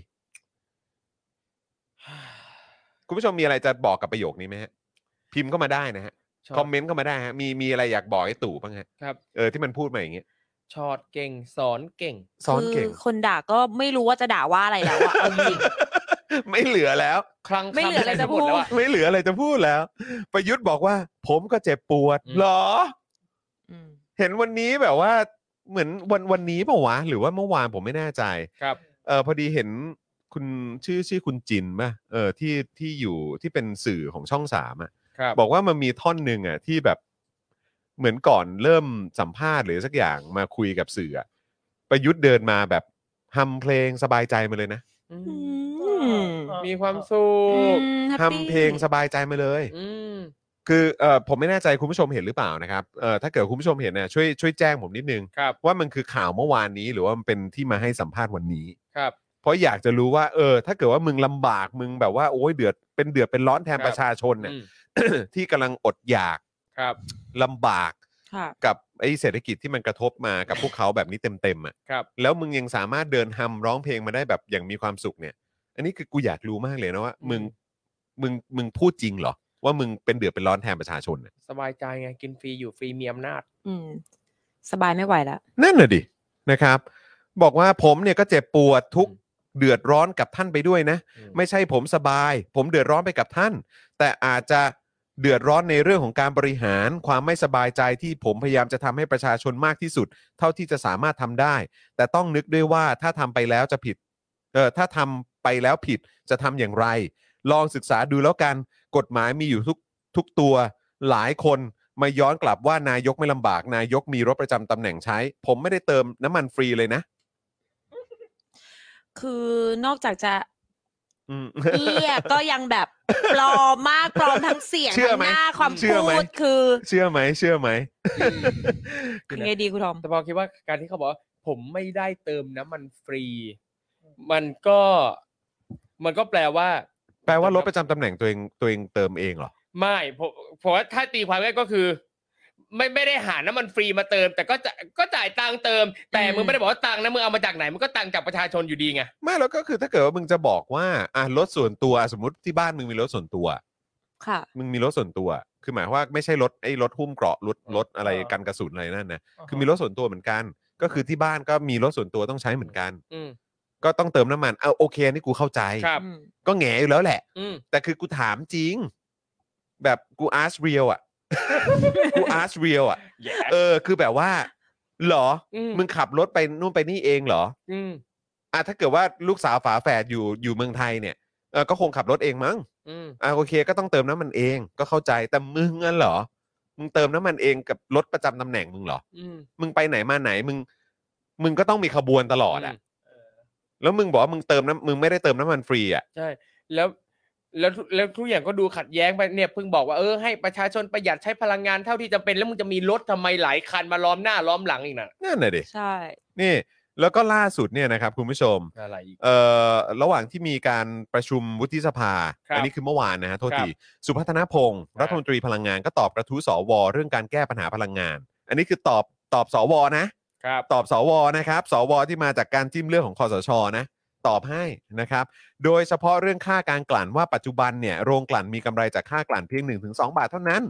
คุณผู้ชมมีอะไรจะบอกกับประโยคนี้ไหมฮะ พิมพ์เข้ามาได้นะฮะ ชอ ค บ อมเมนต์เข้ามาได้ฮะ มีมีอะไรอยากบอกไอ้ตู่บ้างฮะ ครับ เออที่มันพูดมาอย่างเงี้ย ชอดเก่งสอนเก่ง ซ้อนเก่ง คืคนด่าก็ไม่รู้ว่าจะด่าว่าอะไร แล้วอะเอาจริง ไม่เหลือแล้ว คลังคำ ไม่เหลืออะไรจะพูด หมแล้วอะ ไม่เหลืออะไรจะพูดแล้ว ประยุทธ์บอกว่า ผมก็เจ็บปวด อืม เหรอ ๆอืม เห็นวันนี้แบบว่าเหมือนวันวันนี้เปล่าวะ หรือว่าเมื่อวานผมไม่แน่ใจ ครับ เออพอดีเห็นคุณชื่อชื่อคุณจินป่ะเออที่ที่อยู่ที่เป็นสื่อของช่องสามอ่ะ ครับ บอกว่ามันมีท่อนหนึ่งอ่ะที่แบบเหมือนก่อนเริ่มสัมภาษณ์หรือสักอย่างมาคุยกับสื่ออะประยุทธ์เดินมาแบบทำเพลงสบายใจมาเลยนะ อื อื ม ม มีความสุ อื ข ม ทำ happy เพลงสบายใจมาเลย อืม คือเออผมไม่แน่ใจคุณผู้ชมเห็นหรือเปล่านะครับเออถ้าเกิดคุณผู้ชมเห็นนะช่วยช่วยแจ้งผมนิดนึง ครับ ว่ามันคือข่าวเมื่อวานนี้หรือว่ามันเป็นที่มาให้สัมภาษณ์วันนี้ ครับ เพราะอยากจะรู้ว่าเออ ถ้าเกิดว่ามึงลำบากมึงแบบว่าโอ้ยเดือดเป็นเดือดเป็นร้อนแทน ครับ ประชาชนเนี่ย อืม ที่กำลังอดอยาก ครับ ลำบาก ค่ะ กับไอ้เศรษฐกิจที่มันกระทบมากับพวกเขาแบบนี้เต็มๆอ่ะ ครับ แล้วมึงยังสามารถเดินฮัมร้องเพลงมาได้แบบอย่างมีความสุขเนี่ย อันนี้คือกูอยากรู้มากเลยนะว่า มึงมึงมึงพูดจริงเหรอว่ามึงเป็นเดือดเป็นร้อนแทนประชาชนน่ะ สบายใจไงกินฟรีอยู่ฟรีมีอำนาจ อืม สบายไม่ไหวแล้ว นั่นน่ะดินะครับ บอกว่าผมเนี่ยก็เจ็บปวดทุกข์เดือดร้อนกับท่านไปด้วยนะ ไม่ใช่ผมสบาย ผมเดือดร้อนไปกับท่าน แต่อาจจะเดือดร้อนในเรื่องของการบริหาร ความไม่สบายใจที่ผมพยายามจะทำให้ประชาชนมากที่สุด เท่าที่จะสามารถทำได้ แต่ต้องนึกด้วยว่าถ้าทำไปแล้วจะผิดเออถ้าทำไปแล้วผิดจะทำอย่างไร ลองศึกษาดูแล้วกันกฎหมายมีอยู่ทุกทุกตัว หลายคนมาย้อนกลับว่านายกไม่ลำบาก นายกมีรถประจำตำแหน่งใช้ ผมไม่ได้เติมน้ำมันฟรีเลยนะ คือนอกจากจะ อืม เอี้ยก็ยังแบบปลอมมากปลอมทั้งเสียง เชื่อ ทั้ง ไหม หน้าความ เชื่ พู อไหม ดคือ เชื่อไหมเชื่อไหม คือไงดีคุณทอม แต่พอคิดว่าการที่เขาบอกว่าผมไม่ได้เติมน้ำมันฟรี มันก็มันก็แปลว่า แปลว่ารถประจำตำแหน่งตัวเองตัวเองเติมเองเหรอ ไม่ผมผมว่าถ้าตีความง่ายก็คือ ไม่ไม่ได้หาน้ำมันฟรีมาเติม แต่ก็จะก็จ่ายตังค์เติม แต่ อืม มึงไม่ได้บอกว่าตังค์นะมึงเอามาจากไหนมันก็ตังค์จากประชาชนอยู่ดีไง ไม่แล้วก็คือถ้าเกิดว่ามึงจะบอกว่าอ่ะรถส่วนตัวสมมติที่บ้านมึงมีรถส่วนตัว ค่ะ มึงมีรถส่วนตัว คือหมายความว่าไม่ใช่รถไอ้รถหุ้มเกราะรถรถอะไรกันกระสุนอะไรนั่นนะคือมีรถส่วนตัวเหมือนกัน ก็คือที่บ้านก็มีรถส่วนตัวต้องใช้เหมือนกัน อืม ก็ต้องเติมน้ำมันเอาโอเคอันนี่กูเข้าใจ ครับ อืม ก็แหงอยู่แล้วแหละ อืม แต่คือกูถามจริง แบบกู ask real อ่ะ กู ask real อ่ะเออ คือแบบว่าเหรอ อืม มึงขับรถไปนู่นไปนี่เองเหรอ อืม อ่ะถ้าเกิดว่าลูกสาวฝาแฝดอยู่อยู่เมืองไทยเนี่ยเออก็คงขับรถเองมั้ง อืม อ่ะโอเคก็ต้องเติมน้ำมันเอง ก็เข้าใจแต่มึงอ่ะเหรอ มึงเติมน้ำมันเองกับรถประจำตำแหน่งมึงเหรอ อืม มึงไปไหนมาไหนมึง มึงก็ต้องมีขบวนตลอดอ่ะ อืม แล้วมึงบอกว่ามึงเติมน้ำมึงไม่ได้เติมน้ำมันฟรีอ่ะ ใช่แล้วแล้วทุแล้วทุกอย่างก็ดูขัดแย้งไปเนี่ยเพิ่งบอกว่าเออให้ประชาชนประหยัดใช้พลังงานเท่าที่จำเป็นแล้วมึงจะมีรถทำไมหลายคันมาล้อมหน้าล้อมหลังอีกน่ะ นั่นน่ะดิ ใช่ นี่ แล้วก็ล่าสุดเนี่ยนะครับคุณผู้ชม อะไรอีก เอ่อระหว่างที่มีการประชุมวุฒิสภา ครับ อันี้คือเมื่อวานนะฮะโทษ ครับ ทีสุพัฒนพงศ์ ครับ รัฐมนตรีพลังงานก็ตอบกระทู้สวเรื่องการแก้ปัญหาพลังงาน อันนี้คือตอบตอบสวนะ ครับ ตอบสวนะครับสวที่มาจากการจิ้มเรื่องของคอสชนะ ตอบให้นะครับ โดยเฉพาะเรื่องค่าการกลั่นว่าปัจจุบันเนี่ยโรงกลั่นมีกำไรจากค่ากลั่นเพียง 1-2 บาทเท่านั้น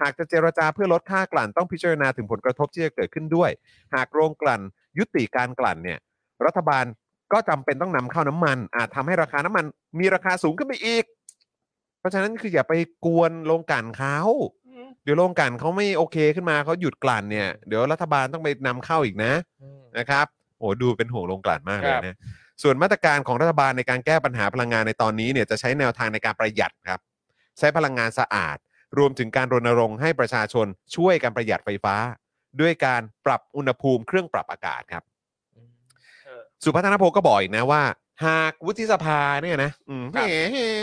หากจะเจรจาเพื่อลดค่ากลั่นต้องพิจารณาถึงผลกระทบที่จะเกิดขึ้นด้วย หากโรงกลั่นยุติการกลั่นเนี่ยรัฐบาลก็จำเป็นต้องนำเข้าน้ำมัน อาจทำให้ราคาน้ำมันมีราคาสูงขึ้นไปอีก เพราะฉะนั้นคืออย่าไปกวนโรงกลั่นเขาเดี๋ยวโรงกลั่นเขาไม่โอเคขึ้นมาเขาหยุดกลั่นเนี่ยเดี๋ยวรัฐบาลต้องไปนำเข้าอีกนะ นะครับโอ้ดูเป็นห่วงโรงกลั่นมากเลย ครับ นะส่วนมาตรการของรัฐบาลในการแก้ปัญหาพลังงานในตอนนี้เนี่ยจะใช้แนวทางในการประหยัดครับ ใช้พลังงานสะอาด รวมถึงการรณรงค์ให้ประชาชนช่วยกันประหยัดไฟฟ้า ด้วยการปรับอุณหภูมิเครื่องปรับอากาศครับ สุพัฒนพงศ์ก็บอกอีกนะว่า หากวุฒิสภาเนี่ยนะอืมแหม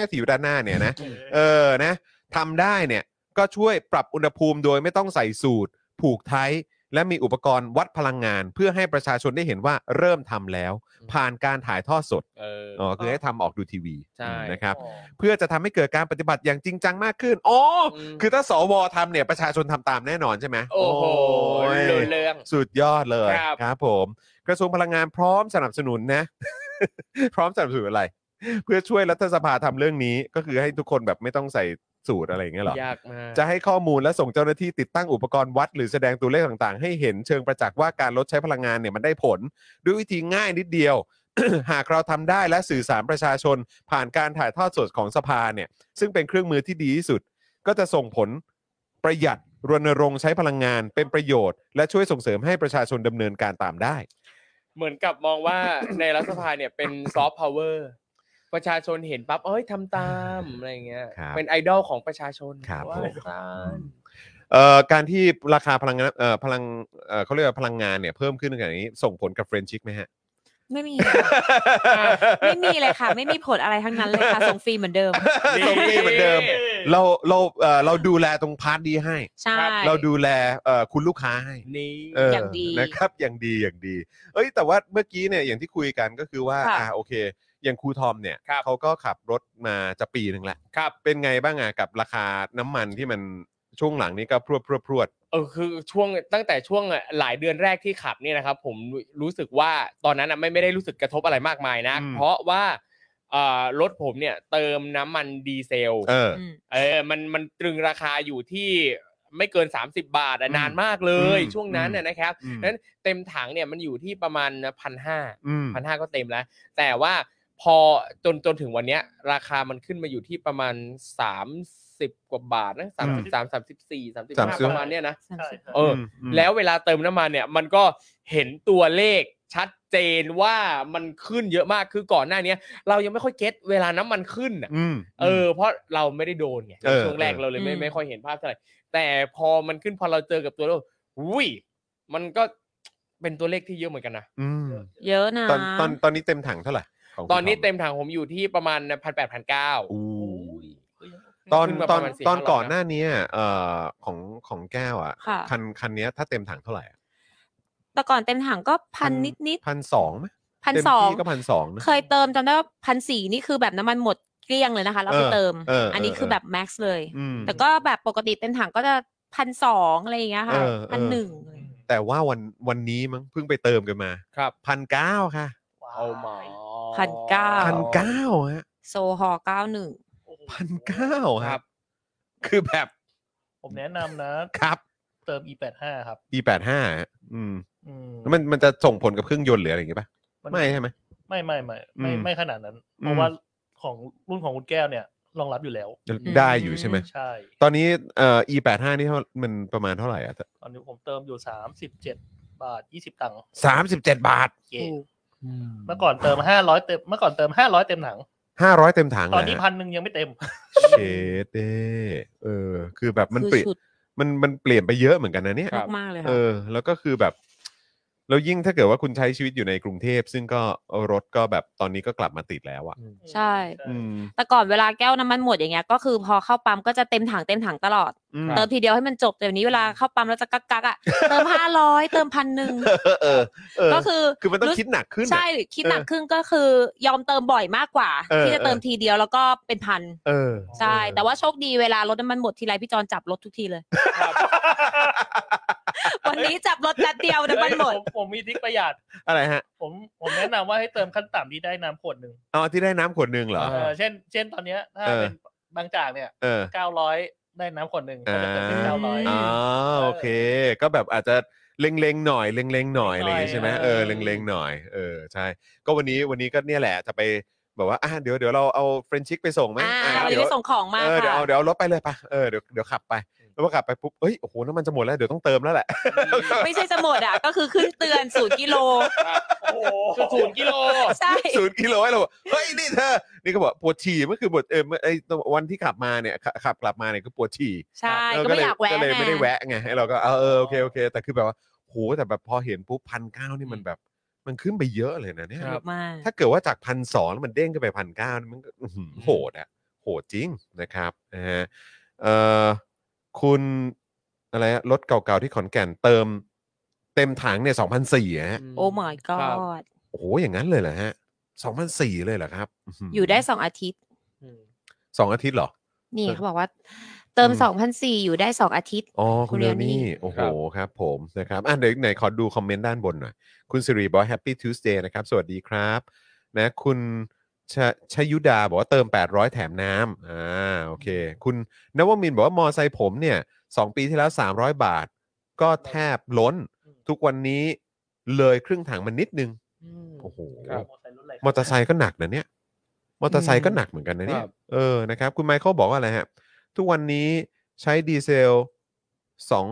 ที่อยู่ด้านหน้าเนี่ยนะ เออนะทำได้เนี่ยก็ช่วยปรับอุณหภูมิโดยไม่ต้องใส่สูตร ผูกไทยและมีอุปกรณ์วัดพลังงาน เพื่อให้ประชาชนได้เห็นว่าเริ่มทำแล้ว อืม ผ่านการถ่ายทอดสด เออ อ๋อคือให้ทำออกดูทีวี ใช่ นะครับเพื่อจะทำให้เกิดการปฏิบัติอย่างจริงจังมากขึ้นอ๋ออ ม คือถ้าสวทำเนี่ยประชาชนทำตามแน่นอนใช่ไหม โอ้โโหอ้ย รู้เรื่อง สุดยอดเลย ครับ ครับผม กระทรวงพลังงานพร้อมสนับสนุนนะ พร้อมสนับสนุนอะไร เพื่อช่วยรัฐสภาทำเรื่องนี้ก็คือให้ทุกคนแบบไม่ต้องใส่สูตรอะไรอย่างเงี้ยเหรอ ยากมาก จะให้ข้อมูลและส่งเจ้าหน้าที่ติดตั้งอุปกรณ์วัด หรือแสดงตัวเลขต่างๆ ให้เห็นเชิงประจักษ์ว่าการลดใช้พลังงานเนี่ยมันได้ผล ด้วยวิธีง่ายนิดเดียว หากเราทำได้และสื่อสารประชาชน ผ่านการถ่ายทอดสดของสภาเนี่ย ซึ่งเป็นเครื่องมือที่ดีที่สุด ก็จะส่งผลประหยัดรณรงค์ใช้พลังงานเป็นประโยชน์ และช่วยส่งเสริมให้ประชาชนดำเนินการตามได้ เหมือนกับมองว่า ในรัฐสภาเนี่ยเป็นซอฟต์พาวเวอร์ประชาชนเห็นปั๊บเอ้ยทำตามอะไรอย่างเงี้ย ครับ เป็นไอดอลของประชาชน ครับ ว่า ผม ตาม เอ่อการที่ราคาพลังงานเอ่อพลังเอ่อเขาเรียกว่าพลังงานเนี่ยเพิ่มขึ้นขนาดนี้ส่งผลกับเฟรนชิกไหมฮะ ไม่มีค่ะไม่มีเลยค่ะ ไม่มีผลอะไรทั้งนั้นเลยค่ะส่งฟรีเหมือนเดิม ส่งฟรีเหมือนเดิม เราเราเอ่อเราดูแลตรงพาร์ทดีให้ ใช่ ครับ เราดูแลเอ่อคุณลูกค้าให้ นี่ เอออย่าง ดี นะครับอย่างดีอย่างดี เอ้ยแต่ว่าเมื่อกี้เนี่ยอย่างที่คุยกันก็คือว่า ค่ะ อ่าโอเค อย่างครูทอมเนี่ย ครับ เขาก็ขับรถมาจะปีหนึ่งแล้ว ครับ เป็นไงบ้างอ่ะกับราคาน้ำมันที่มันช่วงหลังนี้ก็พรวดพรวดพรวด เออคือช่วงตั้งแต่ช่วงหลายเดือนแรกที่ขับเนี่ยนะครับ ผมรู้สึกว่าตอนนั้นน่ะไม่ไม่ได้รู้สึกกระทบอะไรมากมายนะ อืม เพราะว่าเอ่อรถผมเนี่ยเติมน้ำมันดีเซล เออ อืม เออมันมันตรึงราคาอยู่ที่ไม่เกิน 30 บาทอะ อืม นานมากเลย อืม ช่วงนั้นน่ะนะครับ อืม นั้นเต็มถังเนี่ยมันอยู่ที่ประมาณพันห้า อืม พันห้าก็เต็มแล้ว แต่ว่าพอจนจนถึงวันเนี้ย ราคามันขึ้นมาอยู่ที่ประมาณ 30 กว่าบาทนะสามสิบสามสามสิบสี่สามสิบห้าประมาณเนี้ยนะ สาม ใช่ สิบ ครับ เออ มม แล้วเวลาเติมน้ำมันเนี่ยมันก็เห็นตัวเลขชัดเจนว่ามันขึ้นเยอะมากคือก่อนหน้าเนี้ยเรายังไม่ค่อยเก็ตเวลาน้ำมันขึ้นน่ะ ม เออเพราะเราไม่ได้โดนไง เออ ช่วงแรก เออ เราเลยไม่ อืม ไม่ค่อยเห็นภาพเท่าไหร่แต่พอมันขึ้นพอเราเจอกับตัวเลขอุ้ยมันก็เป็นตัวเลขที่เยอะเหมือนกันนะ อืม เยอะนะ ตอนตอนตอนนี้เต็มถังเท่าไหร่ของครู ตอนนี้ ท เต็มถังผมอยู่ที่ประมาณพันแปดพันเก้า อู้ ตอน ขึ้นมา ต ป อน ระมาณ4-5 ตอนก่อน รอบนะ หน้าเนี้ยเอ่อของของแก้วอ่ะ ค่ะ คันคันเนี้ยถ้าเต็มถังเท่าไหร่อะ แต่ก่อนเต็มถังก็พันนิดนิด พันสองไหม ๆพัน เต็ม สอง ที่ก็พันสองนะ เคยเติมจำได้ว่าพันสี่นี่คือแบบน้ำมันหมดเกลี้ยงเลยนะคะ แล้วไป เออ เติม เอออั อันนี้ เออ คือแบบแม็กซ์เลย อืม แต่ก็แบบปกติเต็มถังก็จะพันสองอะไรอย่างเงี้ยค่ะ เออเออ พันหนึ่ง แต่ว่าวันวันนี้มั้งเพิ่งไปเติมกันมา ครับ พันเก้าค่ะ เอามา 1,900 พันเก้าฮะ โซฮอเก้าหนึ่ง พันเก้า ค ค รั รับ บ คือแบบ ผมแนะนำนะ ครับ เติม e85 ครับ e แปดห้าอืม อืม แล้วมันมันจะส่งผลกับเครื่องยนต์หรืออะไรอย่างงี้ป่ะไม่ใช่ไหม ไม่ไม่ไม่ไม่ อืม ไม่ขนาดนั้น อืม เพราะว่าของรุ่นของคุณแก้วเนี่ยรองรับอยู่แล้ว ม ได้อยู่ใช่ไหม ใช่ ตอนนี้เอ่อ e แปดห้านี่เท่ามันประมาณเท่าไหร่อ่ะ ตอนนี้ผมเติมอยู่ 37 บาท 20 ตังค์ สามสิบเจ็ดบาท เย่เมื่อก่อนเติม 500 เต็มเมื่อก่อนเติม 500 เต็มถัง ห้าร้อยเต็มถัง ตอน เหร นี้ ฮะ พันหนึ่งยังไม่เต็ม เชดเดเออ คือแบบมัน คือ เปลี่ยน ฉุด มันมันเปลี่ยนไปเยอะเหมือนกันนะเนี่ย ครับ มากๆเลย เอ ค่ะ อ แล้วก็คือแบบ แล้วยิ่งถ้าเกิดว่าคุณใช้ชีวิตอยู่ในกรุงเทพ ซึ่งก็รถก็แบบตอนนี้ก็กลับมาติดแล้วอะ ใช่ อืม แต่ก่อนเวลาแก้วน้ำมันหมดอย่างเงี้ยก็คือพอเข้าปั๊มก็จะเต็มถังเต็มถังตลอด อืม เติมทีเดียวให้มันจบแต่วันนี้เวลาเข้าปั๊มเราจะกักกั กๆอ่ะ เติมห้าร้อยเติมพันหนึ่ง เออเออเออ ก็คือ คือมันต้อง รู้ คิดหนักขึ้นอะ ใช่คิดหนักขึ้นก็คือยอมเติมบ่อยมากกว่า เออ ที่จะเติมทีเดียวแล้วก็เป็นพัน เออ ใช่ แต่ว่าโชคดีเวลารถน้ำมันหมดทีไรพี่จอนจับรถทุกทีเลย วันนี้จับรถแป๊บเดียวน้ำมันหมด ผผมมีทริกประหยัด อะไรฮะ ผมผมแนะนำว่าให้เติมขั้นต่ำที่ได้น้ำขวดหนึ่ง เอาที่ได้น้ำขวดหนึ่งเหรอ อ่า เออเช่น เช่นตอนเนี้ยถ้า เออ เป็นบางจากเนี่ย เออ เก้าร้อยได้น้ำขวดหนึ่งก็จะเติมเป็น อ่า เก้าร้อย ม อ๋อโอเค ก็แบบอาจจะเล็งๆหน่อยเล็งๆหน่อยอะไรอย่างเงี้ยใช่ไหม หน่อย เออเล็งๆหน่อยเออใช่ ก็วันนี้วันนี้ก็เนี่ยแหละจะไปแบบว่าอ่ะเดี๋ยวเดี๋ยวเราเอาเฟรนชิกไปส่งไหม อ่า อ่ะ วันนี้ เดี๋ยว ไปส่งของมา เออเดี๋ยว ค่ะ เอาเดี๋ยวเอารถไปเลยไปะเออเดี๋ยวเดี๋ยวขับไปแล้วพอกลับไปปุ๊บเอ้ยโอ้โหน้ำมันจะหมดแล้วเดี๋ยวต้องเติมแล้วแหละ ไม่ใช่จะหมดอ่ะ ก็คือขึ้นเตือนศูนย์กิ โล โอ้โหคือศูนย์กิโล ใช่ ศูนย์กิโลให้เราบอกเฮ้ยนี่เธอนี่ก็บอกปวดฉี่เมื่อคืนปวดเออเมื่อไอวันที่ขับมาเนี่ยขับขับกลับมาเนี่ยคือปวดฉี่ ใช่ เ ก็ไม่อยากแวะ ก็เลยไม่ได้ ง แวะไงให้เราก็เออเออโอเคโอเค แต่คือแบบว่าโหแต่แบบพอเห็นปุ๊บพันเก้านี่มันแบบ มันขึ้นไปเยอะเลยนะเนี่ย ครับ มาก ถ้าเกิดว่าจากพันสองแล้วมันเด้งขึ้นไปพันเก้ามันก็อื้อหือโหดอะโหดจริงนะครับนะฮะเอ่อคุณอะไรอะรถเก่าๆที่ขอนแก่นเติม เต็มถังเนี่ยสองพันสี่ฮะ โอ้ my ครับ god โอ้โหอย่างนั้นเลยเหรอฮะสองพันสี่เลยเหรอครับหื อยู่ได้สองอาทิตย์ สองอาทิตย์เหรอ นี่ เออ เขาบอกว่า เติม อืม สองพันสี่อยู่ได้สองอาทิตย์ อ๋อคุณ คุณ เร เร น นนี่ นี่โอ้โห ครับ ครับผมนะครับอ่ะเดี๋ยวไหนขอดูคอมเมนต์ด้านบนหน่อย คุณสิริบอกแฮปปี้ทูสเดย์นะครับ สวัสดีครับ นะ คุณ ชชยุดาบอกว่าเติม 800 แถมน้ำอ่าโอเค คุณนวมินทร์บอกว่ามอไซค์ผมเนี่ยสองปีที่แล้ว 300 บาท ก็แทบล้น ทุกวันนี้เลยครึ่งถังมันนิดนึง โอ้โห ครับ มอเตอร์ไซค์ก็หนักนะเนี่ย มอเตอร์ไซค์ก็หนักเหมือนกันนะเนี่ ค ย รับ เออ นะครับ คุณไมเคิลบอกว่าอะไรฮะ ทุกวันนี้ใช้ดีเซลสอง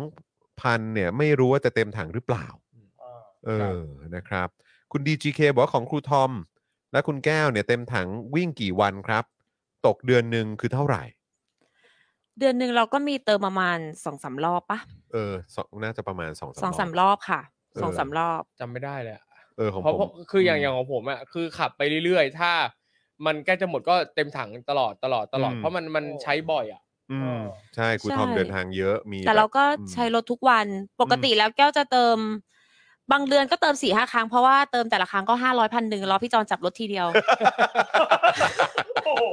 พันเนี่ย ไม่รู้ว่าจะเต็มถังหรือเปล่า เออ นะครับ คุณ DGK บอกว่าของครูทอม และคุณแก้วเนี่ยเต็มถังวิ่งกี่วันครับ ตกเดือนหนึ่งคือเท่าไหร่ เดือนหนึ่งเราก็มีเติมประมาณสองสามรอบปะ เออสองน่าจะประมาณสอง สองสามรอบค่ะสองสามรอบ จำไม่ได้เลยอะ เออ ของ เพราะ ผ เพราะ ม คืออย่าง อืม อย่างของผมอ่ะคือขับไปเรื่อยๆ ถ้า มันใกล้จะหมดก็เต็มถังตลอดตลอดตลอด อืม เพราะมันมันใช้บ่อยอ่ะ อืม ใช่ครูทอม ใช่ เดินทางเยอะ มี แต่เรา บบ ก็ อืม ใช้รถทุกวันปกติแล้วแก้วจะเติม บางเดือนก็เติมสี่ห้าครั้งเพราะว่าเติมแต่ละครั้งก็ห้าร้อยพันหนึ่งรอพี่จอนจับรถทีเดี ยว โอ้โห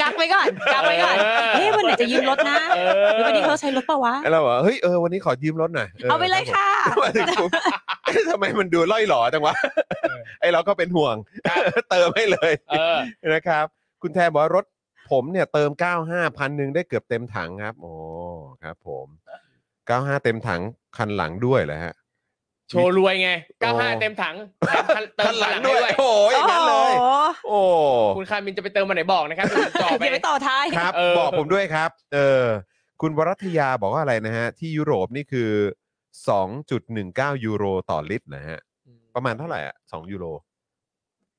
กักไว้ก่อนกักไว้ก่อน เออ เฮ้ยวันไหนจะยืมรถนะ เออ หรือวันนี้เขาใช้รถปะวะ ไอ้เราบอกว่าเฮ้ยเออวันนี้ขอยืมรถหน่อย เอาไปเลย รับ ค่ะ ผมมาถึ งปุ๊บเอ๊ะทำไมมันดูล่อยหลอจังวะไอ้เราก็เป็นห่วง เติมให้เลย เอ อ นะครับ คุณแทนบอกว่ารถผมเนี่ยเติม 95พันหนึ่งได้เกือบเต็มถังครับโอ้ครับผม 95 เต็มถังคันหลังด้วยเหรอฮะ โชว์รวยไง อ๋อ 95 เต็มถังแถมคันเติมคันหลังให้ด้วย โอ้ยอย่างนั้นเลย โอ้โห โอ้ คุณคามินจะไปเติมมาไหนบอกนะครับจะจ่อไป เดี๋ยวไปต่อท้าย ครับ เออ บอกผมด้วยครับ เออ คุณวรัตยาบอกว่าอะไรนะฮะ ที่ยุโรปนี่คือ 2.19 ยูโรต่อลิตรนะฮะ ประมาณเท่าไหร่อ่ะสองยูโร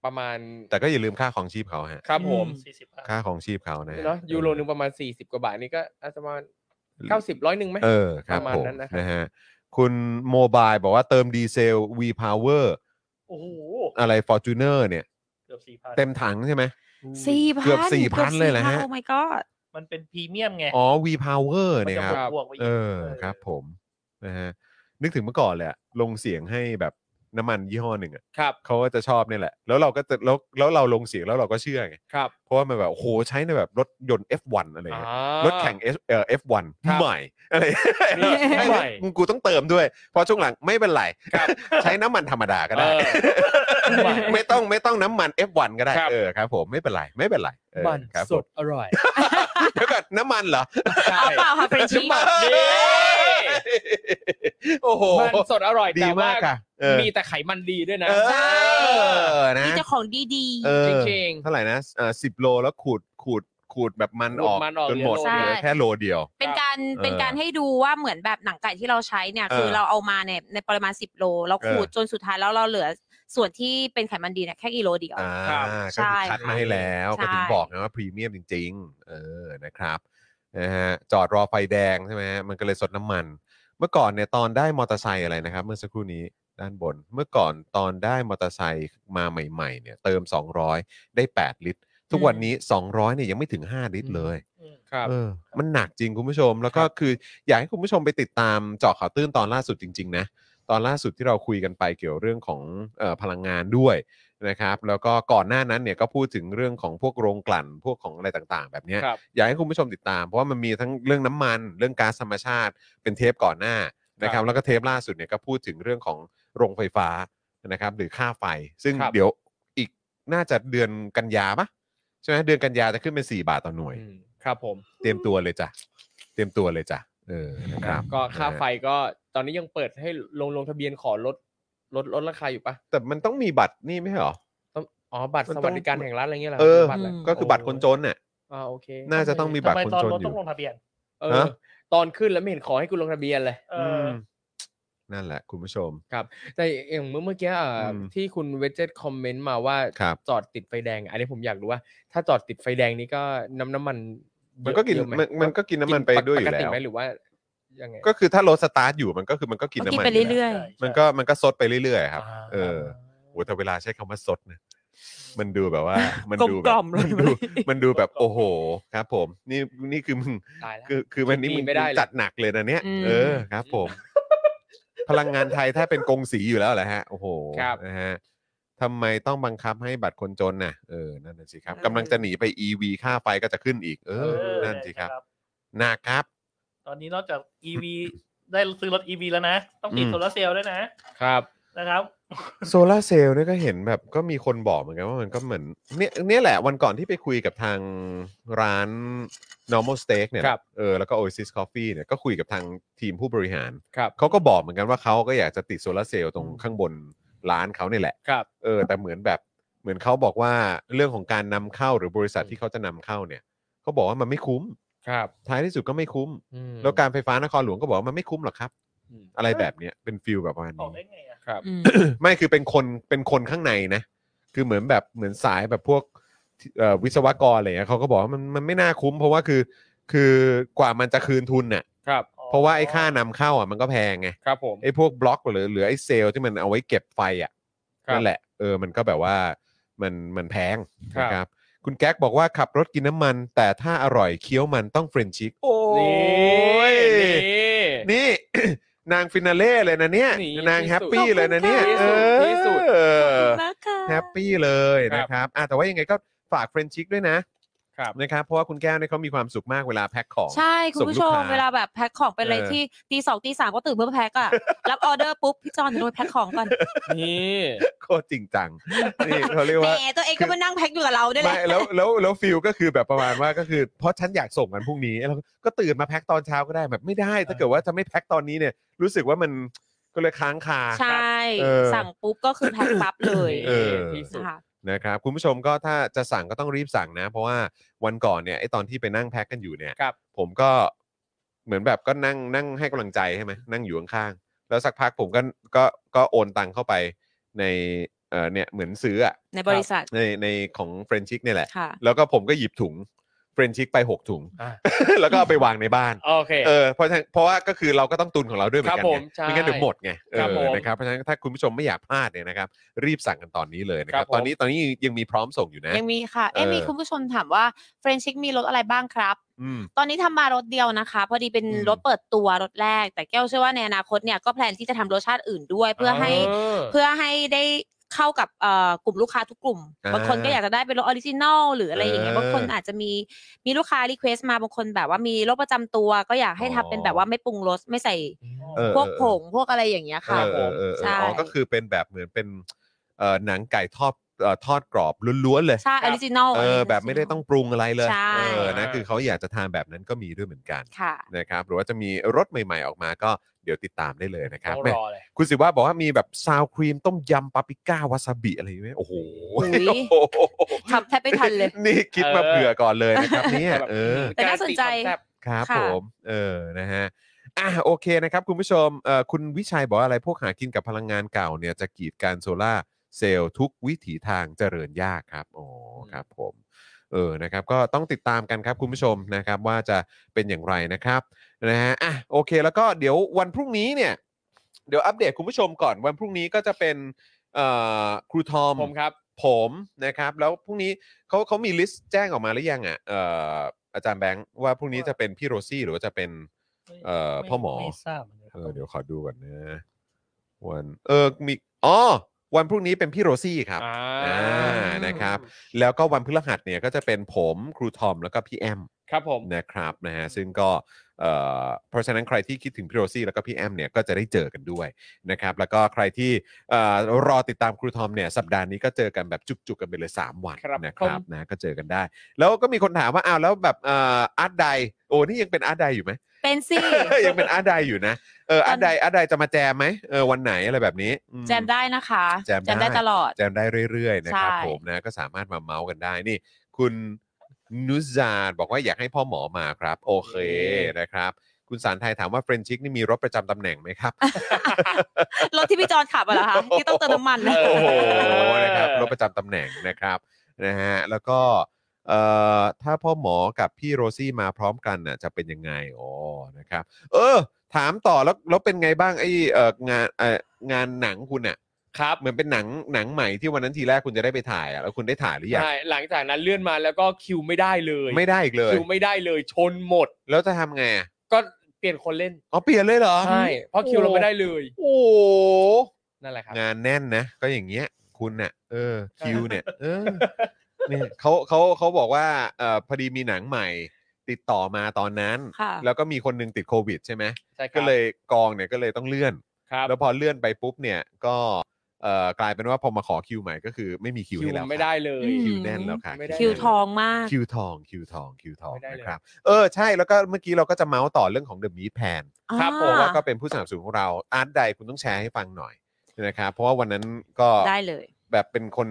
ประมาณ แต่ก็อย่าลืมค่าของชีพเขาฮะ ครับผม สี่สิบ ค่าของชีพเขานะฮ เนาะยูโรหนึ่งประมาณ 40 กว่าบาทนี่ก็อาจจะประมาณ90ร้อยหนึ่งไหม เออครับ ประมาณ ผม นั้นนะครับ นะฮะ คุณโมบายบอกว่าเติมดีเซล V Power โอ้โห อะไร Fortuner เนี่ย เกือบสี่พัน เต็มถังใช่ไหม สี่พัน เกือบ4,000เลยเหรอฮะ โอ้ my god มันเป็นพรีเมียมไง อ๋อ V Power มัน เนี่ย จะ ครับ บวกไปก เออครับผมนะฮะนึกถึงเมื่อก่อนเลยอะลงเสียงให้แบบน้ำมันยี่ห้อหนึ่งอะ ครับ เขาก็จะชอบเนี่ยแหละ แล้วเราก็จะแล้วแล้วเราลงเสียงแล้วเราก็เชื่อไง ครับ เพราะว่ามันแบบโอ้โหใช้ในแบบรถยนต์ F1 อะไรอย่างเงี้ย อ่า รถแข่ง F เอ่อ F1 ครับ ใหม่อะไร นี่ใหม่ กูกูต้องเติม ด้วย เพอช่วงหลังไม่เป็นไร ใช้น้ำมันธรรมดาก็ได้ เออใหม่ ไม่ต้องไม่ต้องน้ำมัน F1 ก็ได้ ครับ เออครับผมไม่เป็นไรไม่เป็นไรเออ มัน ครับ ส ผ ด ม อร่อย เดี๋ยวก่อนน้ำมันเหรอ ใช่ เอาเปล่าค่ะเฟรนชี่ น้ำมัน ดี โอ้โห มันสดอร่อย ดี แต่ว่ มากค่ะเออ มีแต่ไขมันดีด้วยนะ เอ ใช่ อนะ มีเจ้าของดี เออ จริงๆ เท่าไหร่นะเออสิบโลแล้วขูดขูดขูดแบบมันอขูด อก มันออก จนหมด เหลือโล เหลือเดียว แค่โลเดียว ๆ เป็นการ เออ เป็นการให้ดูว่าเหมือนแบบหนังไก่ที่เราใช้เนี่ย เออ คือเราเอามาเนี่ยในปริมาณ 10 โล แล้ว เออ ขูดจนสุดท้ายแล้วเราเหลือส่วนที่เป็นไขมันดีเนี่ยแค่กิโลเดียว อ่า ครับ ก็ ใช่ คือคัดมาให้แล้ว ใช่ ก็ถึงบอกนะว่าพรีเมียมจริง ๆ เออนะครับนะฮะจอดรอไฟแดงใช่ไหมฮะมันก็เลยสดน้ำมัน เมื่อก่อนเนี่ยตอนได้มอเตอร์ไซค์อะไรนะครับ เมื่อสักครู่นี้ด้านบน เมื่อก่อนตอนได้มอเตอร์ไซค์มาใหม่ๆเนี่ยเติม 200 ได้ 8 ลิตร ทุกวันนี้ 200เนี่ยยังไม่ถึง 5 ลิตรเลย อืม ครับ เออ มันหนักจริงคุณผู้ชม แล้วก็คืออยากให้คุณผู้ชมไปติดตามเจาะข่าวตื้นตอนล่าสุดจริง ๆ นะ ตอนล่าสุดที่เราคุยกันไปเกี่ยวเรื่องของเออพลังงานด้วยนะครับ แล้วก็ก่อนหน้านั้นเนี่ยก็พูดถึงเรื่องของพวกโรงกลั่น พวกของอะไรต่างๆ แบบเนี้ย ครับ อยากให้คุณผู้ชมติดตาม เพราะว่ามันมีทั้งเรื่องน้ำมัน เรื่องก๊าซธรรมชาติ เป็นเทปก่อนหน้านะครับ แล้วก็เทปล่าสุดเนี่ยก็พูดถึงเรื่องของโรงไฟฟ้านะครับ หรือค่าไฟ ซึ่ง ครับ เดี๋ยวอีกน่าจะเดือนกันยาปะใช่ไหมเดือนกันยาจะขึ้นเป็น4บาทต่อหน่วย อืมครับผม เตรียมตัวเลยจ้ะ เตรียมตัวเลยจ้ะ เออ นะครับ ก็ค่าไฟ นะฮ ก็ตอนนี้ยังเปิดให้ลงลงทะเบียนขอลดลดลดราคาอยู่ปะ ะแต่มันต้องมีบัตรนี่ไม่ใช่เหรอ ต้องอ๋อบัตร มัน ส ต้อง วัสดิการแห่งรัฐอะไรเงี้ยหรอ เออ บัตรอะไร อืม ก็คือบัตรคนจนน่ะ อ่าโอเค น่าจะต้องมีบัต ทำ ร ไม คน ตอน จน รถต้ออยู่ งลงทะเบียน เอ ฮะ อ ตอนขึ้นแล้วไม่เห็นขอให้กูลงทะเบียนเลย เอออ มนั่นแหละ คุณผู้ชม แต่อย่างเมื่อเมื่อกี้อ่ะ อืม ที่คุณเวจเจตคอมเมนต์มาว่า ครับ จอดติดไฟแดงอ่ะอันนี้ผมอยากรู้ว่า ถ้าจอดติดไฟแดงนี่ก็น้ำน้ำมัน มันก็กิน เยอะไห มันมันก็กินน้ำมันไปด้วยอยู่ ปกติ แล้ว ไหมหรือว่ายังไง ก็คือถ้ารถสตาร์ทอยู่มันก็คือมันก็กิน ก็ น้ำ กิน มัน ไป อยู่แล้ว เรื่อย ใช่ มันก็มันก็ซดไปเรื่อยๆครับ อ่า เออ โอ้แต่เวลาใช้คำว่าสดเนี่ยมันดูแบบว่า มัน ๆ กลม ดู ก แบ ล่อบ ม มัน เล ดู ย มันดูแบบโอ้โห ครับ ผม นี่นี่คือมึง ตายแล้ว คือคือวันนี้ คิดดี มึง ไม่ได้เลย จัดหนักเลยนะเนี่ย อืม เออครับผม พลังงานไทยถ้าเป็นกงสีอยู่แล้วแหละฮะ โอ้โห ครับ นะฮะทำไมต้องบังคับให้บัตรคนจนน่ะเออนั่นน่ะสิครับกำลังจะหนีไป EV ค่าไฟก็จะขึ้นอีก เออ นั่นสิครับหนักครับ ตอนนี้นอกจาก EV ได้ซื้อรถ EV แล้วนะ ต้องติด อืม โซลาร์เซลล์ด้วยนะ ครับ นะครับ โซลาร์เซลล์เนี่ยก็เห็นแบบก็มีคนบอกเหมือนกันว่ามันก็เหมือนเนี่ยเนี่ยแหละวันก่อนที่ไปคุยกับทางร้าน normal steak เนี่ย ครับ เออแล้วก็ oasis coffee เนี่ยก็คุยกับทางทีมผู้บริหาร ครับ เขาก็บอกเหมือนกันว่าเขาก็อยากจะติดโซลาร์เซลล์ตรงข้างบนร้านเขาเนี่ยแหละ ครับ เออแต่เหมือนแบบเหมือนเขาบอกว่าเรื่องของการนำเข้าหรือบริษัทที่เขาจะนำเข้าเนี่ยเขาบอกว่ามันไม่คุ้ม ครับ ท้ายที่สุดก็ไม่คุ้ม อืม แล้วการไฟฟ้านครหลวงก็บอกว่ามันไม่คุ้มหรอกครับ อืม อะไรแบบเนี้ยเป็นฟิลแบบวัน ออกได้ นี้ ไงอะ ครับ อืม ไม่คือเป็นคนเป็นคนข้างในนะ คือเหมือนแบบเหมือนสายแบบพวกเอ่อวิศวกรอะไรเงี้ยเขาก็บอกว่ามันมันไม่น่าคุ้ม เพราะว่าคือคือกว่ามันจะคืนทุนน่ะ ครับ เพราะว่าไอ้ค่านำเข้าอ่ะมันก็แพงไง ครับผม ไอ้พวกบล็อกหรือหรือไอ้เซลล์ที่มันเอาไว้เก็บไฟอ่ะ ครับ นั่นแหละเออมันก็แบบว่ามันมันแพง ครับ นะครับคุณแก๊กบอกว่าขับรถกินน้ำมัน แต่ถ้าอร่อยเคี้ยวมันต้องเฟรนชิกโอ้ย นี่นี่ นี่ นางฟินาเล่เลยนะเนี่ย นี่ นางแฮที่สุดปปี้เลยนะเนี่ย ที่ เอ สุด อ ที่สุด มากค่ะ แฮปปี้เลย ครับ นะครับอ่ะแต่ว่ายังไงก็ฝากเฟรนชิกด้วยนะครับ นะครับเพราะว่าคุณแก้วเนี่ยเขามีความสุขมากเวลาแพ็คของ ใช่คุณผู้ช ส่งมลูกค้า เวลาแบบแพ็คของเป็นอะไร เออ ที่ตีสองตีสามก็ตื่นเพื่อแพ็ค อะรับออเดอร์ปุ๊บพี่จอนถึงไปแพ็คของก่อน นี่ โคตรจริงจังนี่เขาเรียกว่า แหมตัวเองก็มานั่งแพ็คอยู่กับเราด้วยแห ไม่ ละ แล้วแล้วแล้วฟิลก็คือแบบประมาณว่าก็คือเพราะฉันอยากส่งมันพรุ่งนี้แล้วก็ตื่นมาแพ็คตอนเช้าก็ได้แบบไม่ได้ ถ้าเกิดว่าจะไม่แพ็คตอนนี้เนี่ย รู้สึกว่ามันก็เลยค้างคา ใช่ เออ สั่งปุ๊บก็คือแพ็คปั๊บเลย เออ ที่สุด ค่ะ นะครับคุณผู้ชมก็ถ้าจะสั่งก็ต้องรีบสั่งนะ เพราะว่าวันก่อนเนี่ยไอตอนที่ไปนั่งแพ็คกันอยู่เนี่ย ครับ ผมก็เหมือนแบบก็นั่งนั่งให้กำลังใจใช่ไหมนั่งอยู่ข้างๆแล้วสักพักผมก็ก็ก็โอนตังเข้าไปในเออเนี่ยเหมือนซื้ออะ ในบริษัท ในในของเฟรนชิกเนี่ยแหละ ค่ะ แล้วก็ผมก็หยิบถุงเฟรนชิกไปหกถุง อ่ะ แล้วก็เอาไปวางในบ้าน โอเค เออเพราะฉะนั้นเพราะว่าก็คือเราก็ต้องตุนของเราด้วยเหมือนกัน ครับผ ไง มใช่ ไม่งั้นเดี๋ยวหมดไงเอ ครับผ อ ม นะครับเพราะฉะนั้นถ้าคุณผู้ชมไม่อยากพลาดเนี่ยนะครับ รีบสั่งกันตอนนี้เลยนะครั ครับ บผตมอนนี้ตอนนี้ยังมีพร้อมส่งอยู่นะ ยังมีค่ะ เอ๊ะ เออ มีคุณผู้ชมถามว่าเฟรนชิกมีรถอะไรบ้างครับ อืม ตอนนี้ทำมารถเดียวนะคะ พอดีเป็น อืม รถเปิดตัวรถแรก แต่แก้วเชื่อว่าในอนาคตเนี่ยก็แพลนที่จะทำรสชาติอื่นด้วย เพื่อให้เพื่อให้ได้เข้ากับเอ่อกลุ่มลูกค้าทุกกลุ่ม อ่า บางคนก็อยากจะได้เป็นรถออริจินอลหรืออะไรอย่างเงี้เออบยางคนอาจจะมีมีลูกค้ารีเควสต์มาบางคนแบบว่ามีโรคประจำตัว ก็อยากให้ทำเป็น อ๋อ แบบว่าไม่ปรุงรสไม่ใส่ เออ พวก เออ ผงพวกอะไรอย่างเงี้ย เอ ค่ะ อเออเออ ใช่ อ๋อก็คือเป็นแบบเหมือนเป็นเอ่อหนังไก่ทอดเอ่อทอดกรอบล้วนๆเลย ใช่ออริจินอล เออแบบไม่ได้ต้องปรุงอะไรเลย ใช่ เออนะคือเขาอยากจะทานแบบนั้นก็มีด้วยเหมือนกัน ค่ะ นะครับหรือว่าจะมีรสใหม่ ๆออกมาก็เดี๋ยวติดตามได้เลยนะครับ ต้อง แม่ รอเลย คุณสิว่าบอกว่ามีแบบซาวครีมต้มยำปาปริก้าวาซาบิอะไรไหมโอ้โห อุ๊ ย ทำแทบไม่ทันเลย นี่คิดมา เออ เผื่อก่อนเลยนะครับ เนี่ยเออ แต่น่าสนใจ ครับ ค่ะ ผมเออนะฮะอ่ะโอเคนะครับ คุณผู้ชมเอ่อคุณวิชัยบอกว่าอะไรพวกหากินกับพลังงานเก่าเนี่ยจะกีดการโซล่าร์เซลล์ทุกวิถีทางเจริญยากครับโอ้ครับผมเออนะครับก็ต้องติดตามกันครับคุณผู้ชมนะครับว่าจะเป็นอย่างไรนะครับ นะฮะ อ่ะ โอเค แล้วก็เดี๋ยววันพรุ่งนี้เนี่ย เดี๋ยวอัปเดตคุณผู้ชมก่อน วันพรุ่งนี้ก็จะเป็นเอ่อครูทอม ผมครับ ผมนะครับ แล้วพรุ่งนี้เขาเขามีลิสต์แจ้งออกมาหรือยังอ่ะเอ่ออาจารย์แบงค์ว่าพรุ่งนี้จะเป็นพี่โรซี่หรือว่าจะเป็น เอ่อพ่อหมอ ไม่ทราบหมือนกันค เอ รับ อเดี๋ยวขอดูก่อนนะวันเออมีอ๋อวันพรุ่งนี้เป็นพี่โรซี่ครับ อ่า อ่านะครับ แล้วก็วันพฤหัสเนี่ยก็จะเป็นผมครูทอมแล้วก็พี่แอม ครับผม นะครับนะฮะซึ่งก็เอ่อเพราะฉะนั้นใครที่คิดถึงพี่โรซี่แล้วก็พี่แอมเนี่ยก็จะได้เจอกันด้วยนะครับแล้วก็ใครที่เอ่อรอติดตามครูทอมเนี่ยสัปดาห์นี้ก็เจอกันแบบจุกๆกันไปเลย 3 วัน ครับ นะครับ ผม นะก็เจอกันได้ แล้วก็มีคนถามว่าอ้าวแล้วแบบเอ่ออาร์ตไดโอ้นี่ยังเป็นอาร์ตไดอยู่ไหม เป็นสิ ยังเป็นอาร์ตไดอยู่นะเอออาร์ตไดอาร์ตไดจะมาแจมไหมเออวันไหนอะไรแบบนี้อื แจมได้นะคะ แจมได้ แจมได้ตลอด แจมได้เรื่อยๆนะครับ ใช่ ผมนะก็สามารถมาเมาส์กันได้นี่ คุณนุจาดบอกว่าอยากให้พ่อหมอมาครับ โอเคนะครับ คุณสารไทยถามว่าเฟรนชิกนี่มีรถประจำตำแหน่งไหมครับ รถที่พี่จอนขับอะเหรอคะที่ต้องเติมน้ำมัน เอ โอ้โหนะครับรถประจำตำแหน่งนะครับนะฮะแล้วก็เอ่อถ้าพ่อหมอกับพี่โรซี่มาพร้อมกันน่ะจะเป็นยังไงอ๋อนะครับ เออ ถามต่อแล้วแล้วเป็นไงบ้างไอ้เอ่องานเอ่องานหนังคุณอะ ครับ เหมือนเป็นหนังหนังใหม่ที่วันนั้นทีแรกคุณจะได้ไปถ่ายอะแล้วคุณได้ถ่ายหรือยัง ใช่หลังจากนั้นเลื่อนมาแล้วก็คิวไม่ได้เลย ไม่ได้อีกเลย คิวไม่ได้เลยชนหมด แล้วจะทำไงอ่ะ ก็เปลี่ยนคนเล่น อ๋อเปลี่ยนเลยเหรอ ใช่เพราะคิวเราไม่ได้เลย โอ้โห นั่นแหละครับ งานแน่นนะ ก็อย่างเงี้ย คุณเนี่ยเออ คิวเนี่ย เอ อเนี่ยเขาเขาเขาบอกว่าเออพอดีมีหนังใหม่ ติดต่อมาตอนนั้น ค่ะ แล้วก็มีคนหนึงติดโควิดใช่ไหม ใช่ครับ ก็เลยกองเนี่ยก็เลยต้องเลื่อน ครับ แล้วพอเลื่อนไปปุ๊บเนี่ยก็เ เอ่อกลายเป็นว่าพอมาขอคิวใหม่ก็คือไม่มีคิวให้แล้ว ไม่ได้ ค่ะ เลย อืม คิวแน่นแล้วค่ะ ไม่ได้ คิวทองมาก คิวทองคิวทองคิวทอง ไม่ได้เลย นะครับเออใช่แล้วก็เมื่อกี้เราก็จะเมาส์ต่อเรื่องของ The Meat Pan ครับผ เพ ม ราะว่าก็เป็นผู้สนับสนุนของเราอาร์ตใดคุณต้องแชร์ให้ฟังหน่อยนะครับเพราะว่าวันนั้นก็ ได้เลย แบบเป็นคน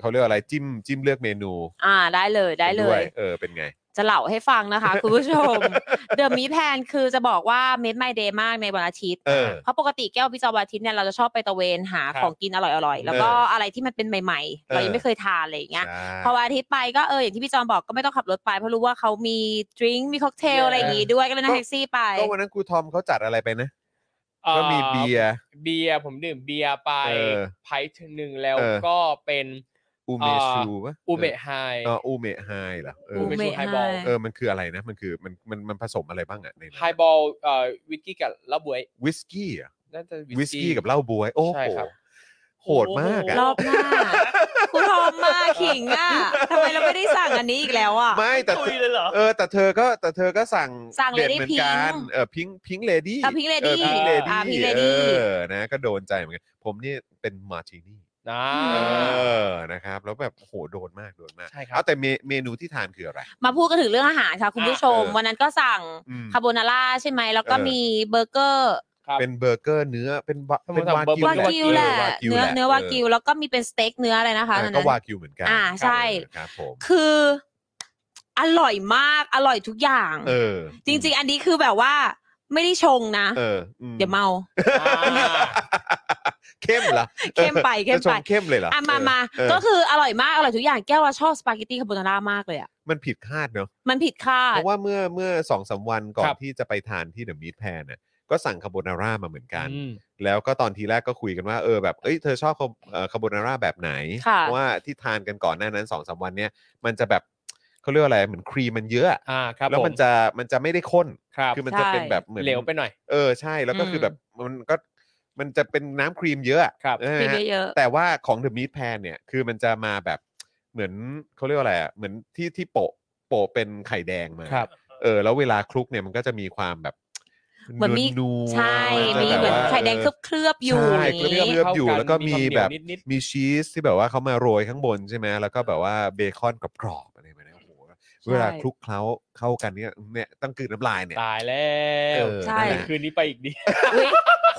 เขาเรียกอะไรจิ้มจิ้มเลือกเมนู อ่าได้เลยได้เล วย เออเป็นไง จะเล่าให้ฟังนะคะ คุณผู้ชม เดอะมีแพนคือจะบอกว่าเมดไมเดย์มากในวันอาทิตย์ เออ เพราะปกติแก้วพิจารวันอาทิตย์เนี่ยเราจะชอบไปตะเวนหา ครับ ของกินอร่อยๆ แล้วก็อะไรที่มันเป็นใหม่ๆ เรายังไม่เคยทานอะไรอย่างเงี้ย ใช่ พอวันอาทิตย์ไปก็เอออย่างที่พี่จอมบอกก็ไม่ต้องขับรถไปเพราะรู้ว่าเขามีดริงก์มีค็อกเทลอะไรอย่างงี้ด้วยก็เลยนั่ ก็ งแท็กซี่ไป ก็วันนั้นครูทอมเขาจัดอะไรไปนะ เอ่อ ก็มีเบียร์ เบียร์ผมดื่มเบียร์ไป เออ ไพท์หนึ่งแล้ว เออ ก็เป็น อูเมชูปะ อูเมะไฮ เอออูเมะไฮเหรอเออ อูเมะ ไใช่ ชูไฮบอล เออมันคืออะไรนะ มันคือมันมันมันผสมอะไรบ้างอะในนั้น ไฮบอลเอ่อวิกกี้กับเหล้าบวย วิสกี้อะ น่าจะ วิสกี้กับเหล้าบวย โอ้ ใช่ โห ครับ โหดมากอะ รอบหน้า คุณทอมมาขิงอ่ะทำไมเราไม่ได้สั่งอันนี้อีกแล้วอ่ะ ไม่แต่ ตุยเลยเหรอ เออแต่เธอก็แต่เธอก็สั่ง สั่ง เด็ด Lady เหมืนกันเออพิงพิงเลดี้ อ่ะ Pink Lady พิงเลดี้ อ่ะ Pink เอ Lady อนะก็โดนใจเหมือนกันผมนี่เป็นมาชินี่ นะ อ่า เออนะครับแล้วแบบโหโดนมากโดนมาก ใช่ครั เอา บ แต่เมเมนูที่ทานคืออะไร มาพูดกันถึงเรื่องอาหารค่ะ คุณผู้ชม เออ วันนั้นก็สั่ง อืม คาโบนาร่าใช่ไหมแล้วก็ เออ มีเบอร์เกอร์ ครับ เป็นเบอร์เกอร์เนื้อเป็นบะ ผม เป็น สั่ง วากิว วา เบอร์ กิ ว วแหละ กิว เนื้อ แหละ เนื้อวากิวแล้วก็มีเป็นสเต็กเนื้ออะไรนะคะ เอ อั อน ก็ นั้น วากิวเหมือนกัน อ่าใช่ ครับผม คืออร่อยมากอร่อยทุกอย่าง เออ จริง ๆ อันนี้คือแบบว่าไม่ได้ชงนะ เอออืม เดี๋ยวเมา อ่า เข้มเหรอ เข้มไปเข้มจะไปชงเข้มเลยเหรอ อ่ะมามา เออ ก็คืออร่อยมากอร่อยทุกอย่างแก้วว่าชอบสปาเกตตี้คาโบนาร่ามากเลยอ่ะ มันผิดคาดเนอะ มันผิดคาด เพราะว่าเมื่อเมื่อสองสามวันก่อ คน รับ ที่จะไปทานที่เดอะมิ t แพนน่ะก็สั่งคาโบนาร่ามาเหมือนกัน อืม แล้วก็ตอนทีแรกก็คุยกันว่าเออแบบเอ้ยเธอชอบคาเอ่อคาโบนาร่าแบบไหน ค่ะ เพราะว่าที่ทานกันก่อนหน้านั้นสองสามวันเนี้ยมันจะแบบเขาเรียกว่าอะไรเหมือนครีมมันเยอะอะ อ่าครับ แล้ว ผ มันจะมันจะไม่ได้ข้น ครับ คือมันจะ ใช่ เป็นแบบเหมือน เหลวไปหน่อย เออใช่แล้วก็คือแบบมันก็มันจะเป็นน้ำครีมเยอะอะ ครับ เออ มี ฮะ เยอะ แต่ว่าของ The Meat Pan เนี่ยคือมันจะมาแบบเหมือนเขาเรียกว่าอะไรอ่ะเหมือนที่ที่โปะโปะเป็นไข่แดงมา ครับ เออแล้วเวลาคลุกเนี่ยมันก็จะมีความแบบ ๆเหมือนมี นัวๆ ใช่ จะ มี แบบ เหมือน ว่า ไข่แดงเคลือบๆอยู่ ใช่ อย่าง เคลื นี้ อบๆอยู่ เข้ากัน แล้วก็ มี มี ความเหนียว แบบ นิด มีชีสที่แบบว่าเขามาโรยข้างบนใช่ไหมแล้วก็แบบว่าเบคอนกรอบๆอะไรแบบนี้โอ้โหเวลาคลุกเคล้าเข้ากันเนี่ยเนี่ยต้องกลืนน้ำลายเนี่ย ตายแล้ว เออ ใช่ นั่นแหละ คืนนี้ไปอีกดี อุ๊ย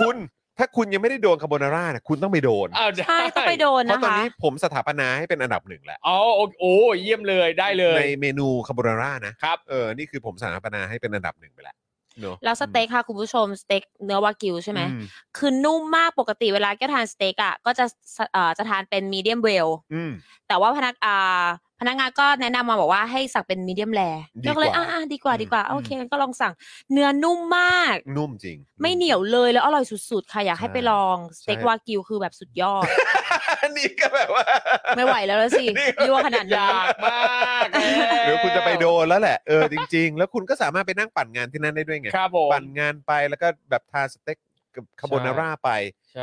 คุณถ้าคุณยังไม่ได้โดนคาโบนาร่าเนี่ยคุณต้องไปโดน อ้าว ใช่ต้องไปโดน เพ นะ ราะตอน คะ นี้ผมสถาปนาให้เป็นอันดับหนึ่งแล้ว อ๋อโอโอ้เยี่ยมเลยได้เลย ในเมนูคาโบนาร่านะครับ เออ นี่คือผมสถาปนาให้เป็นอันดับหนึ่งไปแล้วเนอะ แล้วสเต็กค่ะคุณผู้ชมสเต็กเนื้อวากิวใช่ไหม อื คือนุ่มมากปกติเวลาแก้วทานสเต็กอ่ะก็จะสเอ่อจะทานเป็นมีเดียมเวล อืม แต่ว่าพนักอ่าพนักงานก็แนะนำมาบอกว่าให้สั่งเป็นมีเดียมแร ดีกว่า ก็เลยอ่าดีกว่า อืม ดีกว่า อืม โอเคงั้นก็ลองสั่ง เนื้อนุ่มมาก นุ่มจริง ไม่เหนียวเลยแล้วอร่อยสุดๆ ค่ะอยากให้ ใช่ ไปลองสเต็ก ใช่ วากิวคือแบบสุดยอด นี่ก็แบบว่า ไม่ไหวแล้วละสิ นี่ ยั่วขนาด อ นี้ ยากมากแล้ว เดี๋ยวคุณจะไปโดนแล้วแหละเออจริง ๆ แล้วคุณก็สามารถไปนั่งปั่นงานที่นั่นได้ด้วยไง ครับผม ปั่นงานไปแล้วก็แบบทานสเต็กกับคาโบนาร่าไป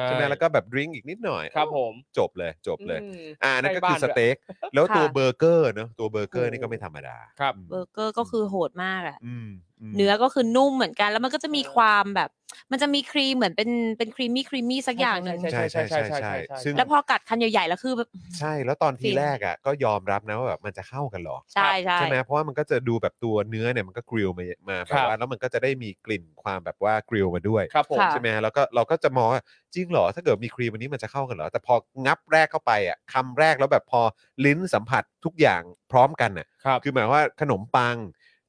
ใช่ไหมแล้วก็แบบดริงก์อีกนิดหน่อย ครับผม จบเลยจบเลย อืม อ่านั่นก็คือใกล้บ้าน ส ด้วย เต็กแล้วตัว ค่ะ เบอร์เกอร์เนอะตัวเบอร์เกอร์นี่ก็ไม่ธรรมดา ครับ เบอร์เกอร์ก็คือโหดมากอ่ะ อืมม เนื้อก็คือนุ่มเหมือนกัน แล้วมันก็จะมีความแบบ มันจะมีครีมเหมือนเป็นเป็นครีมมี่ครีมมี่สักอย่างหนึ่ง ใช่ใช่ใช่ใช่ใช่ใช่ใช่ ซึ่ง แล้วพอกัดคันใหญ่ๆแล้วคือแบบ ใช่แล้วตอนที ฟิ แรกอ่ะก็ยอมรับนะว่าแบบมันจะเข้ากันเหรอ ใช่ใช่ ใช่ไหมเพราะว่ามันก็จะดูแบบตัวเนื้อเนี่ยมันก็กริลมามาแบ ครับ บ ว่าแล้วมันก็จะได้มีกลิ่นความแบบว่ากริลมาด้วย ครับผม ค่ะ ใช่ไหมฮะแล้วก็เราก็จะมองว่าจริงเหรอถ้าเกิดมีครีมอันนี้มันจะเข้ากันเหรอแต่พองับแรกเข้าไปอ่ะคำแรกแล้วแบบพอลิ้นสัมผัสทุกอย่างพร้อมกันอ่ะ ครับ คือหมายว่าขนมปัง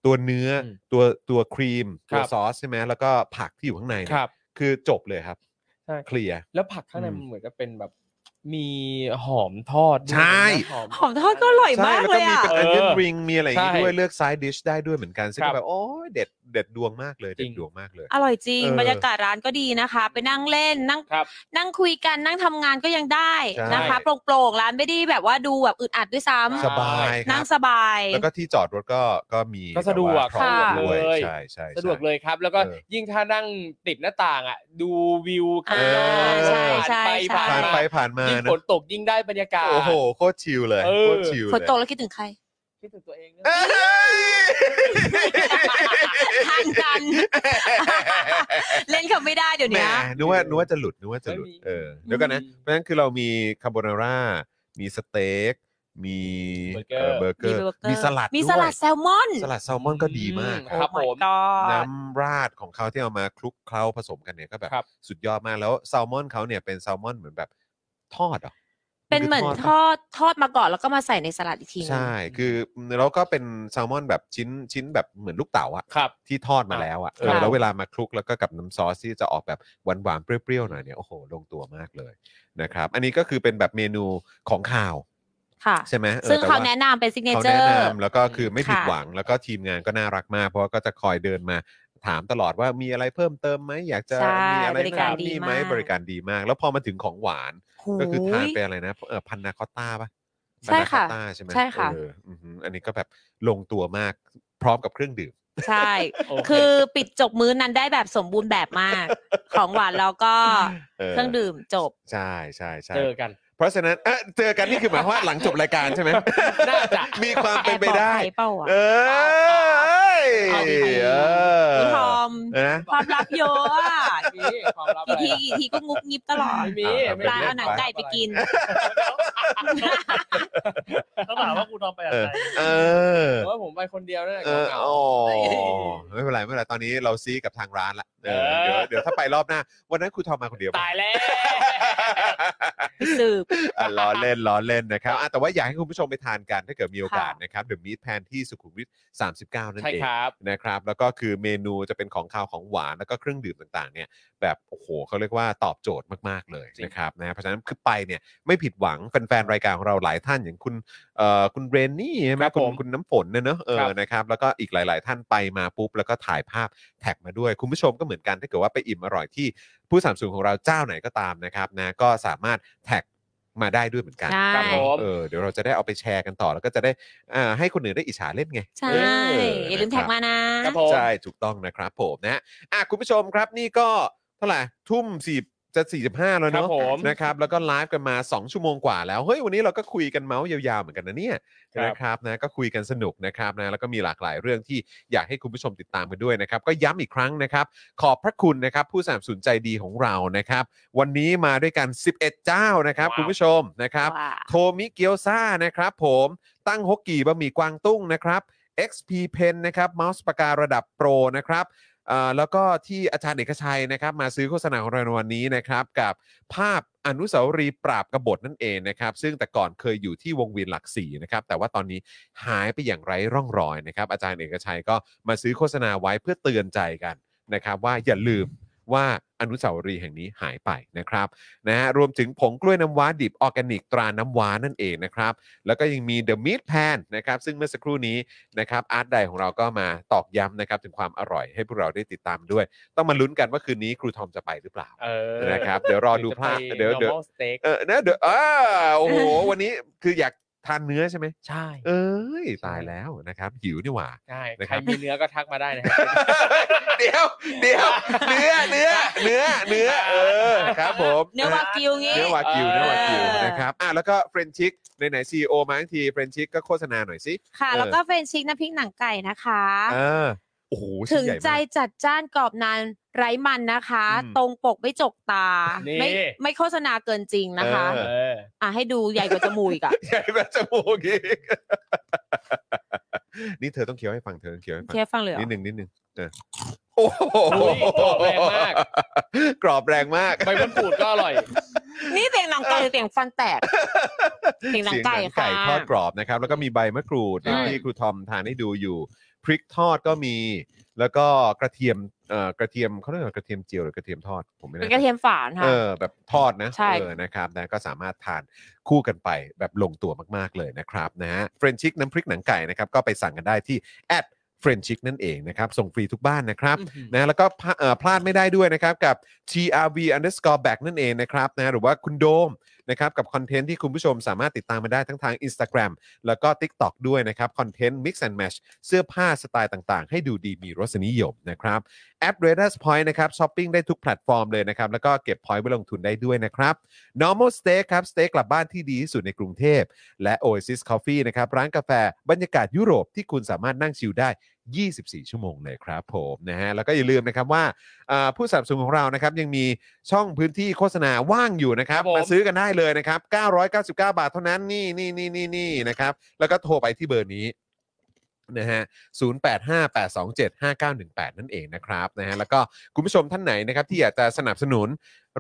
ตัวเนื้ออ ม ตัวตัวครีมตัว ครับ ซอสใช่ไหมแล้วก็ผักที่อยู่ข้างในเนี่ยครับ คือจบเลยครับ ใช่ เคลียร์ แล้วผักข้างใน อืม มันเหมือนกับเป็นแบบ มีหอมทอดด้วย ใช่ หอม หอมทอดก็อร่อย ใช่ มาก แล้วก็เลย มี อ่ะ เป็นอัเออน เดนริงมีอะไรอย่างงี้ ใช่ ด้วยเลือกไซด์ดิชได้ด้วยเหมือนกันซึ่ง ครั ก็ บ แบบโอ้ยเด็ดเด็ดดวงมากเลย จริ เด็ด ง ดวงมากเลย อร่อยจริง เออ บรรยากาศร้านก็ดีนะคะ ไปนั่งเล่นนั่ง ครับ นั่งคุยกันนั่งทำงานก็ยังได้นะคะ ใช่ โปร่งๆร้านไม่ได้แบบว่าดูแบบอึดอัดด้วยซ้ำ สบายครันั่ง บ สบาย แล้วก็ที่จอดรถก็ก็มี ก็สะดวก แบบาพร้อม ค่ะ ด้วย เลย ใช่ใช่ใช่ สะดวกเลยครับ แล้วก็ เออ ยิ่งถ้านั่งติดหน้าต่างอ่ะ ดูวิวข้าง อ่าอกนใช่ใช่ ผ่านผ่าไปผ่านใช่น มา ไปผ่านมา ยิ่ง นะ ฝนตกยิ่งได้บรรยากาศ โอ้โหโคตรชิลเลย เออ โคตรชิล ฝน เลย ตกแล้วคิดถึงใคร คิดถึงตัวเองนะ เอ้ย ทางกัน เล่นคำ ไม่ได้เดี๋ยว แหม เนี้ย นึกว่านึกว่าจะหลุดนึกว่าจะหลุด ไม่มี เออเดี๋ยวกันนะเพไม่มีราะฉะนั้นคือเรามีคาโบนาร่ามีสเต็กมี เบอร์เกอร์ เอ่อเบอร์เกอร์มีเบอร์เกอร์ มีสลัด มีสลัด ด้ว แซลมอน ยสลัดแซลมอนก็ดีมาก อืครับผม ก็ น้ำราดของเขาที่เอามาคลุกเคล้าผสมกันเนี่ยก็แบบ ครับ สุดยอดมากแล้วแซลมอนเขาเนี่ยเป็นแซลมอนเหมือนแบบทอดเหรอ เป็นเหมือน คื ทอดทอดมาก่อนแล้วก็มาใส่ในสลัดอีกทีนึง ใช่ คือแล้วก็เป็นแซลมอนแบบชิ้นชิ้นแบบเหมือนลูกเต๋าอะ ครับ ที่ทอดมาแล้วอะเอ ครั อบ แล้วเวลามาคลุกแล้วก็กับน้ำซอสที่จะออกแบบหวานหวานๆเปรี้ยวๆหน่อยเนี่ยโอ้โหลงตัวมากเลยนะครับอันนี้ก็คือเป็นแบบเมนูของข่าว ค่ะ ใช่ไหมออ ซึ่ง ต่ว่ เขาแนะนำเป็นซิกเน เขา เจอ แนะ ร์ นำแล้วก็คือไม่ผิด ค่ะ หวังแล้วก็ทีมงานก็น่ารักมาก เพราะว่าก็จะคอยเดินมาถามตลอดว่ามีอะไรเพิ่มเติมไหมอยากจะ ใช่ มีอะไร บริการ นู่น ดี นี่ไหม มาก บริการดีมาก แล้วพอมาถึงของหวาน หูย ก็คือทานไปอะไรนะเออพันนาคอตต้าปะ ใช่ค่ะ พันนาคอตต้าใช่ไหม ใช่ค่ะ เอออือหืออันนี้ก็แบบลงตัวมากพร้อมกับเครื่องดื่ม ใช่ โเ คือปิดจบมื้อนั้นได้แบบสมบูรณ์แบบมาก ของหวานแล้วก็ เออ เครื่องดื่มจบ ใช่ใช่ใช่ เจอกัน เพราะฉะนั้นเอ๊ะเจอกันนี่คือหมายความว่าหลังจบรายการใช่ไหม น่าจะ มีความเป็นไป แอบบอก ได้ ใครเปล่าอะ เอย เอาดีๆ เออ คุณทอม นะ ความลับเยอะอะ มีความลับอะ กี่ ไร ทีกี่ทีก็งุบงิบตลอด ไม่มี อ่ะ ไม่มี ปลาเอาหนังไก่ไปกิน ต้องถามว่าคุณทอมไปอะ เอ ไร อเออ เพราะว่าผมไปคนเดียวนั่นแหละ เออ เหงา อ๋อไม่เป็นไรไม่เป็นไร ตอนนี้เราซีกับทางร้านละเออ เออ เดี๋ยวเดี๋ยวถ้าไปรอบหน้า วันนั้นครูทอมมาคนเดียว ๆตายแล้ว สืบ อ่ะล้อเล่นล้อเล่นนะครับอ่ะแต่ว่าอยากให้คุณผู้ชมไปทานกันถ้าเกิดมีโอกาส ค่ะ นะครับเดอะมีทแพนที่สุขุมวิท39 นั่น ใช่ เอง ครับ นะครับแล้วก็คือเมนูจะเป็นของคาวของหวานแล้วก็เครื่องดื่มต่างๆ เนี่ยแบบโอ้โหเขาเรียกว่าตอบโจทย์มากๆเลย จริง นะครับนะเพราะฉะนั้นคือไปเนี่ยไม่ผิดหวังแฟนๆรายการของเราหลายท่านอย่างคุณ เอ่อคุณเรนนี่ใช่ไหม ครับ คุ ผ ณ ม คุณน้ำฝนเนี่ยเนอะเอ ครั อบ นะครับแล้วก็อีกหลาย ๆ ท่านไปมาปุ๊บ แล้วก็ถ่ายภาพแท็กมาด้วย คุณผู้ชมก็เหมือนกันถ้าเกิดว่าไปอิ่มอร่อยที่ผู้สามสูงของเราเจ้าไหนก็ตามนะครับนะก็สามารถแท็กมาได้ด้วยเหมือนกัน ใช่ ครับผม เออเดี๋ยวเราจะได้เอาไปแชร์กันต่อ แล้วก็จะได้อ่าให้คนอื่นได้อิจฉาเล่นไง ใช่ เอออ อย่าลืมแท็กมานะ ครับผม ใช่ถูกต้องนะครับผมนะอ่ะคุณผู้ชมครับนี่ก็เท่าไหร่ทุ่มสี่จะ 45 แล้ว ครั เนาะ บผม นะครับแล้วก็ไลฟ์กันมา 2 ชั่วโมงกว่าแล้วเฮ้ยวันนี้เราก็คุยกันเมาส์ยาวๆเหมือนกันนะเนี่ย ครับ นะครับนะก็คุยกันสนุกนะครับนะแล้วก็มีหลากหลายเรื่องที่อยากให้คุณผู้ชมติดตามกันด้วยนะครับก็ย้ำอีกครั้งนะครับ ขอบพระคุณนะครับผู้สนับสนุนใจดีของเรานะครับ วันนี้มาด้วยกัน 11 เจ้านะครับ ว้าว คุณผู้ชมนะครับ ว้า โทมิเกียวซ่านะครับผมตั้งฮกกี่บะหมี่กวางตุ้งนะครับ XP Pen นะครับเมาส์ปากการะดับโปรนะครับเอ่อแล้วก็ที่อาจารย์เอกชัยนะครับมาซื้อโฆษณาของเราในวันนี้นะครับกับภาพอนุสาวรีย์ปราบกบฏนั่นเองนะครับซึ่งแต่ก่อนเคยอยู่ที่วงเวียนหลักสี่นะครับแต่ว่าตอนนี้หายไปอย่างไร้ร่องรอยนะครับอาจารย์เอกชัยก็มาซื้อโฆษณาไว้เพื่อเตือนใจกันนะครับว่าอย่าลืมว่าอนุสาวรีย์แห่งนี้หายไปนะครับ นะฮะรวมถึงผงกล้วยน้ำว้าดิบออร์แกนิกตราน้ำว้านั่นเองนะครับ แล้วก็ยังมี The Meat Pan นะครับซึ่งเมื่อสักครู่นี้นะครับอาร์ตไดของเราก็มาตอกย้ำนะครับถึงความอร่อยให้พวกเราได้ติดตามด้วย ต้องมาลุ้นกันว่าคืนนี้ครูทอมจะไปหรือเปล่า เออ นะครับเดี๋ยวรอดูพลาดเดี๋ยวเดี๋ยว จะไป normal steak เออนะเดี๋ยวอ้าโอ้โห วันนี้คืออยากทานเนื้อใช่ไหม ใช่ เอ้ยตายแล้วนะครับหิวนี่หว่า ใช่ นะครับ ใครมีเนื้อก็ทักมาได้นะครับ เดี๋ยวเดี๋ยวเนื้อเนื้อเนื้อเนื้อเออครับผม เนื้อวากิวงี้ เนื้อวากิว เออ เนื้อวากิวนะครับอ่ะแล้วก็เฟรนชิกไหนๆซีโอมาทั้งทีเฟรนชิกก็โฆษณาหน่อยสิ ค่ะ เออ แล้วก็เฟรนช์ชิกน้ำพริกหนังไก่นะคะ เออโอ้โหชิ้ถึน ง ใหญ่มาก ใจจัดจ้านกรอบนานไร้มันนะคะ อืม ตรงปกไม่จกตา นี่ ไม่ไม่โฆษณาเกินจริงนะคะ เอ เออ อ่ะให้ดูใหญ่กว่าจมูกอีก อ่ะ ใหญ่กว่าจมูกอีกนี่เธอต้องเคี้ยวให้ฟังเธอต้องเคี้ยวให้ฟัง เชฟฟังเลยเหร นิ อ ดหนึ่งนิดหนึ่งเออโอ้โห อุ๊ยกรอบแรงมาก กรอบแรงมาก ใบมะกรูดก็อ ร่อย นี่เสียงหนังไก่หรือเสียงฟันแตก เสียงหนังไก่ เสียห ค่ะ ทอดกรอบนะครับ แล้วก็มีใบมะกรูด ใช่ ที่ครูทอมทานให้ดูอยู่ พริกทอดก็มี แล้วก็กระเทียมเอ่อกระเทียมเขาเรียกว่ากระเทียมเจียวหรือกระเทียมทอดผมไม่ เป็ แน่ น ใจ กระเทียมฝานค่ะ เออแบบทอดนะ ใช่ เออนะครับนะก็สามารถทานคู่กันไปแบบลงตัวมากๆเลยนะครับนะฮะเฟรนชิกน้ำพริกหนังไก่นะครับก็ไปสั่งกันได้ที่แอดเฟรนชิกนั่นเองนะครับส่งฟรีทุกบ้านนะครับ นะแล้วก็พลาเอ่อพลาดไม่ได้ด้วยนะครับ กับ TRV underscore back นั่นเองนะครับนะหรือว่าคุณโดมนะครับกับคอนเทนต์ที่คุณผู้ชมสามารถติดตามมาได้ทั้งทาง Instagram แล้วก็ TikTok ด้วยนะครับคอนเทนต์ mix and match เสื้อผ้าสไตล์ต่างๆ ให้ดูดีมีรสนิยมนะครับแอป r a d a r Point นะครับช้อปปิ้งได้ทุกแพลตฟอร์มเลยนะครับ แล้วก็เก็บ point ไว้ลงทุนได้ด้วยนะครับ normal steak ครับสเต็กกลับบ้านที่ดีที่สุดในกรุงเทพ และ Oasis Coffee นะครับร้านกาแฟบรรยากาศยุโรปที่คุณสามารถนั่งชิลได้ 24 ชั่วโมงเลยครับผมนะฮะแล้วก็อย่าลืมนะครับว่าอ่าผู้สนับสนุนของเรานะครับยังมีช่องพื้นที่โฆษณาว่างอยู่นะครับ ครับผม มาซื้อกันได้เลยนะครับ 999 บาทเท่านั้นนี่นี่นี่นี่นี่นะครับ แล้วก็โทรไปที่เบอร์นี้นะฮะ 0858275918 นั่นเองนะครับนะฮะแล้วก็คุณผู้ชมท่านไหนนะครับที่อยากจะสนับสนุน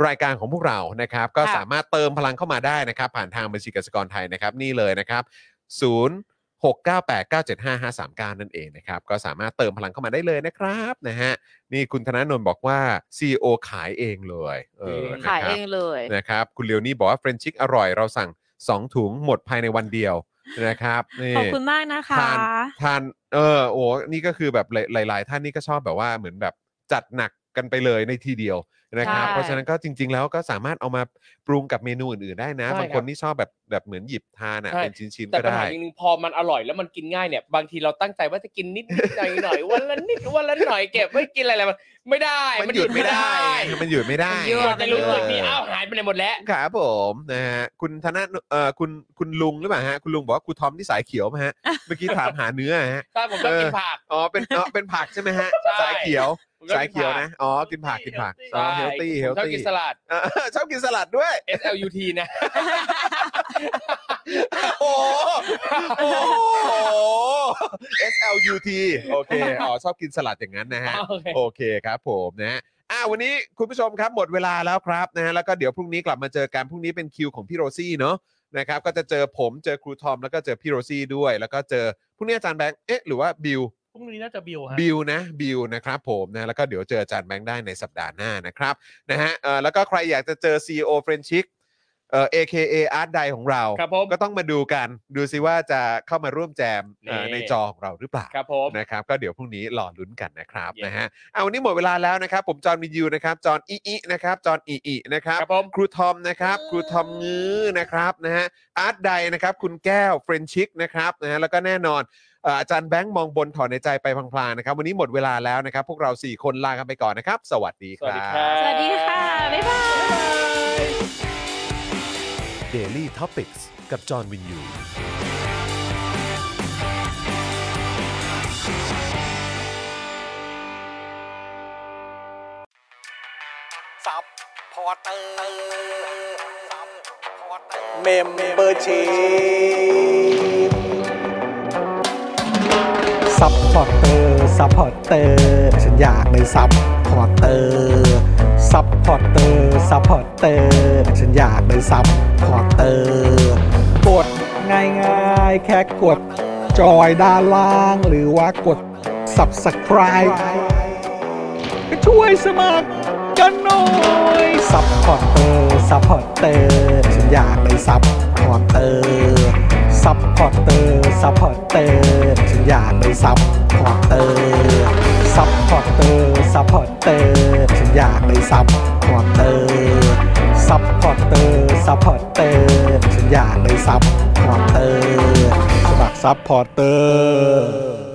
รายการของพวกเรานะครับ ก็ ค่ะ สามารถเติมพลังเข้ามาได้นะครับ ผ่านทางบัญชีกสิกรไทยนะครับนี่เลยนะครับ 0 6 9 8 9 7 5 5 3 9 นั่นเองนะครับ ก็สามารถเติมพลังเข้ามาได้เลยนะครับนะฮะนี่คุณธนาโนนบอกว่า CEO ขายเองเลยเออนะครับ ขายเองเลย นะครับคุณเลียวนี่บอกว่าเฟรนชิกอร่อยเราสั่ง 2 ถุงหมดภายในวันเดียวนะครับนี่ ขอบคุณมากนะคะ ทานทานเออโอ้นี่ก็คือแบบหลายหลาย ๆ ท่านนี่ก็ชอบแบบว่าเหมือนแบบจัดหนักกันไปเลยในทีเดียวนะครับ ใช่ เพราะฉะนั้นก็จริง ๆ แล้วก็สามารถเอามาปรุงกับเมนูอื่น ๆ ได้นะ ใช่ครับ บางคนนี่ชอบแบบแบบเหมือนหยิบทานอ่ะ ใช่ เป็นชิ้น ๆ แต่ ก็ ปัญ ได้ หาอย่างหนึงพอมันอร่อยแล้วมันกินง่ายเนี่ย บางทีเราตั้งใจว่าจะกินนิดนิดหน่อยหน่อยวันละนิดวันละหน่อยเก็บไว้กินอะไรๆมันไม่ได้ มันหยุดไม่ได้ มัน มันหยุดไม่ได้ หยุ เราจะรู้สึกมี เ อ้าวหายไปไหนหมดแล้ว ครับผมนะฮะคุณธนาเอ่อคุณคุณลุงหรือเปล่าฮะคุณลุงบอกว่าครูทอมที่สายเขียวไหมฮะเมื่อกี้ถามหาเนื้อฮะ ถ้าผมชอบกินผัก อ๋อเป็นอ๋อเป็นผักใช่ไหมฮะ ใช่ สายเขียว ผมชอบ สายเขียว ผั นะ อ๋อ กินผัก กินผักอ๋อเฮลตี้ เฮล ผมชอบ ตี้ กินสลัด ชอบกิ นสลัดด้วย S L U T นะ โอ้โห S L U T โอเค อ๋อ ชอบกินสลัดอย่างนั้นนะฮะ โอเค โอ เคครับผมนะฮะอ่ะวันนี้คุณผู้ชมครับหมดเวลาแล้วครับนะฮะแล้วก็เดี๋ยวพรุ่งนี้กลับมาเจอกันพรุ่งนี้เป็นคิวของพี่โรซี่เนาะนะครับก็จะเจอผมเจอครูทอมแล้วก็เจอพี่โรซี่ด้วย แล้วก็เจอพรุ่งนี้อาจารย์แบงค์เอ๊ะหรือว่าบิว พรุ่งนี้น่าจะบิวฮะ บิลนะบิลนะครับผมนะแล้วก็เดี๋ยวเจออาจารย์แบงค์ได้ในสัปดาห์หน้านะครับนะฮะเอ่อแล้วก็ใครอยากจะเจอ CEO f r e n c h i k เอ่อ AKA Art d i ของเรา ครับผม ก็ต้องมาดูกันดูสิว่าจะเข้ามาร่วมแจมเอ่อ นี่ ในจอของเราหรือเปล่า ครับผม นะครับก็เดี๋ยวพรุ่งนี้รอลุ้นกันนะครับ เย้ นะฮะเอาวันนี้หมดเวลาแล้วนะครับ ผมจอห์นวินยูนะครับจอห์นอีอีนะครับจอห์นอีอีนะครับ ครับผม ครูทอมนะครับครูทอมงื้อนะครับนะฮะอาร์ตไดนะครับคุณแก้วเฟรนชิกนะครับนะฮะแล้วก็แน่นอนเอ่ออาจารย์แบงค์มองบนถอนในใจไปพลางๆนะครับวันนี้หมดเวลาแล้วนะครับ พวกเรา 4 คนลากันไปก่อนนะครับ สวัสดีคสวัส รั ดี บ ครับ สวัสดีค่ะ บ๊ายบาย Daily Topics กับจอห์นวินยู ซับพอร์เตอร์ซับพอร์เตอร์ เมมเบอร์ชีพซัพพอร์เตอร์ซัพพอร์เตอร์ฉันอยากเป็นซัพพอร์เตอร์ซัพพอร์เตอร์ซัพพอร์เตอร์ฉันอยากเป็นซัพพอร์เตอร์กดง่ายๆ แค่กดจอยด้านล่าง หรือว่ากด subscribe ก็ช่วยสมัคร กันหน่อยซัพพอร์เตอร์ซัพพอร์เตอร์ฉันอยากเป็นซัพพอร์เตอร์ซัพพอร์เตอร์ซัพพอร์เตอร์ฉันอยากเป็นซัพพอร์เตอร์ซัพพอร์เตอร์ซัพพอร์เตอร์ฉันอยากเป็นซัพพอร์เตอร์ซัพพอร์เตอร์ซัพพอร์เตอร์ฉันอยากเป็นซัพพอร์เตอร์สมัครซัพพอร์เตอร์